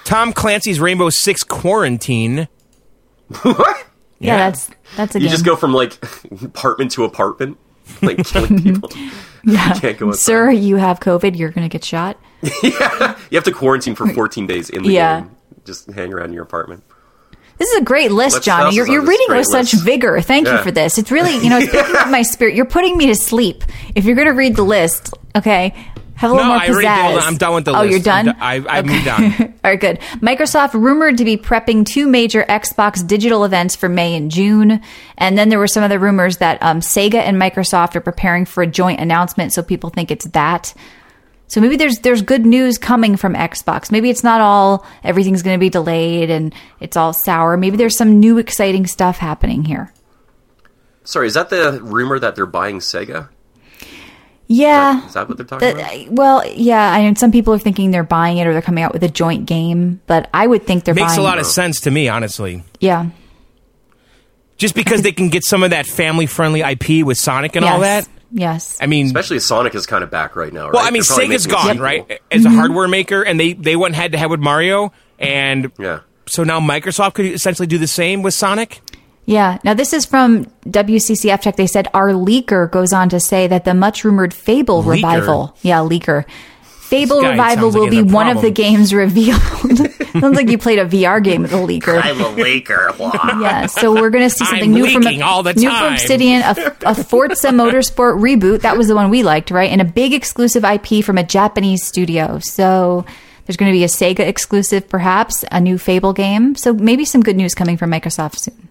[SPEAKER 2] Tom Clancy's Rainbow Six Quarantine.
[SPEAKER 3] what?
[SPEAKER 4] Yeah, that's that's a
[SPEAKER 3] You
[SPEAKER 4] game.
[SPEAKER 3] just go from like apartment to apartment, like killing people.
[SPEAKER 4] yeah.
[SPEAKER 3] can't go outside.
[SPEAKER 4] Sir, you have COVID. You're going to get shot.
[SPEAKER 3] You have to quarantine for 14 days in the
[SPEAKER 4] Yeah.
[SPEAKER 3] game. Just hang around in your apartment.
[SPEAKER 4] This is a great list,
[SPEAKER 3] Let's
[SPEAKER 4] John.
[SPEAKER 3] house
[SPEAKER 4] You're,
[SPEAKER 3] is on
[SPEAKER 4] you're
[SPEAKER 3] this
[SPEAKER 4] reading
[SPEAKER 3] great
[SPEAKER 4] with such
[SPEAKER 3] list.
[SPEAKER 4] vigor. Thank you
[SPEAKER 3] Yeah.
[SPEAKER 4] for this. It's really, you know, it's picking up my spirit. You're putting me to sleep. If you're going to read the list, okay, have a little
[SPEAKER 2] No,
[SPEAKER 4] more
[SPEAKER 2] I already did all
[SPEAKER 4] pizzazz.
[SPEAKER 2] that. I'm done with the
[SPEAKER 4] oh,
[SPEAKER 2] list.
[SPEAKER 4] you're
[SPEAKER 2] I'm
[SPEAKER 4] done.
[SPEAKER 2] do- I- I moved on.
[SPEAKER 4] all right, good. Microsoft rumored to be prepping two major Xbox digital events for May and June, and then there were some other rumors that um, Sega and Microsoft are preparing for a joint announcement. So people think it's that. So maybe there's there's good news coming from Xbox. Maybe it's not all everything's going to be delayed and it's all sour. Maybe there's some new exciting stuff happening here.
[SPEAKER 3] Sorry, is that the rumor that they're buying Sega?
[SPEAKER 4] Yeah.
[SPEAKER 3] Is that what they're
[SPEAKER 4] That-
[SPEAKER 3] talking about?
[SPEAKER 4] well, yeah, I mean, some people are thinking they're buying it or they're coming out with a joint game, but I would think they're
[SPEAKER 2] Makes
[SPEAKER 4] buying
[SPEAKER 2] a lot of sense to me, honestly.
[SPEAKER 4] Yeah.
[SPEAKER 2] Just because they can get some of that family-friendly IP with Sonic and all
[SPEAKER 4] Yes.
[SPEAKER 2] that.
[SPEAKER 4] Yes.
[SPEAKER 2] I mean,
[SPEAKER 3] Especially as Sonic is kind of back right now. Right?
[SPEAKER 2] well, I mean,
[SPEAKER 3] They're probably
[SPEAKER 2] Sega's
[SPEAKER 3] making a
[SPEAKER 2] gone,
[SPEAKER 3] sequel.
[SPEAKER 2] right? As
[SPEAKER 4] Mm-hmm.
[SPEAKER 2] a hardware maker, and they they went head to head with Mario, and
[SPEAKER 3] Yeah.
[SPEAKER 2] so now Microsoft could essentially do the same with Sonic.
[SPEAKER 4] Yeah. Now, this is from WCCF Tech. They said our leaker goes on to say that the much rumored Fable
[SPEAKER 2] Leaker?
[SPEAKER 4] revival. Yeah, leaker. Fable
[SPEAKER 2] guy
[SPEAKER 4] revival
[SPEAKER 2] sounds like
[SPEAKER 4] will
[SPEAKER 2] he
[SPEAKER 4] be
[SPEAKER 2] has a
[SPEAKER 4] one of the
[SPEAKER 2] problem.
[SPEAKER 4] games revealed. Sounds like you played a VR game with a leaker.
[SPEAKER 3] I'm a Laker. Wah.
[SPEAKER 4] Yeah, so we're going to see something
[SPEAKER 2] I'm
[SPEAKER 4] new from
[SPEAKER 2] leaking all the
[SPEAKER 4] new from
[SPEAKER 2] time.
[SPEAKER 4] Obsidian, a, a Forza Motorsport reboot. That was the one we liked, right? And a big exclusive IP from a Japanese studio. So there's going to be a Sega exclusive, perhaps a new Fable game. So maybe some good news coming from Microsoft soon.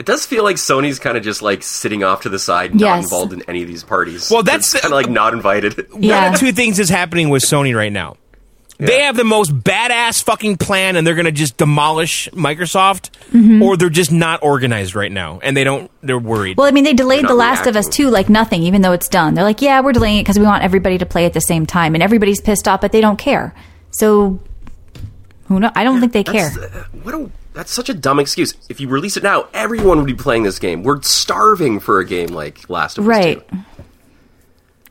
[SPEAKER 3] it does feel like Sony's kind of just like sitting off to the side, not
[SPEAKER 4] Yes.
[SPEAKER 3] involved in any of these parties.
[SPEAKER 2] Well, that's-
[SPEAKER 3] kind of like not invited.
[SPEAKER 2] One of two things is happening with Sony right now. They have the most badass fucking plan, and they're going to just demolish Microsoft,
[SPEAKER 4] Mm-hmm.
[SPEAKER 2] or they're just not organized right now, and they don't. They're worried.
[SPEAKER 4] Well, I mean, they delayed
[SPEAKER 3] not
[SPEAKER 4] The Last of
[SPEAKER 3] reacting.
[SPEAKER 4] Us 2 like nothing, even though it's done. They're like, yeah, we're delaying it because we want everybody to play at the same time. And everybody's pissed off, but they don't care. So, who knows? I don't think they care.
[SPEAKER 3] That's, uh, what a, that's such a dumb excuse. If you release it now, everyone would be playing this game. We're starving for a game like Last of Us. 2.
[SPEAKER 4] right.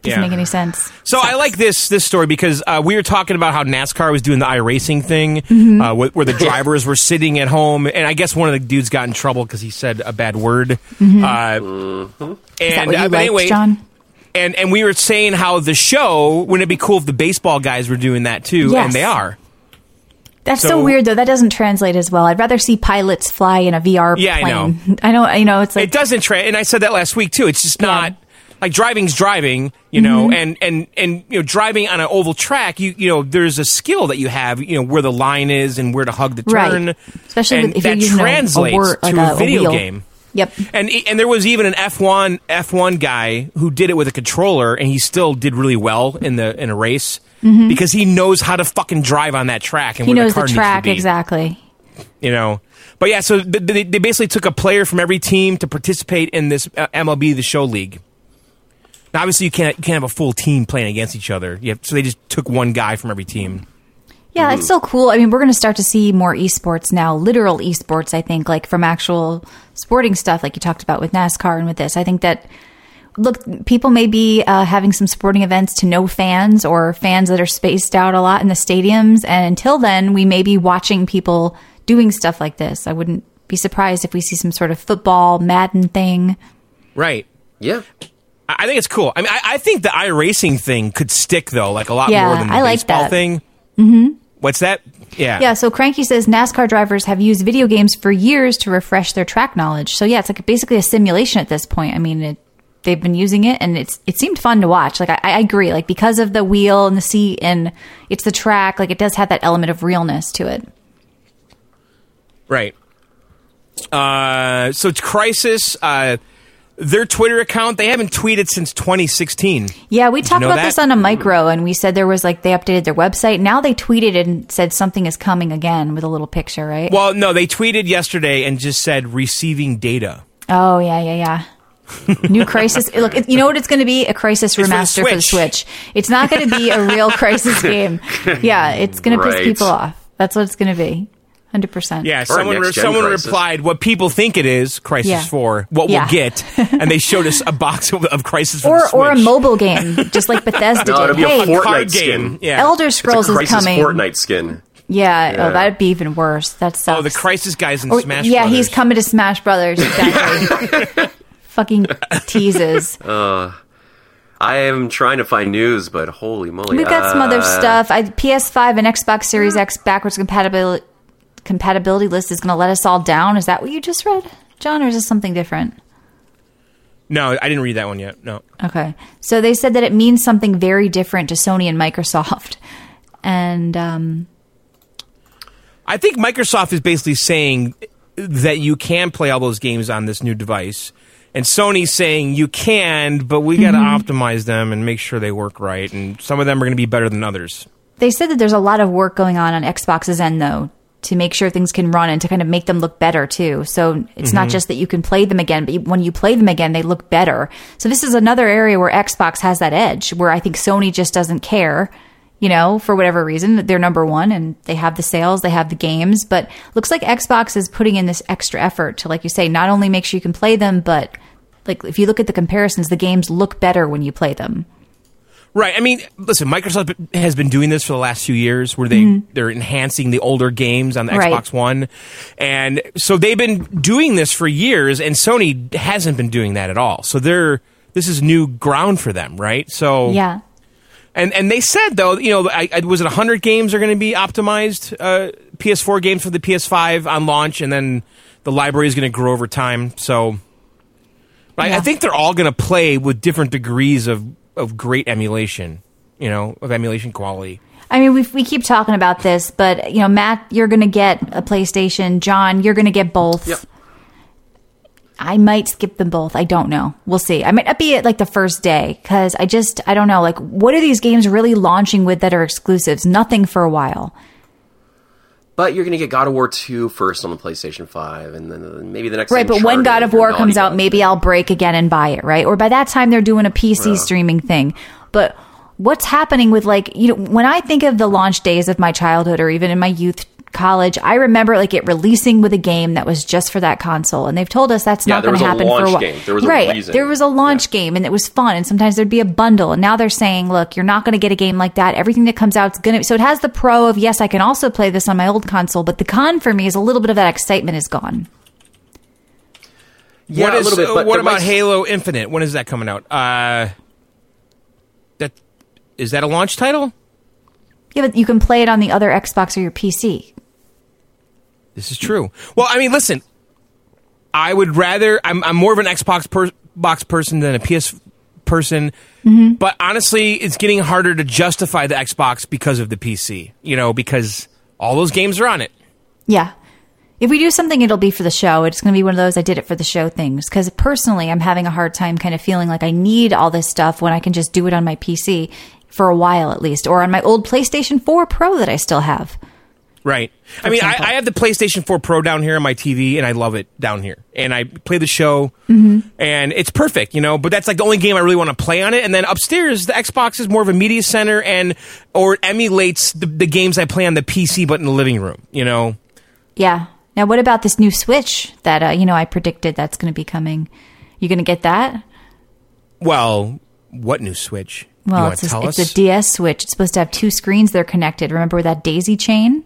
[SPEAKER 2] Yeah.
[SPEAKER 4] Doesn't make any sense.
[SPEAKER 2] So I like this this story because uh, we were talking about how NASCAR was doing the iRacing thing,
[SPEAKER 4] Mm-hmm.
[SPEAKER 2] uh, wh- where the drivers were sitting at home, and I guess one of the dudes got in trouble because he said a bad word. Uh,
[SPEAKER 4] Mm-hmm. Is that
[SPEAKER 2] and
[SPEAKER 4] what you
[SPEAKER 2] uh, but
[SPEAKER 4] liked,
[SPEAKER 2] anyway,
[SPEAKER 4] John?
[SPEAKER 2] and and we were saying how the show wouldn't it be cool if the baseball guys were doing that too,
[SPEAKER 4] Yes.
[SPEAKER 2] and they are.
[SPEAKER 4] That's so,
[SPEAKER 2] So-
[SPEAKER 4] weird, though. That doesn't translate as well. I'd rather see pilots fly in a VR
[SPEAKER 2] Yeah, I
[SPEAKER 4] plane. I know. I know. You know, it's like
[SPEAKER 2] It doesn't tra and I said that last week too. It's just not like driving's driving, you know,
[SPEAKER 4] Mm-hmm.
[SPEAKER 2] and and and you know, driving on an oval track, you you know, there's a skill that you have, you know, where the line is and where to hug the
[SPEAKER 4] Right.
[SPEAKER 2] turn,
[SPEAKER 4] Especially
[SPEAKER 2] and
[SPEAKER 4] with- if you're
[SPEAKER 2] that
[SPEAKER 4] using a- a
[SPEAKER 2] translates
[SPEAKER 4] wor- like
[SPEAKER 2] to
[SPEAKER 4] a-
[SPEAKER 2] a
[SPEAKER 4] a
[SPEAKER 2] video
[SPEAKER 4] wheel.
[SPEAKER 2] game.
[SPEAKER 4] Yep.
[SPEAKER 2] And and there was even an F1 F1 guy who did it with a controller and he still did really well in the in a race because he knows how to fucking drive on that track and
[SPEAKER 4] Mm-hmm. He
[SPEAKER 2] where
[SPEAKER 4] knows
[SPEAKER 2] the car
[SPEAKER 4] the track
[SPEAKER 2] needs to be
[SPEAKER 4] exactly.
[SPEAKER 2] you know. But yeah, so th- they, they basically took a player from every team to participate in this uh, MLB The Show League. Now, obviously, you can't you can't have a full team playing against each other. You have- so they just took one guy from every team.
[SPEAKER 4] Yeah, it's still cool. I mean, we're going to start to see more esports now, literal esports, I think, like from actual sporting stuff, like you talked about with NASCAR and with this. I think that, look, people may be uh, having some sporting events to no fans or fans that are spaced out a lot in the stadiums. And until then, we may be watching people doing stuff like this. I wouldn't be surprised if we see some sort of football, Madden thing.
[SPEAKER 2] Right.
[SPEAKER 3] Yeah.
[SPEAKER 2] I, I think it's cool. I mean, I, I think the iRacing thing could stick though, like a lot
[SPEAKER 4] Yeah,
[SPEAKER 2] more than the
[SPEAKER 4] I like
[SPEAKER 2] baseball
[SPEAKER 4] that.
[SPEAKER 2] thing. Mm-hmm. What's that? Yeah.
[SPEAKER 4] Yeah, so Cranky says NASCAR drivers have used video games for years to refresh their track knowledge. So yeah, it's like basically a simulation at this point. I mean, it, they've been using it, and it's it seemed fun to watch. Like I, I agree, like because of the wheel and the seat, and it's the track. Like it does have that element of realness to it.
[SPEAKER 2] Right. Uh, so it's Crisis. Uh, their Twitter account they haven't tweeted since 2016.
[SPEAKER 4] Yeah, we talked
[SPEAKER 2] know
[SPEAKER 4] about
[SPEAKER 2] that?
[SPEAKER 4] this on a micro, and we said there was like they updated their website. Now they tweeted and said something is coming again with a little picture, right?
[SPEAKER 2] Well, no, they tweeted yesterday and just said receiving data.
[SPEAKER 4] Oh yeah, yeah, yeah. New crisis. Look, it- you know what it's going to be? A crisis
[SPEAKER 2] the
[SPEAKER 4] remaster for the
[SPEAKER 2] Switch.
[SPEAKER 4] Switch. It's not going to be a real crisis game. Yeah, it's going to piss
[SPEAKER 3] Right.
[SPEAKER 4] people off. That's what it's going to be. Hundred percent.
[SPEAKER 2] Yeah,
[SPEAKER 3] Or a
[SPEAKER 2] someone
[SPEAKER 3] next-gen
[SPEAKER 2] someone
[SPEAKER 3] Crisis.
[SPEAKER 2] replied what people think it is, Crisis
[SPEAKER 4] Yeah.
[SPEAKER 2] 4, what
[SPEAKER 4] Yeah.
[SPEAKER 2] we'll get, and they showed us a box of, of Crisis for
[SPEAKER 4] Or
[SPEAKER 2] the Switch.
[SPEAKER 4] or a mobile game, just like Bethesda
[SPEAKER 3] No, it'll
[SPEAKER 4] did.
[SPEAKER 3] be a
[SPEAKER 4] Hey,
[SPEAKER 3] Fortnite
[SPEAKER 2] card
[SPEAKER 3] skin.
[SPEAKER 2] game. Yeah.
[SPEAKER 4] Elder
[SPEAKER 3] It's
[SPEAKER 4] Scrolls
[SPEAKER 3] a
[SPEAKER 4] is
[SPEAKER 3] Crisis
[SPEAKER 4] coming.
[SPEAKER 3] Fortnite skin.
[SPEAKER 4] Yeah,
[SPEAKER 3] Yeah.
[SPEAKER 4] Oh, that'd be even worse. That sucks.
[SPEAKER 2] oh, the Crisis guys in
[SPEAKER 4] Or-
[SPEAKER 2] Smash
[SPEAKER 4] Yeah,
[SPEAKER 2] Brothers.
[SPEAKER 4] he's coming to Smash Brothers. Exactly. Fucking teases.
[SPEAKER 3] I am trying to find news, but holy moly.
[SPEAKER 4] We've got some other
[SPEAKER 3] Uh,
[SPEAKER 4] stuff. I, PS5 and Xbox Series X backwards compatibility compatibility list is going to let us all down. Is that what you just read, John, or is this something different?
[SPEAKER 2] No, I didn't read that one yet. No.
[SPEAKER 4] Okay, so they said that it means something very different to Sony and Microsoft, and um,
[SPEAKER 2] I think Microsoft is basically saying that you can play all those games on this new device. And Sony's saying you can, but we got to
[SPEAKER 4] Mm-hmm.
[SPEAKER 2] optimize them and make sure they work right. And some of them are going to be better than others.
[SPEAKER 4] they said that there's a lot of work going on on Xbox's end, though, to make sure things can run and to kind of make them look better too. So it's not just that you can play them again, but you, when you play them again, they look better. So this is another area where Xbox has that edge, where I think Sony just doesn't care. You know, for whatever reason, they're number one and they have the sales, they have the games, but looks like Xbox is putting in this extra effort to, like you say, not only make sure you can play them, but like if you look at the comparisons, the games look better when you play them.
[SPEAKER 2] Right. I mean, listen, Microsoft has been doing this for the last few years where they they're enhancing the older games on the
[SPEAKER 4] Mm-hmm. Right.
[SPEAKER 2] Xbox One. And so they've been doing this for years and Sony hasn't been doing that at all. So they're this is new ground for them, right? So
[SPEAKER 4] Yeah.
[SPEAKER 2] And and they said though, you know, I, I, was it 100 games are going to be optimized uh, PS4 games for the PS5 on launch and then the library is going to grow over time. So but I, I
[SPEAKER 4] Yeah.
[SPEAKER 2] think they're all going to play with different degrees of, of great emulation, you know, of emulation quality.
[SPEAKER 4] I mean, we we keep talking about this, but you know, Matt, you're going to get a PlayStation. John, you're going to get both.
[SPEAKER 3] Yep.
[SPEAKER 4] I might skip them both. I don't know. We'll see. I might not be at like the first day because I just I don't know. Like, what are these games really launching with that are exclusives? Nothing for a while.
[SPEAKER 3] But you're going to get God of War 2 first on the PlayStation 5, and then uh, maybe the next
[SPEAKER 4] Right, but when
[SPEAKER 3] Uncharted
[SPEAKER 4] God of
[SPEAKER 3] or
[SPEAKER 4] War
[SPEAKER 3] Naughty
[SPEAKER 4] comes out,
[SPEAKER 3] Dog.
[SPEAKER 4] maybe I'll break again and buy it, right? Or by that time they're doing a PC streaming thing. But what's happening with like, you know, when I think of the launch days of my childhood or even in my youth college, I remember like it releasing with a game that was just for that console. And they've told us that's
[SPEAKER 3] Yeah,
[SPEAKER 4] not
[SPEAKER 3] there
[SPEAKER 4] going
[SPEAKER 3] was
[SPEAKER 4] to
[SPEAKER 3] a
[SPEAKER 4] happen for a
[SPEAKER 3] launch
[SPEAKER 4] while.
[SPEAKER 3] game. There was a
[SPEAKER 4] right.
[SPEAKER 3] reason.
[SPEAKER 4] There was a launch game and it was fun. And sometimes there'd be a bundle. And now they're saying, look, you're not going to get a game like that. Everything that comes out's going to. So it has the pro of, yes, I can also play this on my old console. But the con for me is a little bit of that excitement is gone.
[SPEAKER 3] Yeah,
[SPEAKER 2] what
[SPEAKER 3] a
[SPEAKER 2] is,
[SPEAKER 3] little bit,
[SPEAKER 2] uh,
[SPEAKER 3] but
[SPEAKER 2] what
[SPEAKER 3] there
[SPEAKER 2] about
[SPEAKER 3] might-
[SPEAKER 2] Halo Infinite? When is that coming out? Uh, that is that a launch title?
[SPEAKER 4] Yeah, but you can play it on the other Xbox or your PC.
[SPEAKER 2] This is true. Well, I mean, listen, I would rather. I'm, I'm more of an Xbox per, box person than a PS person, but honestly, it's getting harder to justify the Xbox because of the PC. You know, because all those games are on it.
[SPEAKER 4] Yeah. If we do something, it'll be for the show. It's going to be one of those I did it for the show things. Because personally, I'm having a hard time kind of feeling like I need all this stuff when I can just do it on my PC for a while at least, or on my old PlayStation 4 Pro that I still have.
[SPEAKER 2] Right. I mean, I, I have the PlayStation 4 Pro down here on my TV, and I love it down here. And I play the show,
[SPEAKER 4] Mm-hmm.
[SPEAKER 2] and it's perfect, you know. But that's like the only game I really want to play on it. And then upstairs, the Xbox is more of a media center, and or it emulates the, the games I play on the PC, but in the living room, you know.
[SPEAKER 4] Yeah. Now, what about this new Switch that, uh, you know, I predicted that's going to be coming? You going to get that?
[SPEAKER 2] Well, what new Switch? you
[SPEAKER 4] Well,
[SPEAKER 2] wanna
[SPEAKER 4] it's a,
[SPEAKER 2] tell
[SPEAKER 4] it's
[SPEAKER 2] us?
[SPEAKER 4] a DS Switch. It's supposed to have two screens. They're connected. Remember that daisy chain?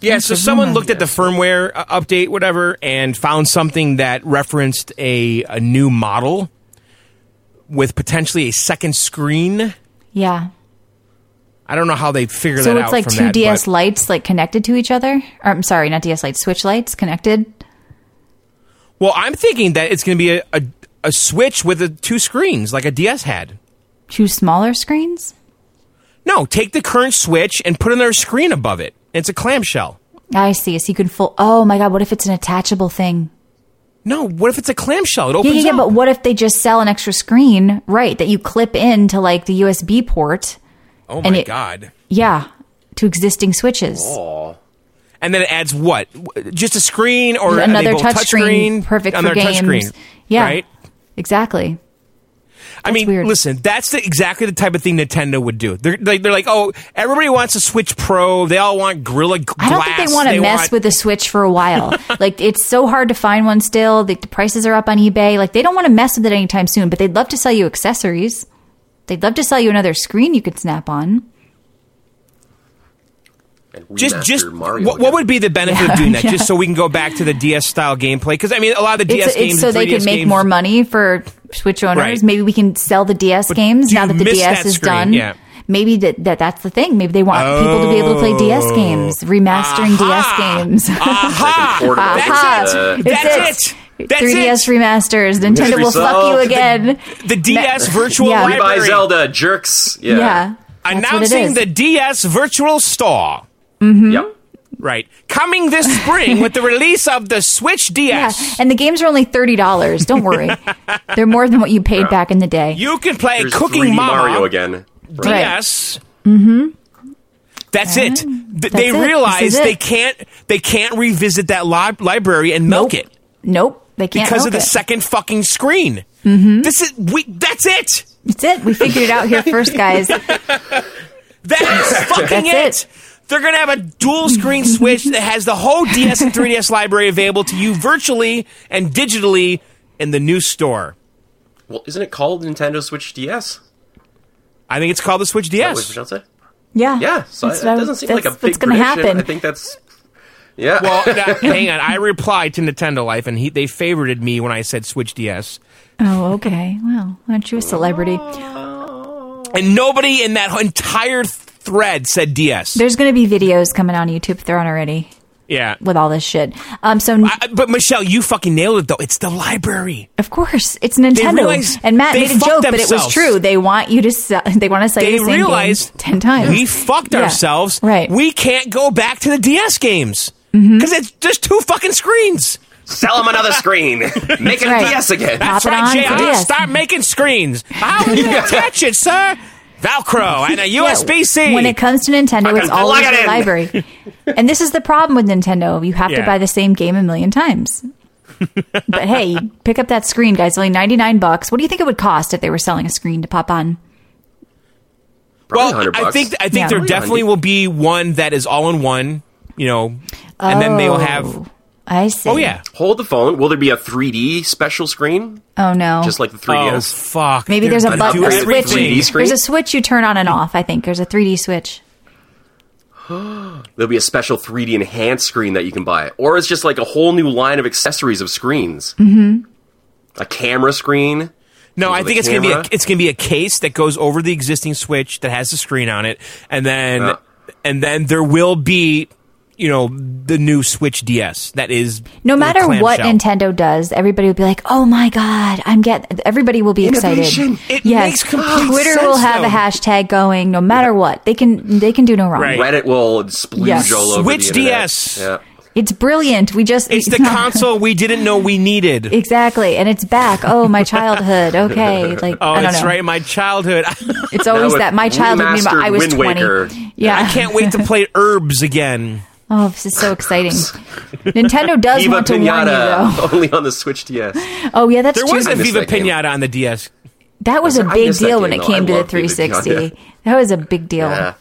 [SPEAKER 2] yeah. So someone looked at the firmware uh, update, whatever, and found something that referenced a a new model with potentially a second screen.
[SPEAKER 4] Yeah.
[SPEAKER 2] I don't know how they figure
[SPEAKER 4] So
[SPEAKER 2] that
[SPEAKER 4] it's
[SPEAKER 2] out.
[SPEAKER 4] like
[SPEAKER 2] from
[SPEAKER 4] two
[SPEAKER 2] that,
[SPEAKER 4] DS
[SPEAKER 2] but-
[SPEAKER 4] lights like connected to each other. Or, I'm sorry, not DS lights, Switch lights connected.
[SPEAKER 2] well, I'm thinking that it's going to be a, a a Switch with a, two screens, like a DS had.
[SPEAKER 4] Two smaller screens.
[SPEAKER 2] No, take the current Switch and put another screen above it. It's a clamshell.
[SPEAKER 4] I see. So you can full. Oh my god, what if it's an attachable thing?
[SPEAKER 2] No, what if it's a clamshell? It
[SPEAKER 4] Yeah,
[SPEAKER 2] opens
[SPEAKER 4] yeah, yeah.
[SPEAKER 2] up.
[SPEAKER 4] But what if they just sell an extra screen, right? That you clip into like the USB port.
[SPEAKER 2] oh
[SPEAKER 4] and
[SPEAKER 2] my
[SPEAKER 4] it-
[SPEAKER 2] god!
[SPEAKER 4] Yeah, to existing switches.
[SPEAKER 2] And then it adds what? W- Just a screen or are they
[SPEAKER 4] Another
[SPEAKER 2] both
[SPEAKER 4] touch screen, perfect for
[SPEAKER 2] another
[SPEAKER 4] games.
[SPEAKER 2] touch screen.
[SPEAKER 4] yeah,
[SPEAKER 2] Right?
[SPEAKER 4] exactly.
[SPEAKER 2] I mean,
[SPEAKER 4] weird.
[SPEAKER 2] listen, that's the, exactly the type of thing Nintendo would do. They're, they, they're like, oh, everybody wants a Switch Pro. They all want Gorilla Glass.
[SPEAKER 4] I don't think they want to mess with the Switch for a while. like it's so hard to find one still. The, the prices are up on eBay. Like they don't want to mess with it anytime soon. But they'd love to sell you accessories. They'd love to sell you another screen you could snap on.
[SPEAKER 3] And
[SPEAKER 2] just
[SPEAKER 3] remaster
[SPEAKER 2] just
[SPEAKER 3] Mario
[SPEAKER 2] what,
[SPEAKER 3] again.
[SPEAKER 2] what would be the benefit of doing that? Just so we can go back to the DS style gameplay because I mean a lot of the DS
[SPEAKER 4] It's, it's
[SPEAKER 2] games
[SPEAKER 4] so
[SPEAKER 2] and
[SPEAKER 4] they
[SPEAKER 2] 3DS
[SPEAKER 4] could make
[SPEAKER 2] games-
[SPEAKER 4] more money for Switch owners.
[SPEAKER 2] Right.
[SPEAKER 4] Maybe we can sell the DS games
[SPEAKER 2] do
[SPEAKER 4] now
[SPEAKER 2] you
[SPEAKER 4] that the
[SPEAKER 2] miss
[SPEAKER 4] DS
[SPEAKER 2] that
[SPEAKER 4] is
[SPEAKER 2] screen?
[SPEAKER 4] done.
[SPEAKER 2] Yeah.
[SPEAKER 4] Maybe that, that that's the thing. Maybe they want people to be able to play DS games, remastering
[SPEAKER 2] Oh. Aha!
[SPEAKER 4] DS games.
[SPEAKER 2] Aha!
[SPEAKER 3] Like a portable
[SPEAKER 2] That's
[SPEAKER 3] version
[SPEAKER 2] it.
[SPEAKER 3] of
[SPEAKER 2] That's it. That's
[SPEAKER 4] 3DS
[SPEAKER 2] it.
[SPEAKER 4] remasters. Nintendo will fuck you
[SPEAKER 3] resolved.
[SPEAKER 4] again.
[SPEAKER 2] The DS virtual
[SPEAKER 4] Yeah.
[SPEAKER 3] We buy
[SPEAKER 2] library
[SPEAKER 3] Zelda, jerks. Yeah.
[SPEAKER 4] Yeah. That's what it
[SPEAKER 2] announcing
[SPEAKER 4] is.
[SPEAKER 2] the DS virtual store.
[SPEAKER 4] Mm-hmm.
[SPEAKER 3] Yep.
[SPEAKER 2] Right. Coming this spring with the release of the Switch
[SPEAKER 4] Yeah,
[SPEAKER 2] DS.
[SPEAKER 4] and the games are only thirty dollars. Don't worry, they're more than what you paid back in the day.
[SPEAKER 2] You can play
[SPEAKER 3] There's
[SPEAKER 2] Cooking
[SPEAKER 3] 3D
[SPEAKER 2] Mama
[SPEAKER 3] Mario again.
[SPEAKER 4] Right.
[SPEAKER 2] DS. Mm-hmm. That's it. Th- they
[SPEAKER 4] it. This
[SPEAKER 2] realize
[SPEAKER 4] is it.
[SPEAKER 2] they can't they can't revisit that li- library and milk
[SPEAKER 4] Nope.
[SPEAKER 2] it
[SPEAKER 4] Nope, they can't
[SPEAKER 2] because of
[SPEAKER 4] milk
[SPEAKER 2] the
[SPEAKER 4] it.
[SPEAKER 2] second fucking screen. Mm-hmm. This is we. That's it.
[SPEAKER 4] That's it. We figured it out here first, guys.
[SPEAKER 2] That's fucking
[SPEAKER 4] That's
[SPEAKER 2] it. They're gonna have a dual screen switch that has the whole DS and 3DS library available to you virtually and digitally in the new store.
[SPEAKER 3] Well, isn't it called Nintendo Switch DS?
[SPEAKER 2] I think it's called the Switch
[SPEAKER 3] That was
[SPEAKER 2] DS.
[SPEAKER 3] pronounced it?
[SPEAKER 4] Yeah,
[SPEAKER 3] Yeah, so
[SPEAKER 4] That's
[SPEAKER 3] it
[SPEAKER 4] what I-
[SPEAKER 3] doesn't seem like a
[SPEAKER 4] that's
[SPEAKER 3] big
[SPEAKER 4] what's gonna
[SPEAKER 3] prediction.
[SPEAKER 4] happen.
[SPEAKER 3] I think that's yeah.
[SPEAKER 2] Well, that, hang on. I replied to Nintendo Life, and he, they favorited me when I said Switch DS.
[SPEAKER 4] Oh, okay. Well, aren't you a celebrity?
[SPEAKER 2] Oh. And nobody in that entire thread said DS.
[SPEAKER 4] There's going to be videos coming on YouTube if they're on already
[SPEAKER 2] yeah.
[SPEAKER 4] with all this shit. Um, so
[SPEAKER 2] I, but Michelle, you fucking nailed it though. It's the library.
[SPEAKER 4] of course it's Nintendo,
[SPEAKER 2] realize
[SPEAKER 4] and Matt
[SPEAKER 2] they
[SPEAKER 4] made a
[SPEAKER 2] fucked
[SPEAKER 4] joke, but it was
[SPEAKER 2] themselves.
[SPEAKER 4] true. They want you to sell. They want to sell
[SPEAKER 2] They
[SPEAKER 4] you the same
[SPEAKER 2] realized
[SPEAKER 4] game ten times.
[SPEAKER 2] we fucked
[SPEAKER 4] Yeah.
[SPEAKER 2] ourselves.
[SPEAKER 4] Right. Mm-hmm.
[SPEAKER 2] We can't go back to the DS games because it's just two fucking screens.
[SPEAKER 3] Sell them another screen. Make it a
[SPEAKER 4] right.
[SPEAKER 3] DS again.
[SPEAKER 4] Pop it on
[SPEAKER 2] right,
[SPEAKER 4] for
[SPEAKER 2] JR.
[SPEAKER 4] DS.
[SPEAKER 2] Start making screens. How would you attach it, sir? Velcro and a
[SPEAKER 4] Yeah,
[SPEAKER 2] USB C.
[SPEAKER 4] When it comes to Nintendo,
[SPEAKER 3] Fucking
[SPEAKER 4] it's always
[SPEAKER 3] plug it
[SPEAKER 4] the
[SPEAKER 3] in.
[SPEAKER 4] library. and this is the problem with Nintendo. You have to
[SPEAKER 2] Yeah.
[SPEAKER 4] buy the same game a million times. but hey, pick up that screen, guys. Only ninety nine bucks. What do you think it would cost if they were selling a screen to pop on?
[SPEAKER 3] Probably
[SPEAKER 2] well,
[SPEAKER 3] 100
[SPEAKER 2] I
[SPEAKER 3] bucks.
[SPEAKER 2] think I think
[SPEAKER 4] Yeah.
[SPEAKER 2] there
[SPEAKER 4] Probably
[SPEAKER 2] definitely will be one that is all in one. You know, and then they will have.
[SPEAKER 4] Oh, I see.
[SPEAKER 2] Oh yeah.
[SPEAKER 3] Hold the phone. Will there be a 3D special screen,
[SPEAKER 4] Oh no.
[SPEAKER 3] just like the
[SPEAKER 2] Oh
[SPEAKER 3] 3DS?
[SPEAKER 2] fuck.
[SPEAKER 4] Maybe
[SPEAKER 2] They're
[SPEAKER 4] there's a
[SPEAKER 2] gonna
[SPEAKER 4] button,
[SPEAKER 2] do
[SPEAKER 4] a
[SPEAKER 2] everything.
[SPEAKER 4] switch.
[SPEAKER 3] 3D screen?
[SPEAKER 4] There's a switch you turn on and off. I think there's a 3D switch.
[SPEAKER 3] There'll be a special 3D enhanced screen that you can buy, or it's just like a whole new line of accessories of screens. Mm-hmm. A camera screen.
[SPEAKER 2] No, I
[SPEAKER 3] the
[SPEAKER 2] think it's gonna be a,
[SPEAKER 3] camera.
[SPEAKER 2] it's gonna be a case that goes over the existing Switch that has the screen on it, and then
[SPEAKER 3] Yeah.
[SPEAKER 2] and then there will be you know the new Switch DS that is
[SPEAKER 4] No
[SPEAKER 2] the
[SPEAKER 4] matter what
[SPEAKER 2] clamshell.
[SPEAKER 4] Nintendo does, everybody will be like, "Oh my god, I'm get." Everybody will be
[SPEAKER 3] Innovation.
[SPEAKER 2] It
[SPEAKER 4] excited.
[SPEAKER 2] makes complete
[SPEAKER 4] Twitter
[SPEAKER 2] sense,
[SPEAKER 4] will have a
[SPEAKER 2] though.
[SPEAKER 4] hashtag going. No matter what, they can they can do no wrong.
[SPEAKER 2] Right.
[SPEAKER 3] Reddit will splooge
[SPEAKER 4] Yes.
[SPEAKER 3] all over
[SPEAKER 2] Switch
[SPEAKER 3] the internet.
[SPEAKER 2] DS.
[SPEAKER 3] Yeah.
[SPEAKER 4] It's brilliant. We just
[SPEAKER 2] It's the console we didn't know we needed.
[SPEAKER 4] exactly, and it's back. Oh, my childhood. Okay, like
[SPEAKER 2] oh,
[SPEAKER 4] I don't
[SPEAKER 2] it's
[SPEAKER 4] know.
[SPEAKER 2] right, my childhood.
[SPEAKER 4] It's always
[SPEAKER 3] Now
[SPEAKER 4] that my
[SPEAKER 3] with
[SPEAKER 4] childhood. meanwhile,
[SPEAKER 3] remastered
[SPEAKER 4] I was
[SPEAKER 3] Wind
[SPEAKER 4] twenty.
[SPEAKER 3] Waker.
[SPEAKER 4] Yeah,
[SPEAKER 2] I can't wait to play Herbs again.
[SPEAKER 4] Oh, this is so exciting. Nintendo does
[SPEAKER 3] Viva
[SPEAKER 4] want to warn you though.
[SPEAKER 3] Pinata, only on the Switch DS.
[SPEAKER 4] Oh yeah, that's
[SPEAKER 2] There
[SPEAKER 4] true.
[SPEAKER 2] was a
[SPEAKER 3] miss
[SPEAKER 2] Viva
[SPEAKER 3] that game.
[SPEAKER 2] Pinata on the DS.
[SPEAKER 4] That was a
[SPEAKER 3] I
[SPEAKER 4] big
[SPEAKER 3] miss that
[SPEAKER 4] deal when
[SPEAKER 3] game,
[SPEAKER 4] it
[SPEAKER 3] though. I
[SPEAKER 4] came to the
[SPEAKER 3] love David
[SPEAKER 4] 360.
[SPEAKER 3] Piñata.
[SPEAKER 4] That was a big deal.
[SPEAKER 3] Yeah.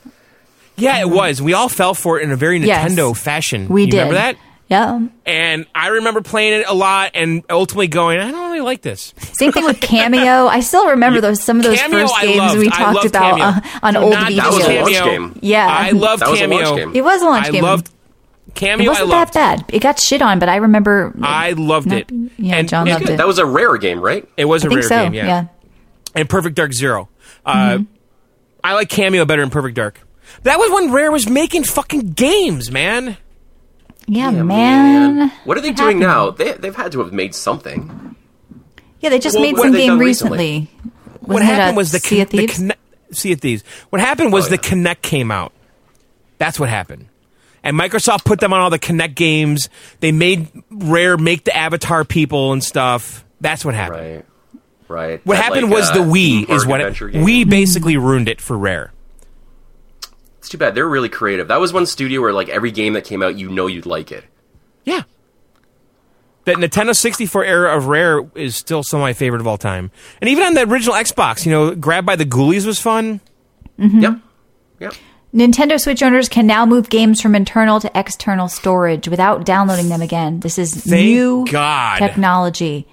[SPEAKER 2] Yeah, it was. We all fell for it in a very
[SPEAKER 4] Yes.
[SPEAKER 2] Nintendo fashion.
[SPEAKER 4] We
[SPEAKER 2] You
[SPEAKER 4] did.
[SPEAKER 2] remember that?
[SPEAKER 4] Yeah.
[SPEAKER 2] And I remember playing it a lot and ultimately going, I don't really like this.
[SPEAKER 4] Same thing with Cameo. I still remember those some of those
[SPEAKER 2] Cameo,
[SPEAKER 4] first
[SPEAKER 2] I
[SPEAKER 4] games
[SPEAKER 2] loved.
[SPEAKER 4] we
[SPEAKER 2] I
[SPEAKER 4] talked
[SPEAKER 2] loved
[SPEAKER 4] about
[SPEAKER 2] Cameo.
[SPEAKER 4] uh, on
[SPEAKER 2] Do
[SPEAKER 4] old
[SPEAKER 2] not
[SPEAKER 3] That
[SPEAKER 4] videos.
[SPEAKER 3] was a
[SPEAKER 2] Cameo.
[SPEAKER 3] launch game.
[SPEAKER 4] Yeah.
[SPEAKER 2] I love
[SPEAKER 3] That was a
[SPEAKER 2] Cameo.
[SPEAKER 3] launch game.
[SPEAKER 4] It was a launch
[SPEAKER 2] I
[SPEAKER 4] game.
[SPEAKER 2] loved Cameo.
[SPEAKER 4] it wasn't
[SPEAKER 2] I loved.
[SPEAKER 4] that bad. It got shit on, but I remember.
[SPEAKER 2] I loved
[SPEAKER 4] Not-
[SPEAKER 2] it.
[SPEAKER 4] yeah,
[SPEAKER 2] And
[SPEAKER 4] John
[SPEAKER 2] it's
[SPEAKER 4] loved
[SPEAKER 2] good.
[SPEAKER 4] it.
[SPEAKER 3] That was a rare game, right?
[SPEAKER 2] It was a
[SPEAKER 4] I think
[SPEAKER 2] rare
[SPEAKER 4] so. Mm-hmm.
[SPEAKER 2] game, yeah. And Perfect Dark Zero. Uh, I like Cameo better than Perfect Dark. That was when Rare was making fucking games, man.
[SPEAKER 4] Yeah,
[SPEAKER 3] Yeah,
[SPEAKER 4] man.
[SPEAKER 3] What are they doing now? They, they've had to have made something.
[SPEAKER 4] Yeah, they just
[SPEAKER 3] Well,
[SPEAKER 4] made
[SPEAKER 3] what
[SPEAKER 4] some
[SPEAKER 3] have they
[SPEAKER 4] game
[SPEAKER 3] done
[SPEAKER 4] recently.
[SPEAKER 3] recently?
[SPEAKER 2] what
[SPEAKER 4] Wasn't it
[SPEAKER 2] happened
[SPEAKER 4] a
[SPEAKER 2] was the
[SPEAKER 4] Sea of
[SPEAKER 2] Con- the
[SPEAKER 4] Thieves?
[SPEAKER 2] Conne- Sea of Thieves. What happened was
[SPEAKER 3] Oh,
[SPEAKER 2] the
[SPEAKER 3] yeah.
[SPEAKER 2] Connect came out. That's what happened. And Microsoft put them on all the Connect games. They made Rare make the Avatar people and stuff. That's what happened.
[SPEAKER 3] Right. Right.
[SPEAKER 2] What
[SPEAKER 3] That,
[SPEAKER 2] happened
[SPEAKER 3] like,
[SPEAKER 2] was
[SPEAKER 3] uh,
[SPEAKER 2] the Wii
[SPEAKER 3] theme park
[SPEAKER 2] is what
[SPEAKER 3] adventure
[SPEAKER 2] it,
[SPEAKER 3] game.
[SPEAKER 2] we basically ruined it for Rare.
[SPEAKER 3] It's too bad. They're really creative. That was one studio where like every game that came out, you know you'd like it.
[SPEAKER 2] Yeah. That Nintendo 64 era of Rare is still some of my favorite of all time. And even on the original Xbox, you know, Grab by the Ghoulies was fun.
[SPEAKER 4] Mm-hmm.
[SPEAKER 3] Yep. Yep.
[SPEAKER 4] Nintendo Switch owners can now move games from internal to external storage without downloading them again. This is
[SPEAKER 2] Thank
[SPEAKER 4] new
[SPEAKER 2] God.
[SPEAKER 4] technology.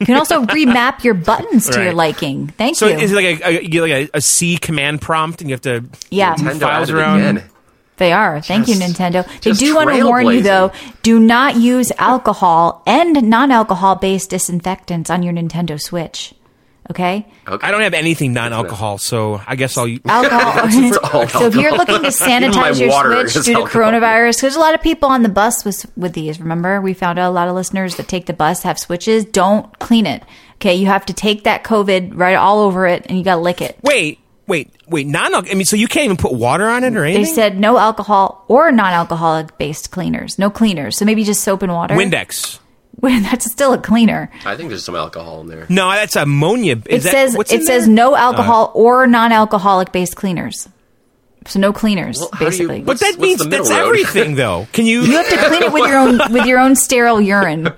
[SPEAKER 4] You can also remap your buttons to your
[SPEAKER 2] Right.
[SPEAKER 4] liking. Thank
[SPEAKER 2] So
[SPEAKER 4] you.
[SPEAKER 2] is it like a, a, you get like a, a C command prompt and you have to
[SPEAKER 4] yeah,
[SPEAKER 3] Nintendo
[SPEAKER 2] Files
[SPEAKER 3] added it
[SPEAKER 2] around.
[SPEAKER 3] again.
[SPEAKER 4] they are. Thank you,
[SPEAKER 3] Just-
[SPEAKER 4] Nintendo. They
[SPEAKER 3] just
[SPEAKER 4] do want to warn you,
[SPEAKER 3] trailblazing.
[SPEAKER 4] though do not use alcohol and non alcohol based disinfectants on your Nintendo Switch. Okay?
[SPEAKER 3] Okay.
[SPEAKER 2] I don't have anything non-alcohol, so I guess I'll.
[SPEAKER 4] Alcohol.
[SPEAKER 3] all
[SPEAKER 4] So if you're
[SPEAKER 3] alcohol.
[SPEAKER 4] looking to
[SPEAKER 3] Even my
[SPEAKER 4] sanitize your
[SPEAKER 3] water
[SPEAKER 4] switch
[SPEAKER 3] is
[SPEAKER 4] due to
[SPEAKER 3] alcohol.
[SPEAKER 4] coronavirus, there's a lot of people on the bus with with these. Remember, we found out a lot of listeners that take the bus have switches. Don't clean it. Okay, you have to take that COVID right all over it, and you got to lick it.
[SPEAKER 2] Wait, wait, wait. Non. I mean, so you can't even put water on it or anything.
[SPEAKER 4] They said no alcohol or non-alcoholic based cleaners. No cleaners. So maybe just soap and water.
[SPEAKER 2] Windex.
[SPEAKER 4] Well, That's still a cleaner.
[SPEAKER 3] I think there's some alcohol in there.
[SPEAKER 2] No, that's ammonia.
[SPEAKER 4] It
[SPEAKER 2] Is that-
[SPEAKER 4] says
[SPEAKER 2] what's
[SPEAKER 4] it
[SPEAKER 2] in
[SPEAKER 4] says
[SPEAKER 2] there?
[SPEAKER 4] no alcohol or non-alcoholic based cleaners. So no cleaners,
[SPEAKER 3] Well, how do you-
[SPEAKER 4] basically.
[SPEAKER 2] But
[SPEAKER 3] What's-
[SPEAKER 2] that
[SPEAKER 3] what's
[SPEAKER 2] means
[SPEAKER 3] the middle
[SPEAKER 2] that's
[SPEAKER 3] road?
[SPEAKER 2] everything, though. Can you?
[SPEAKER 4] you have to clean it with your own with your own sterile urine.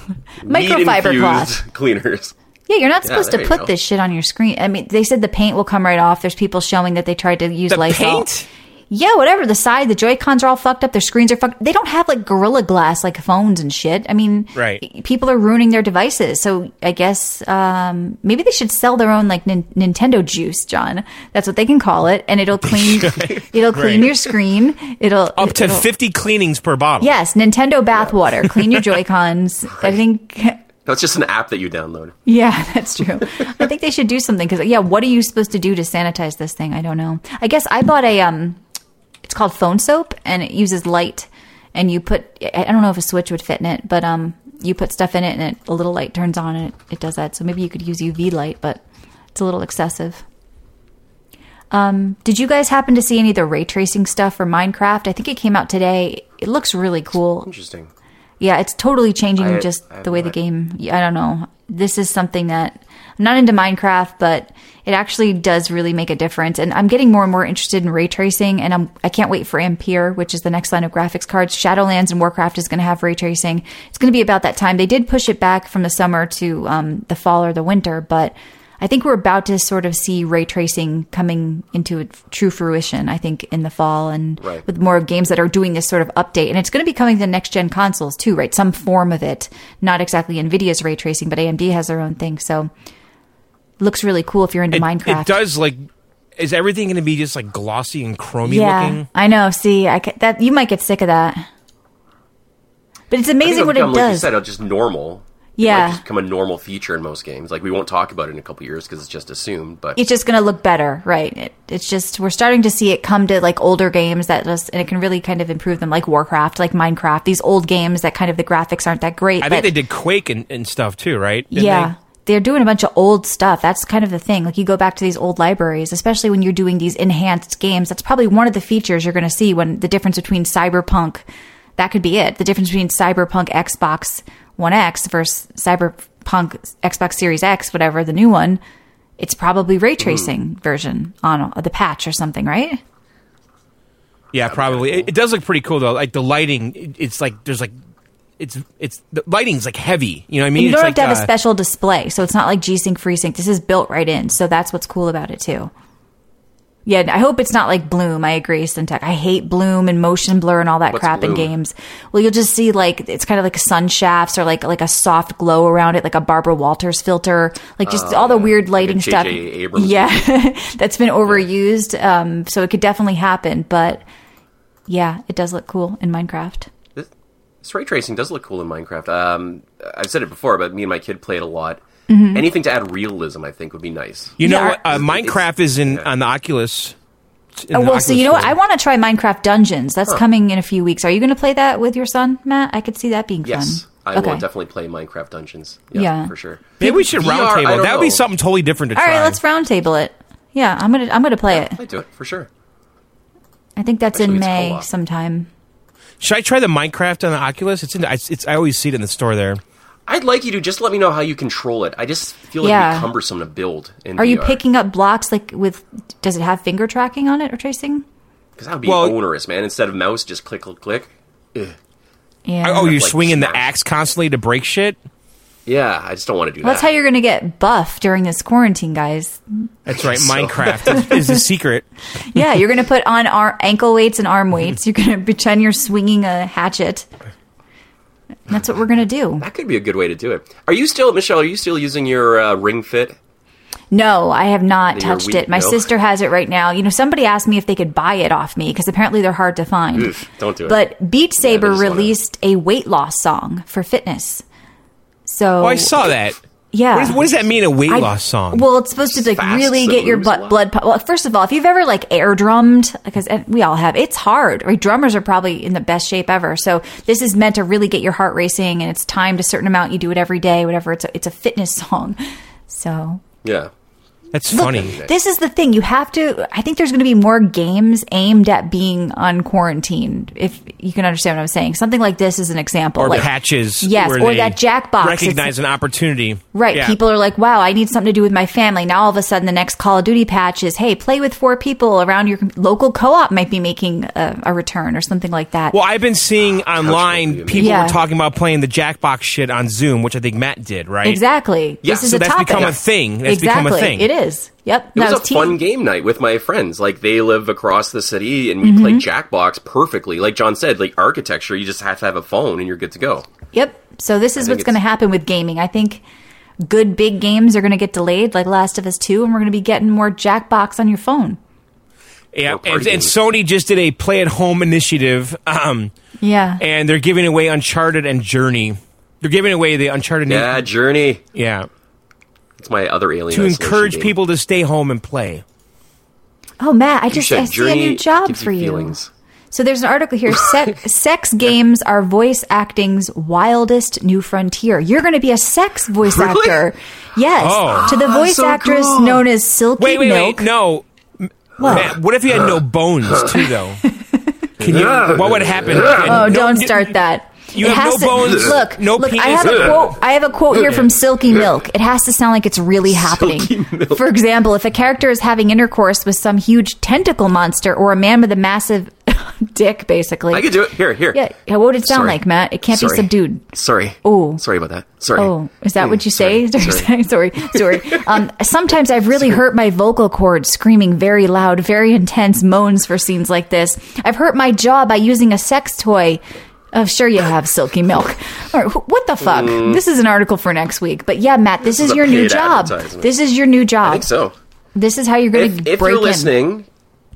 [SPEAKER 4] Microfiber cloth.
[SPEAKER 3] Weed-infused cleaners.
[SPEAKER 4] Yeah, you're not supposed
[SPEAKER 3] there
[SPEAKER 4] to
[SPEAKER 3] you
[SPEAKER 4] put
[SPEAKER 3] go.
[SPEAKER 4] this shit on your screen. I mean, they said the paint will come right off. There's people showing that they tried to use
[SPEAKER 2] The
[SPEAKER 4] Lysol.
[SPEAKER 2] paint?
[SPEAKER 4] Yeah, whatever. The side, the Joy Cons are all fucked up. Their screens are fucked. They don't have like Gorilla Glass like phones and shit. I mean,
[SPEAKER 2] Right.
[SPEAKER 4] People are ruining their devices. So I guess um, maybe they should sell their own like nin- Nintendo juice, John. That's what they can call it, and it'll clean. it'll clean
[SPEAKER 2] Right.
[SPEAKER 4] your screen. It'll
[SPEAKER 2] Up to
[SPEAKER 4] it'll-
[SPEAKER 2] fifty cleanings per bottle.
[SPEAKER 4] Yes, Nintendo bathwater. Clean your Joy Cons. I think
[SPEAKER 3] That's just an app that you download.
[SPEAKER 4] yeah, that's true. I think they should do something because yeah, what are you supposed to do to sanitize this thing? I don't know. I guess I bought a um, it's called phone soap and it uses light, and you put I I don't know if a switch would fit in it, but um, you put stuff in it and it, a little light turns on and it, it does that. So maybe you could use UV light, but it's a little excessive. Um, did you guys happen to see any of the ray tracing stuff for Minecraft? I think it came out today. It looks really cool.
[SPEAKER 3] Interesting.
[SPEAKER 4] Yeah, it's totally changing
[SPEAKER 3] I-
[SPEAKER 4] just
[SPEAKER 3] I have
[SPEAKER 4] the way
[SPEAKER 3] no
[SPEAKER 4] the game. I don't know. This is something that I'm not into Minecraft, but it actually does really make a difference. And I'm getting more and more interested in ray tracing, and I'm I can't wait for Ampere, which is the next line of graphics cards. Shadowlands and Warcraft is going to have ray tracing. It's going to be about that time. They did push it back from the summer to um, the fall or the winter, but I think we're about to sort of see ray tracing coming into a true fruition. I think in the fall and
[SPEAKER 3] Right.
[SPEAKER 4] with more games that are doing this sort of update, and it's going to be coming to the next gen consoles too, right? Some form of it, not exactly Nvidia's ray tracing, but AMD has their own thing. So looks really cool if you're into
[SPEAKER 2] it,
[SPEAKER 4] Minecraft.
[SPEAKER 2] It does like. Is everything going to be just like glossy and chromy
[SPEAKER 4] yeah,
[SPEAKER 2] looking?
[SPEAKER 4] I know. See, I ca- that you might get sick of that, but it's
[SPEAKER 3] I think
[SPEAKER 4] amazing
[SPEAKER 3] it'll
[SPEAKER 4] what it
[SPEAKER 3] become, Like you
[SPEAKER 4] does.
[SPEAKER 3] said, it'll just normal.
[SPEAKER 4] Yeah.
[SPEAKER 3] It'll just become a normal feature in most games. Like we won't talk about it in a couple years because it's just assumed. But
[SPEAKER 4] it's just going to look better, right? It, it's just we're starting to see it come to like older games that just and it can really kind of improve them, like Warcraft, like Minecraft. These old games that kind of the graphics aren't that great.
[SPEAKER 2] I
[SPEAKER 4] but-
[SPEAKER 2] think they did Quake and, and stuff too, right? Didn't
[SPEAKER 4] yeah. They? are doing a bunch of old stuff. That's kind of the thing. Like you go back to these old libraries, especially when you're doing these enhanced games. That's probably one of the features you're going to see when the difference between Cyberpunk, that could be it. The difference between Cyberpunk Xbox One X versus Cyberpunk Xbox Series X, whatever the new one. It's probably ray
[SPEAKER 2] Hmm.
[SPEAKER 4] tracing version on the patch or something, right?
[SPEAKER 2] Yeah, probably. It, it does look pretty cool though. Like the lighting, it- it's like there's like it's it's the lighting's like heavy. You know what I mean?
[SPEAKER 4] You
[SPEAKER 2] it's
[SPEAKER 4] don't
[SPEAKER 2] like,
[SPEAKER 4] have to have a
[SPEAKER 2] uh,
[SPEAKER 4] special display, so it's not like G-Sync FreeSync. This is built right in, so that's what's cool about it too. Yeah, I hope it's not like Bloom. I agree, Syntech. I hate Bloom and motion blur and all that
[SPEAKER 3] What's
[SPEAKER 4] crap in
[SPEAKER 3] Bloom?
[SPEAKER 4] games. Well, you'll just see like it's kind of like sun shafts or like like a soft glow around it, like a Barbara Walters filter, like just all the weird lighting
[SPEAKER 3] J.J.
[SPEAKER 4] stuff.
[SPEAKER 3] Abrams
[SPEAKER 4] yeah, that's been overused. Um, so it could definitely happen, but yeah, it does look cool in Minecraft.
[SPEAKER 3] this, this ray tracing does look cool in Minecraft. Um, I've said it before, but me and my kid played a lot.
[SPEAKER 4] Mm-hmm.
[SPEAKER 3] Anything to add realism, I think, would be nice.
[SPEAKER 2] You know
[SPEAKER 4] Yeah.
[SPEAKER 2] what? Uh, Minecraft is in on the Oculus. It's in
[SPEAKER 4] Oh,
[SPEAKER 2] the
[SPEAKER 4] well, so
[SPEAKER 2] Oculus
[SPEAKER 4] you know what?
[SPEAKER 2] store.
[SPEAKER 4] I want to try Minecraft Dungeons. That's coming in a few weeks. Are you going to play that with your son, Matt? I could see that being
[SPEAKER 3] Yes,
[SPEAKER 4] fun.
[SPEAKER 3] I will definitely play Minecraft Dungeons. Yeah,
[SPEAKER 4] Yeah.
[SPEAKER 3] for sure.
[SPEAKER 2] Maybe we should
[SPEAKER 3] VR,
[SPEAKER 2] round
[SPEAKER 3] I
[SPEAKER 2] table.
[SPEAKER 3] don't
[SPEAKER 2] That would be
[SPEAKER 3] know.
[SPEAKER 2] something totally different to
[SPEAKER 4] All
[SPEAKER 2] try.
[SPEAKER 4] right, let's roundtable it. Yeah, I'm gonna I'm gonna play it.
[SPEAKER 3] I do it for sure.
[SPEAKER 4] I think that's
[SPEAKER 3] Actually,
[SPEAKER 4] in
[SPEAKER 3] it's
[SPEAKER 4] May
[SPEAKER 3] co-op.
[SPEAKER 4] sometime.
[SPEAKER 2] Should I try the Minecraft on the Oculus? It's in. I, it's. I always see it in the store there.
[SPEAKER 3] I'd like you to just let me know how you control it. I just feel like it'd
[SPEAKER 4] Yeah.
[SPEAKER 3] be cumbersome to build. In
[SPEAKER 4] Are you
[SPEAKER 3] VR.
[SPEAKER 4] picking up blocks like with? Does it have finger tracking on it or tracing?
[SPEAKER 3] Because that would be
[SPEAKER 2] Well-
[SPEAKER 3] onerous, man. Instead of mouse, just click, click, click. Ugh.
[SPEAKER 4] Yeah.
[SPEAKER 2] Oh, you're
[SPEAKER 3] like,
[SPEAKER 2] swinging the
[SPEAKER 3] smash.
[SPEAKER 2] axe constantly to break shit.
[SPEAKER 3] Yeah, I just don't want to do
[SPEAKER 4] Well, that's how
[SPEAKER 3] that.
[SPEAKER 4] you're gonna get buff during this quarantine, guys.
[SPEAKER 2] That's right.
[SPEAKER 3] So-
[SPEAKER 2] Minecraft is, is the secret.
[SPEAKER 4] Yeah, you're gonna put on our ankle weights and arm weights. You're gonna pretend you're swinging a hatchet. That's what we're gonna do.
[SPEAKER 3] that could be a good way to do it. Are you still, Michelle? Are you still using your uh, Ring Fit?
[SPEAKER 4] No, I have not
[SPEAKER 3] You're
[SPEAKER 4] touched
[SPEAKER 3] weak,
[SPEAKER 4] it. My
[SPEAKER 3] no.
[SPEAKER 4] sister has it right now. You know, somebody asked me if they could buy it off me because apparently they're hard to find.
[SPEAKER 3] Oof, don't do it.
[SPEAKER 4] But Beat Saber
[SPEAKER 3] just wanna-
[SPEAKER 4] released a weight loss song for fitness. So
[SPEAKER 2] Oh, I saw that.
[SPEAKER 4] Yeah.
[SPEAKER 2] What, is, what does that mean? A weight
[SPEAKER 4] I-
[SPEAKER 2] loss song?
[SPEAKER 4] Well, it's supposed to like
[SPEAKER 3] fast,
[SPEAKER 4] really
[SPEAKER 3] so
[SPEAKER 4] get your
[SPEAKER 3] lose a
[SPEAKER 4] blood
[SPEAKER 3] lot.
[SPEAKER 4] blood. pu- Well, first of all, if you've ever like air drummed, because uh, we all have, it's hard. Right? Drummers are probably in the best shape ever. So this is meant to really get your heart racing, and it's timed a certain amount. You do it every day, whatever. It's a, it's a fitness song. So
[SPEAKER 3] Yeah.
[SPEAKER 2] That's
[SPEAKER 4] Look,
[SPEAKER 2] funny.
[SPEAKER 4] This is the thing. You have to. I think there's going to be more games aimed at being unquarantined. If you can understand what I'm saying, something like this is an example.
[SPEAKER 2] or
[SPEAKER 4] oh, like,
[SPEAKER 2] patches.
[SPEAKER 4] Yes,
[SPEAKER 2] where
[SPEAKER 4] or
[SPEAKER 2] they
[SPEAKER 4] that Jackbox.
[SPEAKER 2] Recognize an opportunity.
[SPEAKER 4] Right.
[SPEAKER 2] Yeah.
[SPEAKER 4] People are like, wow, I need something to do with my family. Now all of a sudden the next Call of Duty patch is, hey, play with four people around your com- local co-op might be making a, a return or something like that.
[SPEAKER 2] Well, I've been seeing online
[SPEAKER 3] maybe.
[SPEAKER 2] people
[SPEAKER 4] Yeah.
[SPEAKER 2] were talking about playing the Jackbox shit on Zoom, which I think Matt did, right?
[SPEAKER 4] exactly.
[SPEAKER 3] Yeah,
[SPEAKER 4] this is
[SPEAKER 2] so
[SPEAKER 4] a
[SPEAKER 2] that's
[SPEAKER 4] topic.
[SPEAKER 2] become a thing. That's
[SPEAKER 4] exactly.
[SPEAKER 2] become a thing.
[SPEAKER 4] It is. Yep.
[SPEAKER 3] It
[SPEAKER 4] No,
[SPEAKER 3] was a
[SPEAKER 4] it's teen-
[SPEAKER 3] fun game night with my friends. Like they live across the city, and we
[SPEAKER 4] Mm-hmm.
[SPEAKER 3] play Jackbox perfectly. Like John said, like architecture, you just have to have a phone, and you're good to go.
[SPEAKER 4] Yep. So this is
[SPEAKER 3] think
[SPEAKER 4] what's going to
[SPEAKER 3] it's-
[SPEAKER 4] happen with gaming. I think good big games are going to get delayed, like Last of Us Two, and we're going to be getting more Jackbox on your phone.
[SPEAKER 2] Yeah.
[SPEAKER 3] Or
[SPEAKER 2] And,
[SPEAKER 3] party
[SPEAKER 2] and
[SPEAKER 3] games.
[SPEAKER 2] Sony just did a play at home initiative, um,
[SPEAKER 4] Yeah.
[SPEAKER 2] and they're giving away Uncharted and Journey. They're giving away the Uncharted.
[SPEAKER 3] Yeah,
[SPEAKER 4] Mm-hmm.
[SPEAKER 3] Journey.
[SPEAKER 2] yeah.
[SPEAKER 3] It's my other alien.
[SPEAKER 2] To
[SPEAKER 3] Isolation
[SPEAKER 2] encourage
[SPEAKER 3] game.
[SPEAKER 2] people to stay home and play.
[SPEAKER 4] oh, Matt, I
[SPEAKER 3] You
[SPEAKER 4] just
[SPEAKER 3] said
[SPEAKER 4] I see a new
[SPEAKER 3] Journey
[SPEAKER 4] job
[SPEAKER 3] gives
[SPEAKER 4] for you.
[SPEAKER 3] feelings.
[SPEAKER 4] So there's an article here. Se- sex games are voice acting's wildest new frontier. You're going to be a sex voice
[SPEAKER 3] Really? Ah,
[SPEAKER 4] actor. Yes,
[SPEAKER 2] Oh.
[SPEAKER 4] to the voice
[SPEAKER 3] so
[SPEAKER 4] actress
[SPEAKER 3] cool.
[SPEAKER 4] known as Silky
[SPEAKER 2] Wait, wait,
[SPEAKER 4] Milk.
[SPEAKER 2] wait. No. M- Matt, what if you had no bones, too, though? Can you, what would happen?
[SPEAKER 4] Oh, don't start that.
[SPEAKER 2] you have no bones,
[SPEAKER 4] Look,
[SPEAKER 2] no
[SPEAKER 4] look. I have
[SPEAKER 2] penis.
[SPEAKER 4] a quote. I have a quote here from Silky Milk. It has to sound like it's really happening. For example, if a character is having intercourse with some huge tentacle monster or a man with a massive dick, basically.
[SPEAKER 3] I could do it. Here, here.
[SPEAKER 4] Yeah. yeah, What would it sound
[SPEAKER 3] Sorry.
[SPEAKER 4] like, Matt? It can't
[SPEAKER 3] Sorry.
[SPEAKER 4] be subdued.
[SPEAKER 3] Sorry.
[SPEAKER 4] Oh.
[SPEAKER 3] Sorry about that. Sorry.
[SPEAKER 4] Oh, is that what
[SPEAKER 3] Mm,
[SPEAKER 4] you say? Sorry,
[SPEAKER 3] Sorry.
[SPEAKER 4] sorry. sorry. Um, sometimes I've really hurt my vocal cords screaming very loud, very intense moans for scenes like this. I've hurt my jaw by using a sex toy. Oh, sure you have silky milk. Or wh- what the fuck? This is an article for next week. But yeah, Matt, this,
[SPEAKER 3] Mm. This
[SPEAKER 4] is,
[SPEAKER 3] is a
[SPEAKER 4] your new
[SPEAKER 3] paid
[SPEAKER 4] job.
[SPEAKER 3] advertisement.
[SPEAKER 4] This is your new job.
[SPEAKER 3] I think so.
[SPEAKER 4] This is how you're going
[SPEAKER 3] If,
[SPEAKER 4] to
[SPEAKER 3] if
[SPEAKER 4] break
[SPEAKER 3] you're
[SPEAKER 4] in.
[SPEAKER 3] listening and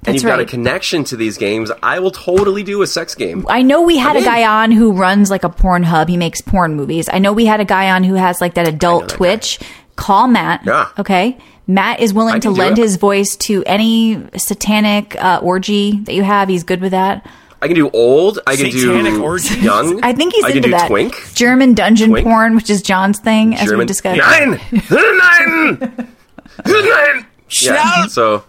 [SPEAKER 4] That's
[SPEAKER 3] you've got a
[SPEAKER 4] right.
[SPEAKER 3] connection to these games, I will totally do a sex game.
[SPEAKER 4] I know we had a guy on who runs like a porn hub. He makes porn movies. I know we had a guy on who has like that adult
[SPEAKER 3] that guy.
[SPEAKER 4] Twitch. Call Matt.
[SPEAKER 3] Yeah.
[SPEAKER 4] Okay. Matt is willing
[SPEAKER 3] I
[SPEAKER 4] to
[SPEAKER 3] can do
[SPEAKER 4] lend
[SPEAKER 3] it.
[SPEAKER 4] his voice to any satanic uh, orgy that you have. He's good with that.
[SPEAKER 3] I can do old. I can
[SPEAKER 2] Satanic
[SPEAKER 3] do
[SPEAKER 2] orgies?
[SPEAKER 3] young.
[SPEAKER 4] I think he's
[SPEAKER 3] I can
[SPEAKER 4] into
[SPEAKER 3] do
[SPEAKER 4] that.
[SPEAKER 3] twink.
[SPEAKER 4] German dungeon
[SPEAKER 3] Twink?
[SPEAKER 4] porn, which is John's thing, as we discussed.
[SPEAKER 3] Nein! Nein! Nein! Yeah,
[SPEAKER 2] Shout!
[SPEAKER 3] so,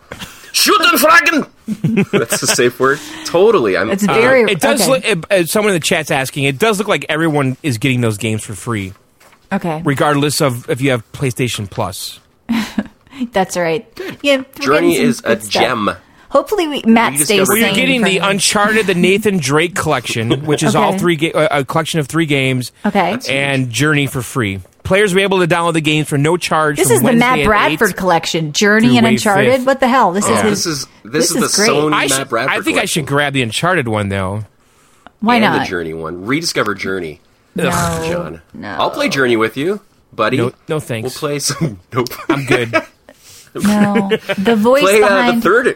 [SPEAKER 3] shoot and fragen! That's the safe word. Totally. I'm,
[SPEAKER 4] It's very.
[SPEAKER 2] It does
[SPEAKER 4] okay.
[SPEAKER 2] look. uh, Uh, someone in the chat's asking. It does look like everyone is getting those games for free,
[SPEAKER 4] okay.
[SPEAKER 2] regardless of if you have PlayStation Plus.
[SPEAKER 4] That's all right. Yeah. we're
[SPEAKER 3] Journey
[SPEAKER 4] getting some
[SPEAKER 3] is a
[SPEAKER 4] good stuff.
[SPEAKER 3] gem.
[SPEAKER 4] Hopefully, we, Matt
[SPEAKER 3] We
[SPEAKER 4] stays.
[SPEAKER 3] discovered-
[SPEAKER 2] Well, you're
[SPEAKER 4] sane
[SPEAKER 2] getting
[SPEAKER 4] from
[SPEAKER 2] the
[SPEAKER 4] this.
[SPEAKER 2] Uncharted, the Nathan Drake collection, which is all
[SPEAKER 4] Okay.
[SPEAKER 2] three ga- uh, a collection of three games.
[SPEAKER 4] Okay.
[SPEAKER 2] And Journey for free. Players will be able to download the games for no charge.
[SPEAKER 4] This
[SPEAKER 2] from
[SPEAKER 4] is the
[SPEAKER 2] Wednesday
[SPEAKER 4] Matt
[SPEAKER 2] at
[SPEAKER 4] Bradford
[SPEAKER 2] 8.
[SPEAKER 4] collection, Journey
[SPEAKER 2] through
[SPEAKER 4] and
[SPEAKER 2] Wave
[SPEAKER 4] Uncharted.
[SPEAKER 2] Fifth.
[SPEAKER 4] What the hell? This is his,
[SPEAKER 3] Oh, This is this,
[SPEAKER 4] This
[SPEAKER 3] is,
[SPEAKER 4] is
[SPEAKER 3] the
[SPEAKER 4] great.
[SPEAKER 3] Sony
[SPEAKER 2] I,
[SPEAKER 3] Matt
[SPEAKER 2] should,
[SPEAKER 3] Bradford.
[SPEAKER 2] I think I should grab the Uncharted one though.
[SPEAKER 4] why
[SPEAKER 3] and
[SPEAKER 4] not?
[SPEAKER 3] the Journey one. Rediscover Journey,
[SPEAKER 4] No,
[SPEAKER 3] John.
[SPEAKER 4] no.
[SPEAKER 3] I'll play Journey with you, buddy.
[SPEAKER 2] No- no thanks.
[SPEAKER 3] We'll play some. Nope.
[SPEAKER 2] I'm good.
[SPEAKER 4] No, the voice
[SPEAKER 3] play uh, the
[SPEAKER 4] behind.
[SPEAKER 3] third.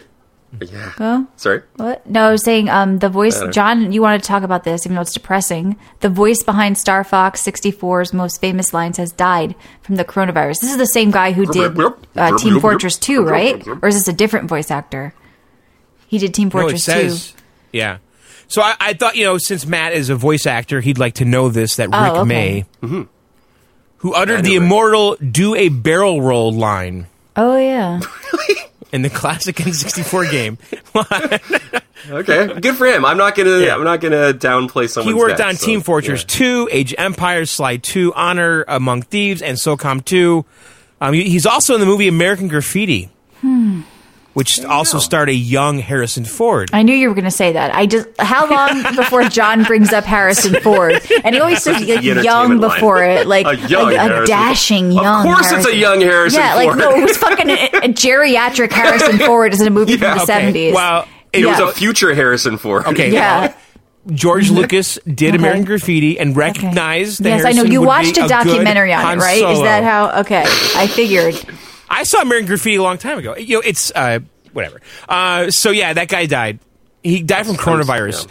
[SPEAKER 3] e- Yeah. Sorry.
[SPEAKER 4] what? No, I was saying um, the voice.
[SPEAKER 3] Uh.
[SPEAKER 4] John, you wanted to talk about this, even though it's depressing. The voice behind Star Fox 64's most famous lines has died from the coronavirus. This is the same guy who did uh, Team Fortress 2, right? Or is this a different voice actor? He did Team
[SPEAKER 2] no, it
[SPEAKER 4] Fortress 2.
[SPEAKER 2] says. Yeah. So I, I thought you know since Matt is a voice actor, he'd like to know this that
[SPEAKER 4] Oh,
[SPEAKER 2] Rick
[SPEAKER 4] okay.
[SPEAKER 2] May, who uttered
[SPEAKER 3] Mm-hmm. know
[SPEAKER 2] the
[SPEAKER 3] Rick.
[SPEAKER 2] immortal "Do a barrel roll" line.
[SPEAKER 4] Oh yeah,
[SPEAKER 2] in the classic N64 game.
[SPEAKER 3] Okay. Good for him. I'm not gonna.
[SPEAKER 2] Yeah.
[SPEAKER 3] I'm not gonna downplay
[SPEAKER 2] he
[SPEAKER 3] someone's.
[SPEAKER 2] worked
[SPEAKER 3] death,
[SPEAKER 2] on
[SPEAKER 3] so,
[SPEAKER 2] Team Fortress
[SPEAKER 3] yeah.
[SPEAKER 2] 2, Age of Empires, Slide 2, Honor Among Thieves, and SOCOM 2. Um, he- he's also in the movie American Graffiti,
[SPEAKER 4] Hmm.
[SPEAKER 2] which also starred a young Harrison Ford.
[SPEAKER 4] I knew you were going to say that. I just how long before John brings up Harrison Ford, and he always says like,
[SPEAKER 3] the
[SPEAKER 4] young
[SPEAKER 3] entertainment line.
[SPEAKER 4] before it, like
[SPEAKER 3] A young Harrison.
[SPEAKER 4] dashing
[SPEAKER 3] Of
[SPEAKER 4] young.
[SPEAKER 3] course it's a
[SPEAKER 4] Harrison.
[SPEAKER 3] young Harrison
[SPEAKER 4] Yeah, like
[SPEAKER 3] Ford.
[SPEAKER 4] no, it was fucking a, a geriatric Harrison Ford is in a movie
[SPEAKER 3] Yeah,
[SPEAKER 4] from the
[SPEAKER 3] okay.
[SPEAKER 4] seventies.
[SPEAKER 2] Well,
[SPEAKER 3] It was
[SPEAKER 4] Yeah.
[SPEAKER 3] a future Harrison Ford.
[SPEAKER 2] okay.
[SPEAKER 4] yeah. Mm-hmm.
[SPEAKER 2] George Lucas did
[SPEAKER 4] Okay.
[SPEAKER 2] American Graffiti and recognized that
[SPEAKER 4] Yes, I know
[SPEAKER 2] Harrison
[SPEAKER 4] you
[SPEAKER 2] would be
[SPEAKER 4] watched a
[SPEAKER 2] good
[SPEAKER 4] documentary on
[SPEAKER 2] Han
[SPEAKER 4] it, right? Is
[SPEAKER 2] Solo.
[SPEAKER 4] that how? Okay, I figured.
[SPEAKER 2] I saw American Graffiti a long time ago. You know, it's uh, whatever. Uh, so yeah, that guy died. He died from coronavirus.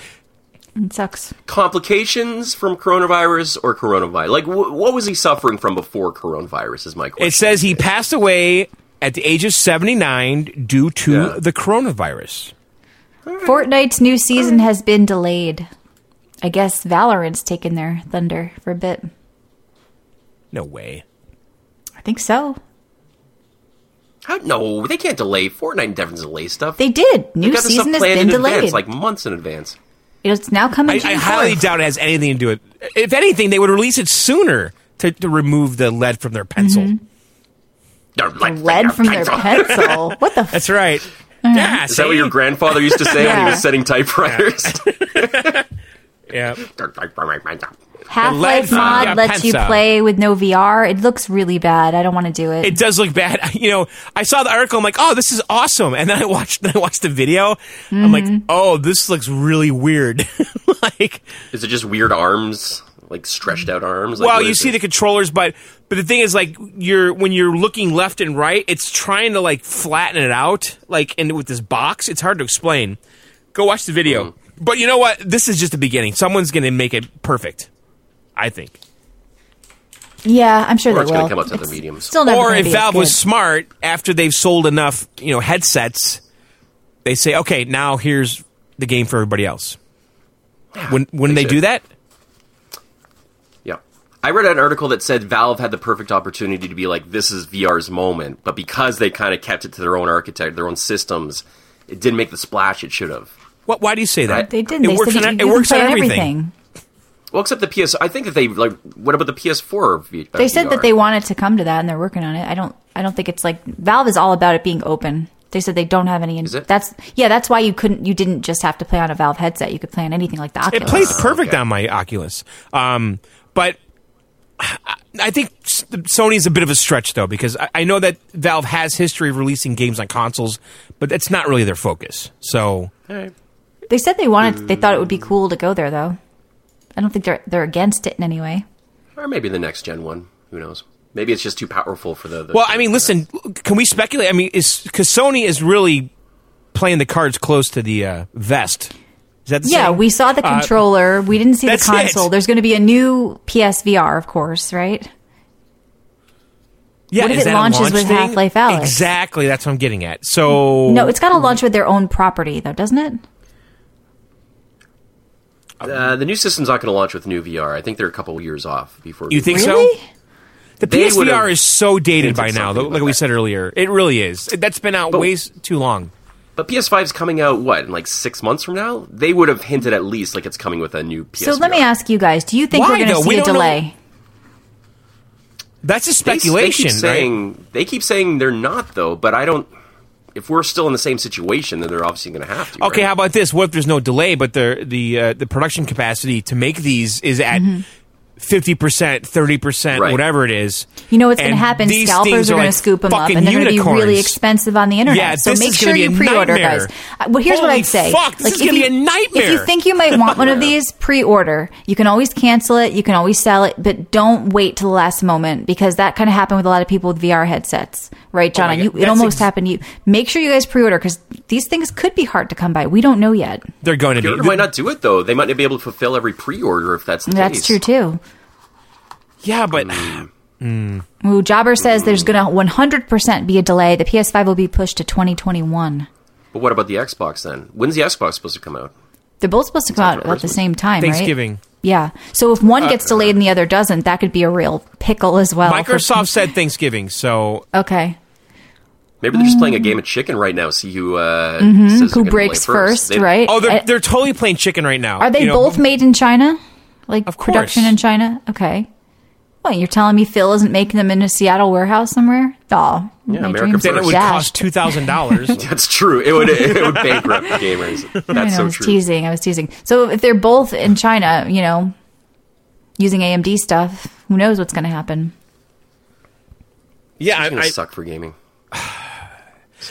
[SPEAKER 3] yeah.
[SPEAKER 4] It sucks.
[SPEAKER 3] Complications from coronavirus or coronavirus? Like, wh- what was he suffering from before coronavirus? Is my question.
[SPEAKER 2] It says he passed away at the age of 79 due to
[SPEAKER 3] Yeah.
[SPEAKER 2] the coronavirus.
[SPEAKER 4] Fortnite's new season has been delayed. I guess Valorant's taken their thunder for a bit.
[SPEAKER 2] No way.
[SPEAKER 4] I think so.
[SPEAKER 3] How, no, they can't delay. Fortnite definitely delay stuff.
[SPEAKER 4] They did. New
[SPEAKER 3] got this stuff
[SPEAKER 4] season has
[SPEAKER 3] planned
[SPEAKER 4] been
[SPEAKER 3] in
[SPEAKER 4] delayed.
[SPEAKER 3] advance, like months in advance.
[SPEAKER 4] it's now coming.
[SPEAKER 2] I,
[SPEAKER 4] June
[SPEAKER 2] I highly
[SPEAKER 4] 4th.
[SPEAKER 2] doubt it has anything to do with. If anything, they would release it sooner to, to remove the lead from their pencil.
[SPEAKER 3] They're like-
[SPEAKER 4] lead from their pencil. What the? F-
[SPEAKER 2] That's right. Yeah.
[SPEAKER 3] Is that what
[SPEAKER 2] see?
[SPEAKER 3] your grandfather used to say when he
[SPEAKER 4] Yeah.
[SPEAKER 3] was setting typewriters?
[SPEAKER 2] Yeah.
[SPEAKER 4] Half
[SPEAKER 2] lead
[SPEAKER 4] Life
[SPEAKER 2] from your
[SPEAKER 4] mod lets you
[SPEAKER 2] pencil.
[SPEAKER 4] play with no VR. It looks really bad. I don't want to do it.
[SPEAKER 2] It does look bad. You know, I saw the article. I'm like, oh, this is awesome. And then I watched. Then I watched the video. I'm like, oh, this looks really weird. like,
[SPEAKER 3] Is it just weird arms, like stretched out arms? Like,
[SPEAKER 2] well,
[SPEAKER 3] what
[SPEAKER 2] you
[SPEAKER 3] is
[SPEAKER 2] see
[SPEAKER 3] it?
[SPEAKER 2] the controllers, but but the thing is, like, you're when you're looking left and right, it's trying to like flatten it out, like, and with this box, it's hard to explain. Go watch the
[SPEAKER 3] Mm.
[SPEAKER 2] video. But you know what? This is just the beginning. Someone's going to make it perfect. I think.
[SPEAKER 4] yeah, I'm sure
[SPEAKER 3] Or
[SPEAKER 4] they
[SPEAKER 3] it's
[SPEAKER 4] will.
[SPEAKER 3] gonna come out to other
[SPEAKER 4] It's
[SPEAKER 3] mediums.
[SPEAKER 4] Still never
[SPEAKER 2] or
[SPEAKER 4] gonna
[SPEAKER 2] if
[SPEAKER 4] be as
[SPEAKER 2] Valve was
[SPEAKER 4] good.
[SPEAKER 2] smart, after they've sold enough, you know, headsets, they say, okay, now here's the game for everybody else. When when they
[SPEAKER 3] should.
[SPEAKER 2] do that,
[SPEAKER 3] Yeah. I read an article that said Valve had the perfect opportunity to be like, this is VR's moment, but because they kind of kept it to their own architect, their own systems, it didn't make the splash it should have.
[SPEAKER 2] what? Why do you say that?
[SPEAKER 3] Right.
[SPEAKER 4] they didn't.
[SPEAKER 2] It
[SPEAKER 4] They
[SPEAKER 2] works
[SPEAKER 4] said
[SPEAKER 2] on e,
[SPEAKER 4] you
[SPEAKER 2] it
[SPEAKER 4] can
[SPEAKER 2] works on
[SPEAKER 4] play
[SPEAKER 2] everything.
[SPEAKER 3] Well, except the PS. I think that they, like, what about the PS4? V- uh,
[SPEAKER 4] They said
[SPEAKER 3] VR?
[SPEAKER 4] that they wanted to come to that, and they're working on it. I don't. I don't think it's like Valve is all about it being open. They said they don't have any.
[SPEAKER 3] Is it?
[SPEAKER 4] That's yeah. That's why you couldn't. You didn't just have to play on a Valve headset. You could play on anything like the
[SPEAKER 2] It
[SPEAKER 4] Oculus.
[SPEAKER 2] plays perfect on my Oculus, um, but I- I think s- Sony's a bit of a stretch though because I, I know that Valve has history of releasing games on consoles, but that's not really their focus. So
[SPEAKER 4] They said they wanted. They thought it would
[SPEAKER 3] Hmm.
[SPEAKER 4] be cool to go there, though. I don't think they're they're against it in any way.
[SPEAKER 3] Or maybe the next gen one. Who knows? Maybe it's just too powerful for the. the
[SPEAKER 2] Well, I mean, listen, can we speculate? I mean, is because Sony is really playing the cards close to the uh, vest. Is that the
[SPEAKER 4] Yeah,
[SPEAKER 2] saying?
[SPEAKER 4] we saw the
[SPEAKER 2] Uh,
[SPEAKER 4] controller. we didn't see the
[SPEAKER 2] that's it.
[SPEAKER 4] console. There's going to be a new PSVR, of course, right?
[SPEAKER 2] yeah,
[SPEAKER 4] what if
[SPEAKER 2] is
[SPEAKER 4] it
[SPEAKER 2] that a
[SPEAKER 4] launches
[SPEAKER 2] launch
[SPEAKER 4] with
[SPEAKER 2] thing?
[SPEAKER 4] Half-Life Alyx?
[SPEAKER 2] Exactly, that's what I'm getting at. So
[SPEAKER 4] No, it's got to launch with their own property, though, doesn't it?
[SPEAKER 3] Uh, the new system's not going to launch with new VR. I think they're a couple years off before.
[SPEAKER 2] you think
[SPEAKER 4] Really?
[SPEAKER 2] so? The
[SPEAKER 3] They would've
[SPEAKER 2] PSVR is so dated
[SPEAKER 3] hinted
[SPEAKER 2] by now,
[SPEAKER 3] something
[SPEAKER 2] though, like
[SPEAKER 3] about
[SPEAKER 2] we
[SPEAKER 3] that.
[SPEAKER 2] said earlier. It really is. That's been out way s- too long.
[SPEAKER 3] But PS5's coming out what in like six months from now? They would have hinted at least like it's coming with a new PS.
[SPEAKER 4] So let me ask you guys: Do you think
[SPEAKER 2] Why,
[SPEAKER 4] we're going
[SPEAKER 2] though?
[SPEAKER 4] to
[SPEAKER 2] We
[SPEAKER 4] see a
[SPEAKER 2] don't know-
[SPEAKER 4] delay?
[SPEAKER 2] That's a
[SPEAKER 3] They- they keep
[SPEAKER 2] speculation, right?
[SPEAKER 3] saying, They keep saying they're not though, but I don't. If we're still in the same situation, then they're obviously going to have to.
[SPEAKER 2] Okay,
[SPEAKER 3] right?
[SPEAKER 2] how about this? What if there's no delay, but the the uh, the production capacity to make these is at
[SPEAKER 4] Mm-hmm.
[SPEAKER 2] fifty percent, thirty percent,
[SPEAKER 3] Right.
[SPEAKER 2] whatever it is.
[SPEAKER 4] You know what's going to
[SPEAKER 2] And
[SPEAKER 4] happen?
[SPEAKER 2] these
[SPEAKER 4] Scalpers
[SPEAKER 2] things
[SPEAKER 4] are, going
[SPEAKER 2] like
[SPEAKER 4] to scoop them up,
[SPEAKER 2] fucking
[SPEAKER 4] and they're going to be
[SPEAKER 2] unicorns.
[SPEAKER 4] really expensive on the internet.
[SPEAKER 2] Yeah,
[SPEAKER 4] so
[SPEAKER 2] this
[SPEAKER 4] make
[SPEAKER 2] is
[SPEAKER 4] sure
[SPEAKER 2] gonna be
[SPEAKER 4] you
[SPEAKER 2] a
[SPEAKER 4] pre-order,
[SPEAKER 2] nightmare.
[SPEAKER 4] guys. Uh, Well, here's what
[SPEAKER 2] Holy
[SPEAKER 4] I'd say:
[SPEAKER 2] fuck, this is
[SPEAKER 4] if
[SPEAKER 2] gonna be
[SPEAKER 4] you-
[SPEAKER 2] a nightmare.
[SPEAKER 4] If you think you might want one of these, pre-order. You can always cancel it. You can always sell it, but don't wait till the last moment because that kind of happened with a lot of people with VR headsets, right, John?
[SPEAKER 2] Oh my
[SPEAKER 4] and
[SPEAKER 2] God,
[SPEAKER 4] you, it
[SPEAKER 2] that's
[SPEAKER 4] almost
[SPEAKER 2] ex-
[SPEAKER 4] happened to you. Make sure you guys pre-order because these things could be hard to come by. We don't know yet.
[SPEAKER 2] They're going to be.
[SPEAKER 3] They might not do it though. They might not be able to fulfill every pre-order if that's the
[SPEAKER 4] That's
[SPEAKER 3] case. Hmm.
[SPEAKER 4] true too.
[SPEAKER 2] Yeah, but
[SPEAKER 3] Mm.
[SPEAKER 4] Ooh, Jobber says there's going to 100% be a delay. The PS5 will be pushed to 2021.
[SPEAKER 3] But what about the Xbox then? When's the Xbox supposed to come out?
[SPEAKER 4] They're both supposed to come
[SPEAKER 3] Except
[SPEAKER 4] out
[SPEAKER 3] for
[SPEAKER 4] at the
[SPEAKER 3] Christmas.
[SPEAKER 4] same time,
[SPEAKER 2] Thanksgiving. Uh,
[SPEAKER 4] right? Yeah. So if one gets delayed and the other doesn't, that could be a real pickle as well. for-
[SPEAKER 2] Microsoft said Thanksgiving, so
[SPEAKER 4] Okay.
[SPEAKER 3] Maybe they're just playing a game of chicken right now. See who uh, says
[SPEAKER 4] Um. Mm-hmm. Who
[SPEAKER 3] they're gonna play
[SPEAKER 4] breaks first,
[SPEAKER 3] They-
[SPEAKER 4] right?
[SPEAKER 2] oh, they're,
[SPEAKER 4] Uh,
[SPEAKER 2] they're totally playing chicken right now.
[SPEAKER 4] are they
[SPEAKER 2] You know,
[SPEAKER 4] both made in China? Like
[SPEAKER 2] Of course.
[SPEAKER 4] production in China? Okay. Well, you're telling me Phil isn't making them in a Seattle warehouse somewhere? Oh, yeah, my
[SPEAKER 3] America
[SPEAKER 4] dreams
[SPEAKER 3] first.
[SPEAKER 2] Then
[SPEAKER 4] are
[SPEAKER 2] it would
[SPEAKER 4] dashed.
[SPEAKER 2] cost two thousand dollars.
[SPEAKER 3] That's true. It would it would bankrupt the gamers.
[SPEAKER 4] I
[SPEAKER 3] That's
[SPEAKER 4] know, I
[SPEAKER 3] so
[SPEAKER 4] was
[SPEAKER 3] true.
[SPEAKER 4] teasing. I was teasing. So if they're both in China, you know, using AMD stuff, who knows what's going to happen?
[SPEAKER 2] Yeah,
[SPEAKER 3] It's gonna
[SPEAKER 2] I, I,
[SPEAKER 3] suck for gaming.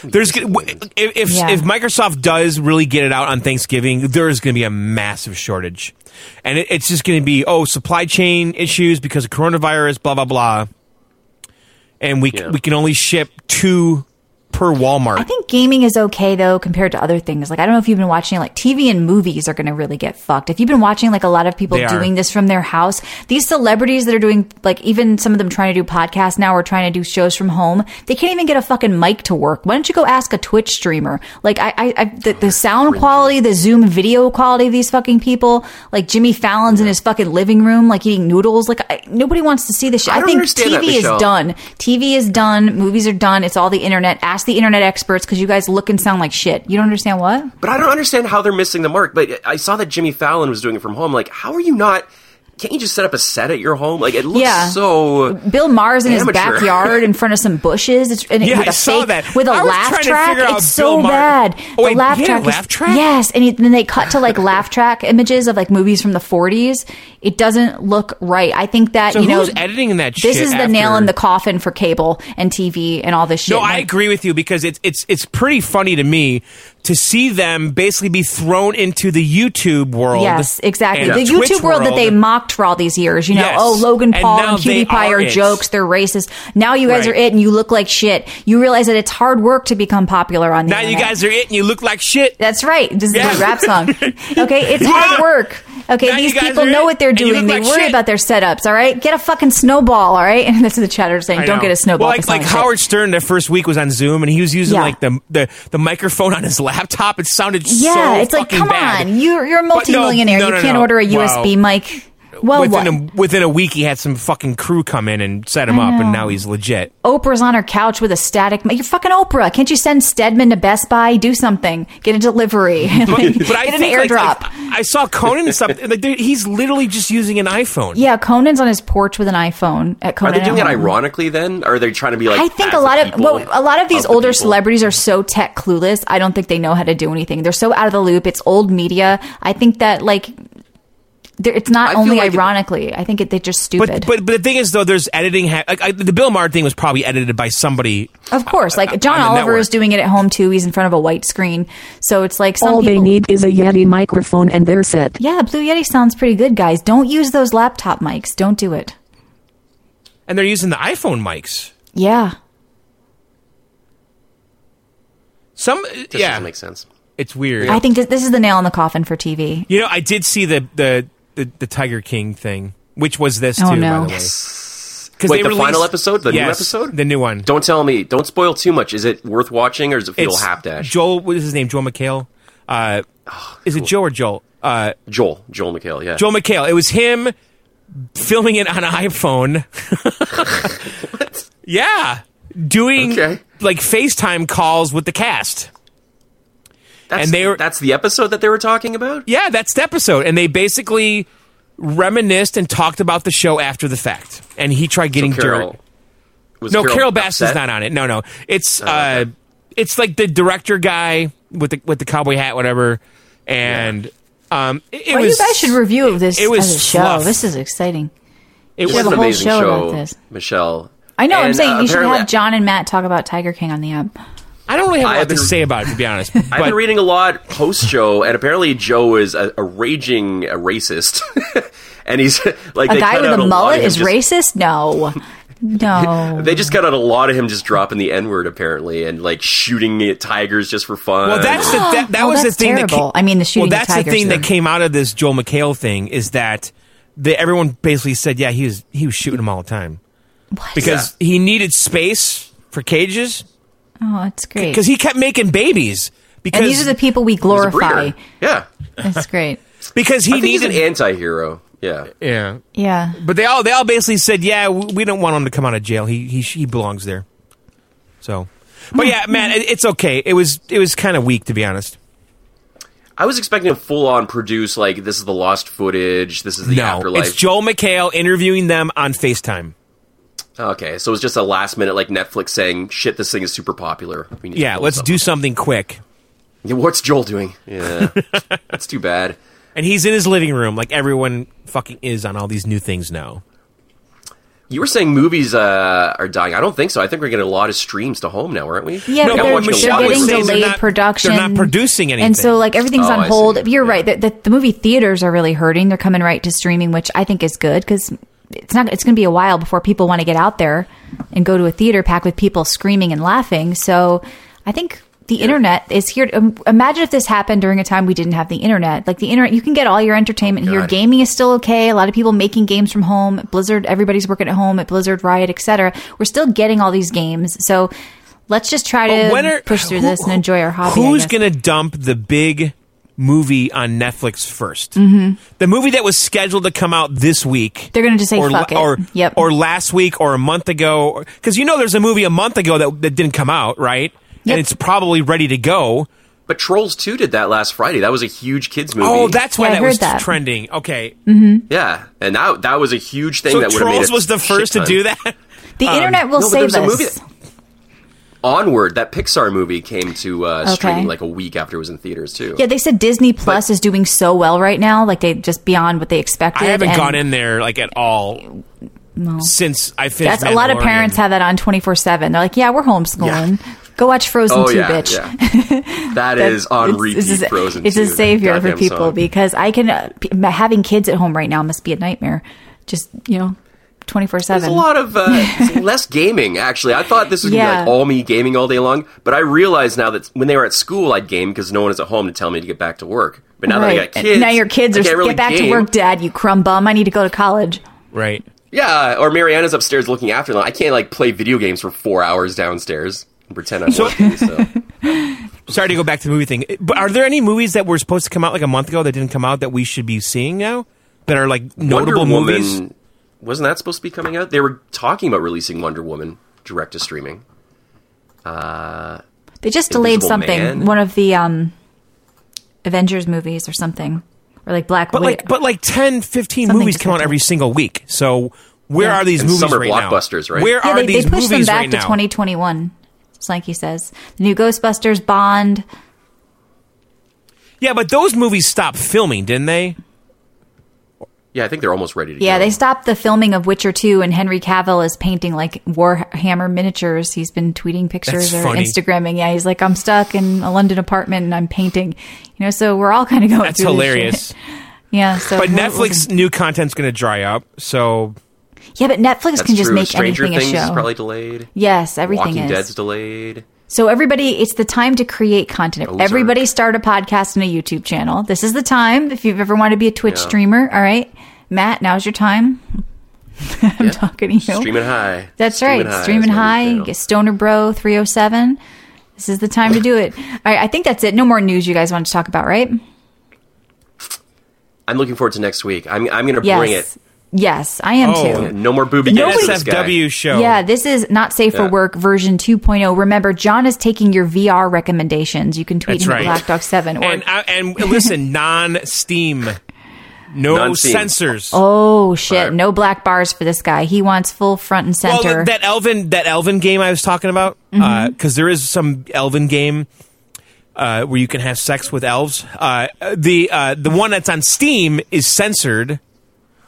[SPEAKER 2] there's g- w- if if,
[SPEAKER 4] Yeah.
[SPEAKER 2] if Microsoft does really get it out on Thanksgiving, there is going to be a massive shortage, and it, it's just going to be oh supply chain issues because of coronavirus, blah blah blah, and we c
[SPEAKER 3] Yeah.
[SPEAKER 2] we can only ship two per Walmart.
[SPEAKER 4] I think gaming is okay though compared to other things. Like I don't know if you've been watching like TV and movies are going to really get fucked. If you've been watching like a lot of people
[SPEAKER 2] They are.
[SPEAKER 4] doing this from their house, these celebrities that are doing like even some of them trying to do podcasts now or trying to do shows from home, they can't even get a fucking mic to work. Why don't you go ask a Twitch streamer? Like I, I, I the, the sound quality, the Zoom video quality of these fucking people, like Jimmy Fallon's in his fucking living room, like eating noodles. Like I, nobody wants to see this shit.
[SPEAKER 3] I
[SPEAKER 4] I,
[SPEAKER 3] don't
[SPEAKER 4] think
[SPEAKER 3] understand that,
[SPEAKER 4] TV is
[SPEAKER 3] Michelle.
[SPEAKER 4] done. TV is done. Movies are done. It's all the internet. Ask the internet experts because you guys look and sound like shit. You don't understand what?
[SPEAKER 3] But I don't understand how they're missing the mark. But I saw that Jimmy Fallon was doing it from home. Like, how are you not? Can't you just set up a set at your home? Like, it looks
[SPEAKER 4] Yeah.
[SPEAKER 3] so.
[SPEAKER 4] Bill Mars in his
[SPEAKER 3] Amateur.
[SPEAKER 4] backyard in front of some bushes. It's, and it-
[SPEAKER 2] Yeah,
[SPEAKER 4] with a
[SPEAKER 2] I saw
[SPEAKER 4] fake-
[SPEAKER 2] that.
[SPEAKER 4] with a
[SPEAKER 2] I was
[SPEAKER 4] laugh
[SPEAKER 2] trying to
[SPEAKER 4] track.
[SPEAKER 2] figure out
[SPEAKER 4] It's so
[SPEAKER 2] Bill Mar-
[SPEAKER 4] bad.
[SPEAKER 2] Oh, wait,
[SPEAKER 4] the laugh
[SPEAKER 2] he had a
[SPEAKER 4] track, is-
[SPEAKER 2] laugh track?
[SPEAKER 4] Yes, and he, then they cut to like laugh track images of like movies from the 40s. It doesn't look right. I think that
[SPEAKER 2] so
[SPEAKER 4] you know
[SPEAKER 2] who's editing that shit?
[SPEAKER 4] This is the nail in
[SPEAKER 2] after-
[SPEAKER 4] the coffin for cable and TV and all this shit.
[SPEAKER 2] No, I
[SPEAKER 4] Like,
[SPEAKER 2] agree with you because it's it's it's pretty funny to me to see them basically be thrown into the YouTube world.
[SPEAKER 4] Yes, exactly.
[SPEAKER 2] and
[SPEAKER 4] The
[SPEAKER 2] Twitch
[SPEAKER 4] YouTube world, that they mocked for all these years. You know,
[SPEAKER 2] Yes.
[SPEAKER 4] oh, Logan
[SPEAKER 2] And
[SPEAKER 4] Paul
[SPEAKER 2] now
[SPEAKER 4] and,
[SPEAKER 2] they
[SPEAKER 4] PewDiePie
[SPEAKER 2] are
[SPEAKER 4] are
[SPEAKER 2] it.
[SPEAKER 4] jokes. They're racist. Now you guys
[SPEAKER 2] Right.
[SPEAKER 4] are it and you look like shit. You realize that it's hard work to become popular on the
[SPEAKER 2] Now you
[SPEAKER 4] internet.
[SPEAKER 2] guys are it, and you look like shit.
[SPEAKER 4] That's right. This is
[SPEAKER 2] Yeah.
[SPEAKER 4] my rap song. Okay, it's
[SPEAKER 2] Yeah.
[SPEAKER 4] hard work. Okay,
[SPEAKER 2] Now you
[SPEAKER 4] these
[SPEAKER 2] guys
[SPEAKER 4] people
[SPEAKER 2] are
[SPEAKER 4] know
[SPEAKER 2] it,
[SPEAKER 4] what they're
[SPEAKER 2] and you
[SPEAKER 4] doing.
[SPEAKER 2] look
[SPEAKER 4] They
[SPEAKER 2] like
[SPEAKER 4] worry
[SPEAKER 2] shit.
[SPEAKER 4] about their setups. All right, get a fucking snowball. All right, and this is the chatter saying,
[SPEAKER 2] I
[SPEAKER 4] "Don't
[SPEAKER 2] know.
[SPEAKER 4] get a snowball."
[SPEAKER 2] Well, like
[SPEAKER 4] That sounds
[SPEAKER 2] like
[SPEAKER 4] shit.
[SPEAKER 2] Howard Stern, their first week was on Zoom, and he was using
[SPEAKER 4] Yeah.
[SPEAKER 2] like the, the the microphone on his laptop. It sounded
[SPEAKER 4] Yeah,
[SPEAKER 2] so
[SPEAKER 4] it's like,
[SPEAKER 2] fucking
[SPEAKER 4] come
[SPEAKER 2] bad.
[SPEAKER 4] on, you're you're a
[SPEAKER 2] But no,
[SPEAKER 4] multimillionaire.
[SPEAKER 2] no, no,
[SPEAKER 4] you can't
[SPEAKER 2] no.
[SPEAKER 4] order a
[SPEAKER 2] Wow.
[SPEAKER 4] USB mic. Well,
[SPEAKER 2] within
[SPEAKER 4] what?
[SPEAKER 2] a, within a week, he had some fucking crew come in and set him
[SPEAKER 4] I
[SPEAKER 2] up, and
[SPEAKER 4] know.
[SPEAKER 2] now he's legit.
[SPEAKER 4] Oprah's on her couch with a static. mi- You're fucking Oprah. Can't you send Stedman to Best Buy? Do something. Get a delivery. Like,
[SPEAKER 2] But I
[SPEAKER 4] get an
[SPEAKER 2] think like-
[SPEAKER 4] airdrop.
[SPEAKER 2] like, I saw Conan and stuff. Like, dude, he's literally just using an iPhone.
[SPEAKER 4] yeah, Conan's on his porch with an iPhone at
[SPEAKER 3] Are
[SPEAKER 4] Conan.
[SPEAKER 3] they doing
[SPEAKER 4] at
[SPEAKER 3] that
[SPEAKER 4] home.
[SPEAKER 3] ironically? Then or are they trying to be like?
[SPEAKER 4] I think
[SPEAKER 3] as
[SPEAKER 4] a
[SPEAKER 3] the
[SPEAKER 4] lot of
[SPEAKER 3] people
[SPEAKER 4] well, a lot of these
[SPEAKER 3] the
[SPEAKER 4] older
[SPEAKER 3] people?
[SPEAKER 4] celebrities are so tech clueless. I don't think they know how to do anything. They're so out of the loop. It's old media. I think that like there- it's
[SPEAKER 3] I
[SPEAKER 4] not
[SPEAKER 3] feel
[SPEAKER 4] only
[SPEAKER 3] like it-
[SPEAKER 4] ironically. I think it, they're just stupid.
[SPEAKER 2] But, but but the thing is though, there's editing. Ha- like, I, the Bill Maher thing was probably edited by somebody.
[SPEAKER 4] of course,
[SPEAKER 2] uh,
[SPEAKER 4] like John
[SPEAKER 2] on the
[SPEAKER 4] Oliver is
[SPEAKER 2] network.
[SPEAKER 4] doing it at home too. He's in front of a white screen, so it's like some
[SPEAKER 7] All
[SPEAKER 4] people.
[SPEAKER 7] they need is a Yeti microphone and they're set.
[SPEAKER 4] yeah, Blue Yeti sounds pretty good, guys. Don't use those laptop mics. Don't do it.
[SPEAKER 2] and they're using the iPhone mics.
[SPEAKER 4] Yeah.
[SPEAKER 2] Some
[SPEAKER 3] This
[SPEAKER 2] yeah,
[SPEAKER 3] doesn't make sense.
[SPEAKER 2] it's weird.
[SPEAKER 4] I think this, this is the nail in the coffin for TV.
[SPEAKER 2] you know, I did see the the the, the Tiger King thing, which was this
[SPEAKER 4] Oh,
[SPEAKER 2] too. By
[SPEAKER 4] no.
[SPEAKER 2] the way, because
[SPEAKER 3] Wait, the final episode? The new episode?
[SPEAKER 2] the new one.
[SPEAKER 3] Don't tell me. Don't spoil too much. Is it worth watching or does it feel
[SPEAKER 2] It's
[SPEAKER 3] half-dash?
[SPEAKER 2] Joel. What is his name? Joel McHale. Uh,
[SPEAKER 3] Oh,
[SPEAKER 2] is it Joe or Joel? Uh,
[SPEAKER 3] Joel. Joel McHale. Yeah.
[SPEAKER 2] Joel McHale. It was him filming it on an iPhone. Yeah, doing
[SPEAKER 3] Okay.
[SPEAKER 2] like FaceTime calls with the cast.
[SPEAKER 3] That's,
[SPEAKER 2] and they were-
[SPEAKER 3] that's the episode that they were talking about.
[SPEAKER 2] Yeah, that's the episode. And they basically reminisced and talked about the show after the fact. And he tried getting
[SPEAKER 3] Carol.
[SPEAKER 2] dirt.
[SPEAKER 3] Was
[SPEAKER 2] No, Carol, Bass
[SPEAKER 3] upset? Oh,
[SPEAKER 2] is not on it. No, no. It's uh
[SPEAKER 3] okay.
[SPEAKER 2] it's like the director guy with the with the cowboy hat, whatever. And um it, it
[SPEAKER 4] Well,
[SPEAKER 2] was
[SPEAKER 4] Oh, you guys should review this
[SPEAKER 2] it was
[SPEAKER 4] as a show.
[SPEAKER 2] fluff.
[SPEAKER 4] This is exciting.
[SPEAKER 2] it
[SPEAKER 3] It
[SPEAKER 4] should
[SPEAKER 2] was
[SPEAKER 3] was
[SPEAKER 4] have
[SPEAKER 3] an
[SPEAKER 4] a whole
[SPEAKER 3] amazing
[SPEAKER 4] show
[SPEAKER 3] show,
[SPEAKER 4] about this.
[SPEAKER 3] Michelle.
[SPEAKER 4] I know. I'm
[SPEAKER 3] And,
[SPEAKER 4] saying
[SPEAKER 3] uh,
[SPEAKER 4] you should
[SPEAKER 3] apparently-
[SPEAKER 4] have John and Matt talk about Tiger King on the app.
[SPEAKER 2] I don't really have a
[SPEAKER 3] I
[SPEAKER 2] lot
[SPEAKER 3] have
[SPEAKER 2] to
[SPEAKER 3] been-
[SPEAKER 2] say about it to be honest.
[SPEAKER 3] I've
[SPEAKER 2] But
[SPEAKER 3] been reading a lot post show, and apparently Joe is a, a raging uh racist, and he's like
[SPEAKER 4] A
[SPEAKER 3] they
[SPEAKER 4] guy
[SPEAKER 3] cut
[SPEAKER 4] with
[SPEAKER 3] out
[SPEAKER 4] a
[SPEAKER 3] lot of
[SPEAKER 4] mullet
[SPEAKER 3] him
[SPEAKER 4] is
[SPEAKER 3] just-
[SPEAKER 4] racist? No. No.
[SPEAKER 3] They just got out a lot of him just dropping the n word apparently, and like shooting at tigers just for fun.
[SPEAKER 2] Well, that's the, that, that
[SPEAKER 4] Oh,
[SPEAKER 2] was the
[SPEAKER 4] that's
[SPEAKER 2] thing. That
[SPEAKER 4] terrible.
[SPEAKER 2] ca-
[SPEAKER 4] I mean, the shooting
[SPEAKER 2] Well, that's
[SPEAKER 4] of
[SPEAKER 2] the
[SPEAKER 4] tigers
[SPEAKER 2] thing
[SPEAKER 4] there.
[SPEAKER 2] that came out of this Joel McHale thing is that the, everyone basically said, yeah, he was he was shooting them all the time because he needed space for cages
[SPEAKER 4] oh, it's great.
[SPEAKER 2] because he kept making babies because
[SPEAKER 4] and these are the people we
[SPEAKER 3] He's a
[SPEAKER 4] glorify.
[SPEAKER 3] breeder. Yeah,
[SPEAKER 4] That's great.
[SPEAKER 2] because he
[SPEAKER 3] I think he's
[SPEAKER 2] needed
[SPEAKER 3] an anti-hero. Yeah,
[SPEAKER 2] yeah.
[SPEAKER 4] Yeah.
[SPEAKER 2] But they all they all basically said, yeah, w- we don't want him to come out of jail. He he he belongs there. So, but yeah, man, it, it's okay. It was it was kind of weak to be honest.
[SPEAKER 3] I was expecting a full-on produce like this is the lost footage, this is the
[SPEAKER 2] No,
[SPEAKER 3] afterlife.
[SPEAKER 2] it's Joel McHale interviewing them on Facetime.
[SPEAKER 3] okay, so it was just a last-minute like Netflix saying, "Shit, this thing is super popular." We need to
[SPEAKER 2] Yeah,
[SPEAKER 3] film
[SPEAKER 2] let's
[SPEAKER 3] something."
[SPEAKER 2] do something quick.
[SPEAKER 3] Yeah, what's Joel doing? Yeah, that's too bad.
[SPEAKER 2] And he's in his living room, like everyone fucking is on all these new things now.
[SPEAKER 3] You were saying movies uh, are dying. I don't think so. I think we're getting a lot of streams to home now, aren't we?
[SPEAKER 4] Yeah,
[SPEAKER 2] No,
[SPEAKER 4] but
[SPEAKER 2] but
[SPEAKER 4] they're,
[SPEAKER 2] what Michelle
[SPEAKER 4] they're
[SPEAKER 2] was
[SPEAKER 4] getting
[SPEAKER 2] saying, they're
[SPEAKER 4] delayed
[SPEAKER 2] not-
[SPEAKER 4] production.
[SPEAKER 2] they're not producing
[SPEAKER 4] And so,
[SPEAKER 2] anything.
[SPEAKER 4] like, everything's
[SPEAKER 3] Oh,
[SPEAKER 4] on
[SPEAKER 3] I
[SPEAKER 4] hold.
[SPEAKER 3] see.
[SPEAKER 4] You're
[SPEAKER 3] Yeah.
[SPEAKER 4] right. The, the, the movie theaters are really hurting. They're coming right to streaming, which I think is good because it's not. It's going to be a while before people want to get out there and go to a theater packed with people screaming and laughing. So I think the internet is here. To, um, imagine if this happened during a time we didn't have the internet. Like the internet, you can get all your entertainment here.
[SPEAKER 3] God.
[SPEAKER 4] Gaming is still okay. A lot of people making games from home. Blizzard, everybody's working at home at Blizzard, Riot, etc. We're still getting all these games. So let's just try
[SPEAKER 2] But
[SPEAKER 4] to
[SPEAKER 2] when are-
[SPEAKER 4] push through
[SPEAKER 2] who-
[SPEAKER 4] this and enjoy our hobby. I
[SPEAKER 2] Who's
[SPEAKER 4] guess.
[SPEAKER 2] going to dump the big movie on Netflix 1st The movie that was scheduled to come out this week.
[SPEAKER 4] Mm-hmm. They're gonna just say,
[SPEAKER 2] or,
[SPEAKER 4] "Fuck it."
[SPEAKER 2] Or,
[SPEAKER 4] Yep.
[SPEAKER 2] or last week or a month ago. Because you know there's a movie a month ago that, that didn't come out, right?
[SPEAKER 4] Yep.
[SPEAKER 2] And it's probably ready to go.
[SPEAKER 3] But Trolls 2 did that last Friday. That was a huge kids movie.
[SPEAKER 2] Oh, that's why
[SPEAKER 4] Yeah, I
[SPEAKER 2] that
[SPEAKER 4] heard
[SPEAKER 2] was
[SPEAKER 4] that.
[SPEAKER 2] trending. Okay.
[SPEAKER 3] yeah, and that that was a huge thing
[SPEAKER 2] So
[SPEAKER 3] that would have made
[SPEAKER 2] Trolls
[SPEAKER 3] us
[SPEAKER 2] was the first to do that?
[SPEAKER 4] The internet will
[SPEAKER 3] Um, no, but
[SPEAKER 4] save
[SPEAKER 3] there's a movie
[SPEAKER 4] us.
[SPEAKER 3] Onward, that Pixar movie came to uh,
[SPEAKER 4] Okay.
[SPEAKER 3] streaming like a week after it was in theaters too.
[SPEAKER 4] Yeah, they said Disney Plus is doing so well right now, like they just beyond what they expected.
[SPEAKER 2] I haven't
[SPEAKER 4] and
[SPEAKER 2] gone in there like at all since I finished
[SPEAKER 4] That's a lot of
[SPEAKER 2] Mandalorian.
[SPEAKER 4] parents have that on twenty four seven. They're like, yeah, we're homeschooling. Go watch Frozen
[SPEAKER 3] oh
[SPEAKER 4] Two,
[SPEAKER 3] yeah,
[SPEAKER 4] bitch.
[SPEAKER 3] yeah. That is on
[SPEAKER 4] It's-
[SPEAKER 3] repeat.
[SPEAKER 4] it's a-
[SPEAKER 3] Frozen
[SPEAKER 4] It's
[SPEAKER 3] 2,
[SPEAKER 4] a
[SPEAKER 3] that
[SPEAKER 4] savior for
[SPEAKER 3] goddamn
[SPEAKER 4] people
[SPEAKER 3] song.
[SPEAKER 4] because I can uh, p- having kids at home right now must be a nightmare. Just you know, twenty four
[SPEAKER 3] There's a
[SPEAKER 4] seven.
[SPEAKER 3] lot of uh, it's less gaming, actually. I thought this was going to
[SPEAKER 4] Yeah.
[SPEAKER 3] be like all me gaming all day long, but I realize now that when they were at school, I'd game because no one is at home to tell me to get back to work. But now that I got kids,
[SPEAKER 4] now your kids
[SPEAKER 3] I
[SPEAKER 4] are
[SPEAKER 3] can't really
[SPEAKER 4] get back to
[SPEAKER 3] game.
[SPEAKER 4] work, Dad. You crumb bum. I need to go to college.
[SPEAKER 2] Right.
[SPEAKER 3] Yeah, or Mariana's upstairs looking after them. I can't like play video games for four hours downstairs and pretend I'm working. So.
[SPEAKER 2] Sorry to go back to the movie thing, but are there any movies that were supposed to come out like a month ago that didn't come out that we should be seeing now that are like notable
[SPEAKER 3] Wonder Woman,
[SPEAKER 2] movies?
[SPEAKER 3] Wasn't that supposed to be coming out? They were talking about releasing Wonder Woman direct to streaming.
[SPEAKER 4] They just delayed
[SPEAKER 3] Invisible
[SPEAKER 4] something.
[SPEAKER 3] Man.
[SPEAKER 4] One of the um, Avengers movies or something, or like Black.
[SPEAKER 2] But
[SPEAKER 4] Widow.
[SPEAKER 2] like, but like 10, 15
[SPEAKER 4] Something
[SPEAKER 2] movies
[SPEAKER 4] just
[SPEAKER 2] come out
[SPEAKER 4] happened.
[SPEAKER 2] every single week. So where
[SPEAKER 4] Yeah.
[SPEAKER 2] are these
[SPEAKER 3] And
[SPEAKER 2] movies
[SPEAKER 3] summer
[SPEAKER 2] right now?
[SPEAKER 3] blockbusters, right?
[SPEAKER 2] Where
[SPEAKER 4] yeah,
[SPEAKER 2] are
[SPEAKER 4] they,
[SPEAKER 2] these
[SPEAKER 4] they pushed them
[SPEAKER 2] movies
[SPEAKER 4] back
[SPEAKER 2] right
[SPEAKER 4] to
[SPEAKER 2] now?
[SPEAKER 4] twenty twenty one. Slanky says the new Ghostbusters, Bond.
[SPEAKER 2] Yeah, but those movies stopped filming, didn't they?
[SPEAKER 3] Yeah, I think they're almost ready to
[SPEAKER 4] Yeah,
[SPEAKER 3] go.
[SPEAKER 4] they stopped the filming of Witcher 2, and Henry Cavill is painting like Warhammer miniatures. He's been tweeting pictures
[SPEAKER 2] That's
[SPEAKER 4] or
[SPEAKER 2] funny.
[SPEAKER 4] Instagramming. Yeah, he's like, I'm stuck in a London apartment and I'm painting. You know, so we're all kind of going.
[SPEAKER 2] That's
[SPEAKER 4] through this
[SPEAKER 2] hilarious.
[SPEAKER 4] shit. Yeah, so
[SPEAKER 2] But
[SPEAKER 4] we're-
[SPEAKER 2] Netflix new content's going to dry up. So
[SPEAKER 4] yeah, but Netflix
[SPEAKER 3] That's
[SPEAKER 4] can just
[SPEAKER 3] true.
[SPEAKER 4] make
[SPEAKER 3] Stranger
[SPEAKER 4] anything
[SPEAKER 3] Things
[SPEAKER 4] a
[SPEAKER 3] is
[SPEAKER 4] show.
[SPEAKER 3] probably delayed.
[SPEAKER 4] yes, everything
[SPEAKER 3] Walking
[SPEAKER 4] is.
[SPEAKER 3] Dead's delayed.
[SPEAKER 4] So everybody, it's the time to create content.
[SPEAKER 3] Ozark.
[SPEAKER 4] Everybody start a podcast and a YouTube channel. This is the time if you've ever wanted to be a Twitch
[SPEAKER 3] Yeah.
[SPEAKER 4] streamer. All right, Matt, now's your time. I'm
[SPEAKER 3] Yeah.
[SPEAKER 4] talking to you.
[SPEAKER 3] Streaming high.
[SPEAKER 4] That's right.
[SPEAKER 3] Streaming High is
[SPEAKER 4] Streaming
[SPEAKER 3] my new
[SPEAKER 4] high,
[SPEAKER 3] channel.
[SPEAKER 4] get Stoner Bro 307. This is the time to do it. All right, I think that's it. No more news you guys want to talk about, right?
[SPEAKER 3] I'm looking forward to next week. I'm I'm gonna
[SPEAKER 4] Yes.
[SPEAKER 3] bring it.
[SPEAKER 4] Yes, I am
[SPEAKER 2] Oh,
[SPEAKER 4] too.
[SPEAKER 3] No more booby
[SPEAKER 2] the
[SPEAKER 3] games for this guy.
[SPEAKER 2] SFW show.
[SPEAKER 4] Yeah, this is not safe for
[SPEAKER 3] Yeah.
[SPEAKER 4] work version 2.0. Remember, John is taking your VR recommendations. You can tweet
[SPEAKER 2] That's
[SPEAKER 4] him
[SPEAKER 2] right.
[SPEAKER 4] at Black Dog 7 or
[SPEAKER 2] and I- and listen, non Steam, no
[SPEAKER 3] Non-Steam.
[SPEAKER 2] censors.
[SPEAKER 4] oh shit, no black bars for this guy. He wants full front and
[SPEAKER 2] Well,
[SPEAKER 4] center. Mm-hmm.
[SPEAKER 2] th- that Elvin that Elvin game I was talking about, because there is some Elvin game uh, where you can have sex with elves. Uh, the uh, the one that's on Steam is censored,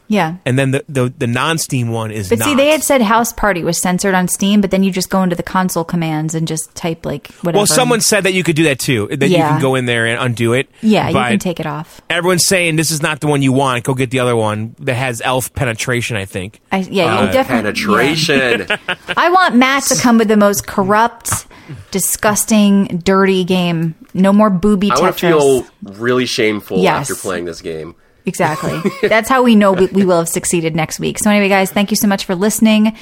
[SPEAKER 4] yeah.
[SPEAKER 2] and then the the, the non Steam one is.
[SPEAKER 4] But see,
[SPEAKER 2] not.
[SPEAKER 4] they had said House Party was censored on Steam, but then you just go into the console commands and just type like whatever.
[SPEAKER 2] Well, someone said that you could do that too. That you
[SPEAKER 4] Yeah.
[SPEAKER 2] can go in there and undo it.
[SPEAKER 4] yeah, you
[SPEAKER 2] but
[SPEAKER 4] can take it off.
[SPEAKER 2] Everyone's saying this is not the one you want. Go get the other one that has elf penetration. I think.
[SPEAKER 4] I, yeah, you definitely.
[SPEAKER 3] Uh, Penetration.
[SPEAKER 4] yeah. I want Matt to come with the most corrupt, disgusting, dirty game. No more booby
[SPEAKER 3] I
[SPEAKER 4] Tetris.
[SPEAKER 3] want to feel really shameful
[SPEAKER 4] Yes.
[SPEAKER 3] after playing this game.
[SPEAKER 4] Exactly. That's how we know we, we will have succeeded next week. So anyway, guys, thank you so much for listening.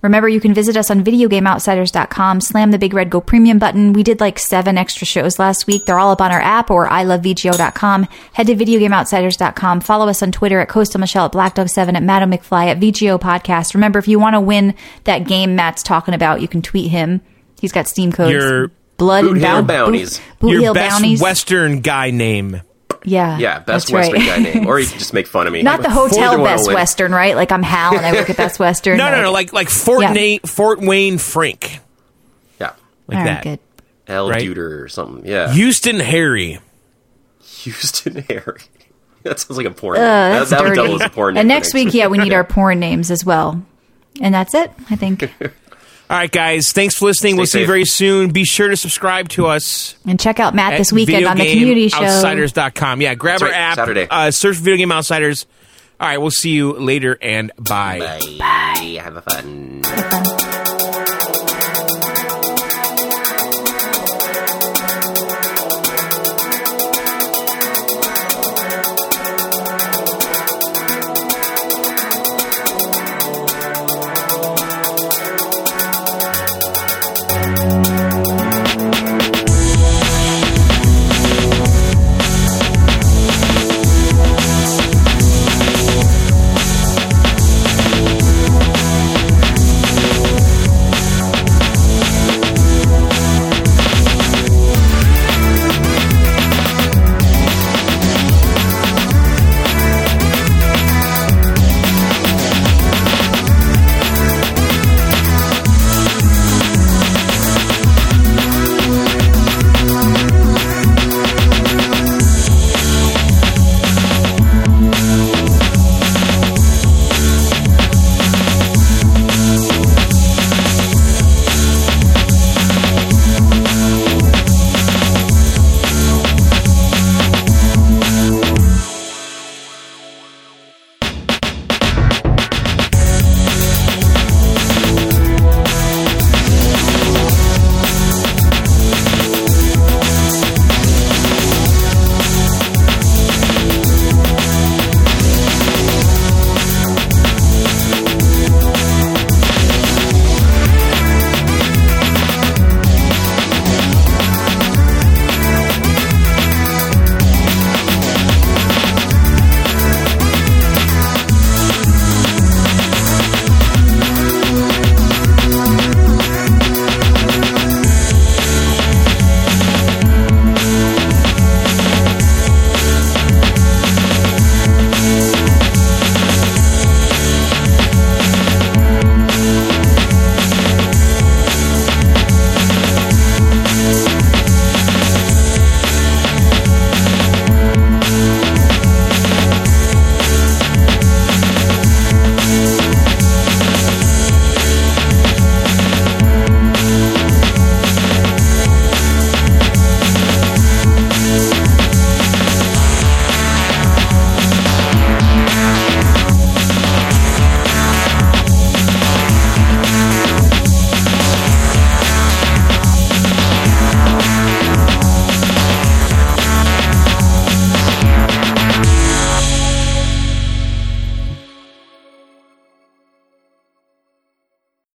[SPEAKER 4] Remember, you can visit us on videogameoutsiders.com. Slam the big red go premium button. We did like seven extra shows last week. They're all up on our app or ilovevgo.com. Head to videogameoutsiders.com. Follow us on Twitter at Coastal Michelle, at BlackDog7, at Madam McFly, at VGO Podcast. Remember, if you want to win that game Matt's talking about, you can tweet him. He's got Steam codes.
[SPEAKER 2] Your-
[SPEAKER 4] Blood
[SPEAKER 3] Boot
[SPEAKER 4] and
[SPEAKER 3] Hill
[SPEAKER 4] bound,
[SPEAKER 3] Bounties.
[SPEAKER 4] Boot, boot
[SPEAKER 2] Your
[SPEAKER 4] Hill
[SPEAKER 2] best
[SPEAKER 4] Bounties.
[SPEAKER 2] Western guy name.
[SPEAKER 4] yeah.
[SPEAKER 3] Yeah, best
[SPEAKER 4] that's
[SPEAKER 3] Western guy name, or you can just make fun of me.
[SPEAKER 4] Not the hotel
[SPEAKER 3] Either one
[SPEAKER 4] Best
[SPEAKER 3] will win.
[SPEAKER 4] Western, right? Like I'm Hal and I work at Best Western.
[SPEAKER 2] No, no, no. Like like Fort,
[SPEAKER 4] Yeah.
[SPEAKER 2] Na- Fort Wayne Frank.
[SPEAKER 3] Yeah,
[SPEAKER 2] Like
[SPEAKER 4] All right,
[SPEAKER 2] that.
[SPEAKER 4] good.
[SPEAKER 3] L
[SPEAKER 2] Right.
[SPEAKER 3] Duder or something. Yeah,
[SPEAKER 2] Houston Harry.
[SPEAKER 3] Houston Harry. That sounds like a porn. name. That, that would
[SPEAKER 4] dirty.
[SPEAKER 3] double as a porn. name
[SPEAKER 4] And
[SPEAKER 3] for
[SPEAKER 4] next week, yeah, we need our porn names as well. And that's it, I think.
[SPEAKER 2] All right, guys. Thanks for listening.
[SPEAKER 3] Stay
[SPEAKER 2] we'll see you
[SPEAKER 3] safe.
[SPEAKER 2] very soon. Be sure to subscribe to us
[SPEAKER 4] And check out Matt
[SPEAKER 2] at
[SPEAKER 4] this weekend on the community show.
[SPEAKER 2] videogameoutsiders.com. Yeah, grab
[SPEAKER 3] That's
[SPEAKER 2] our
[SPEAKER 3] right,
[SPEAKER 2] app.
[SPEAKER 3] Saturday.
[SPEAKER 2] Uh, search Video Game Outsiders. All right, we'll see you later and bye.
[SPEAKER 3] Bye. Have a fun.
[SPEAKER 4] Have fun.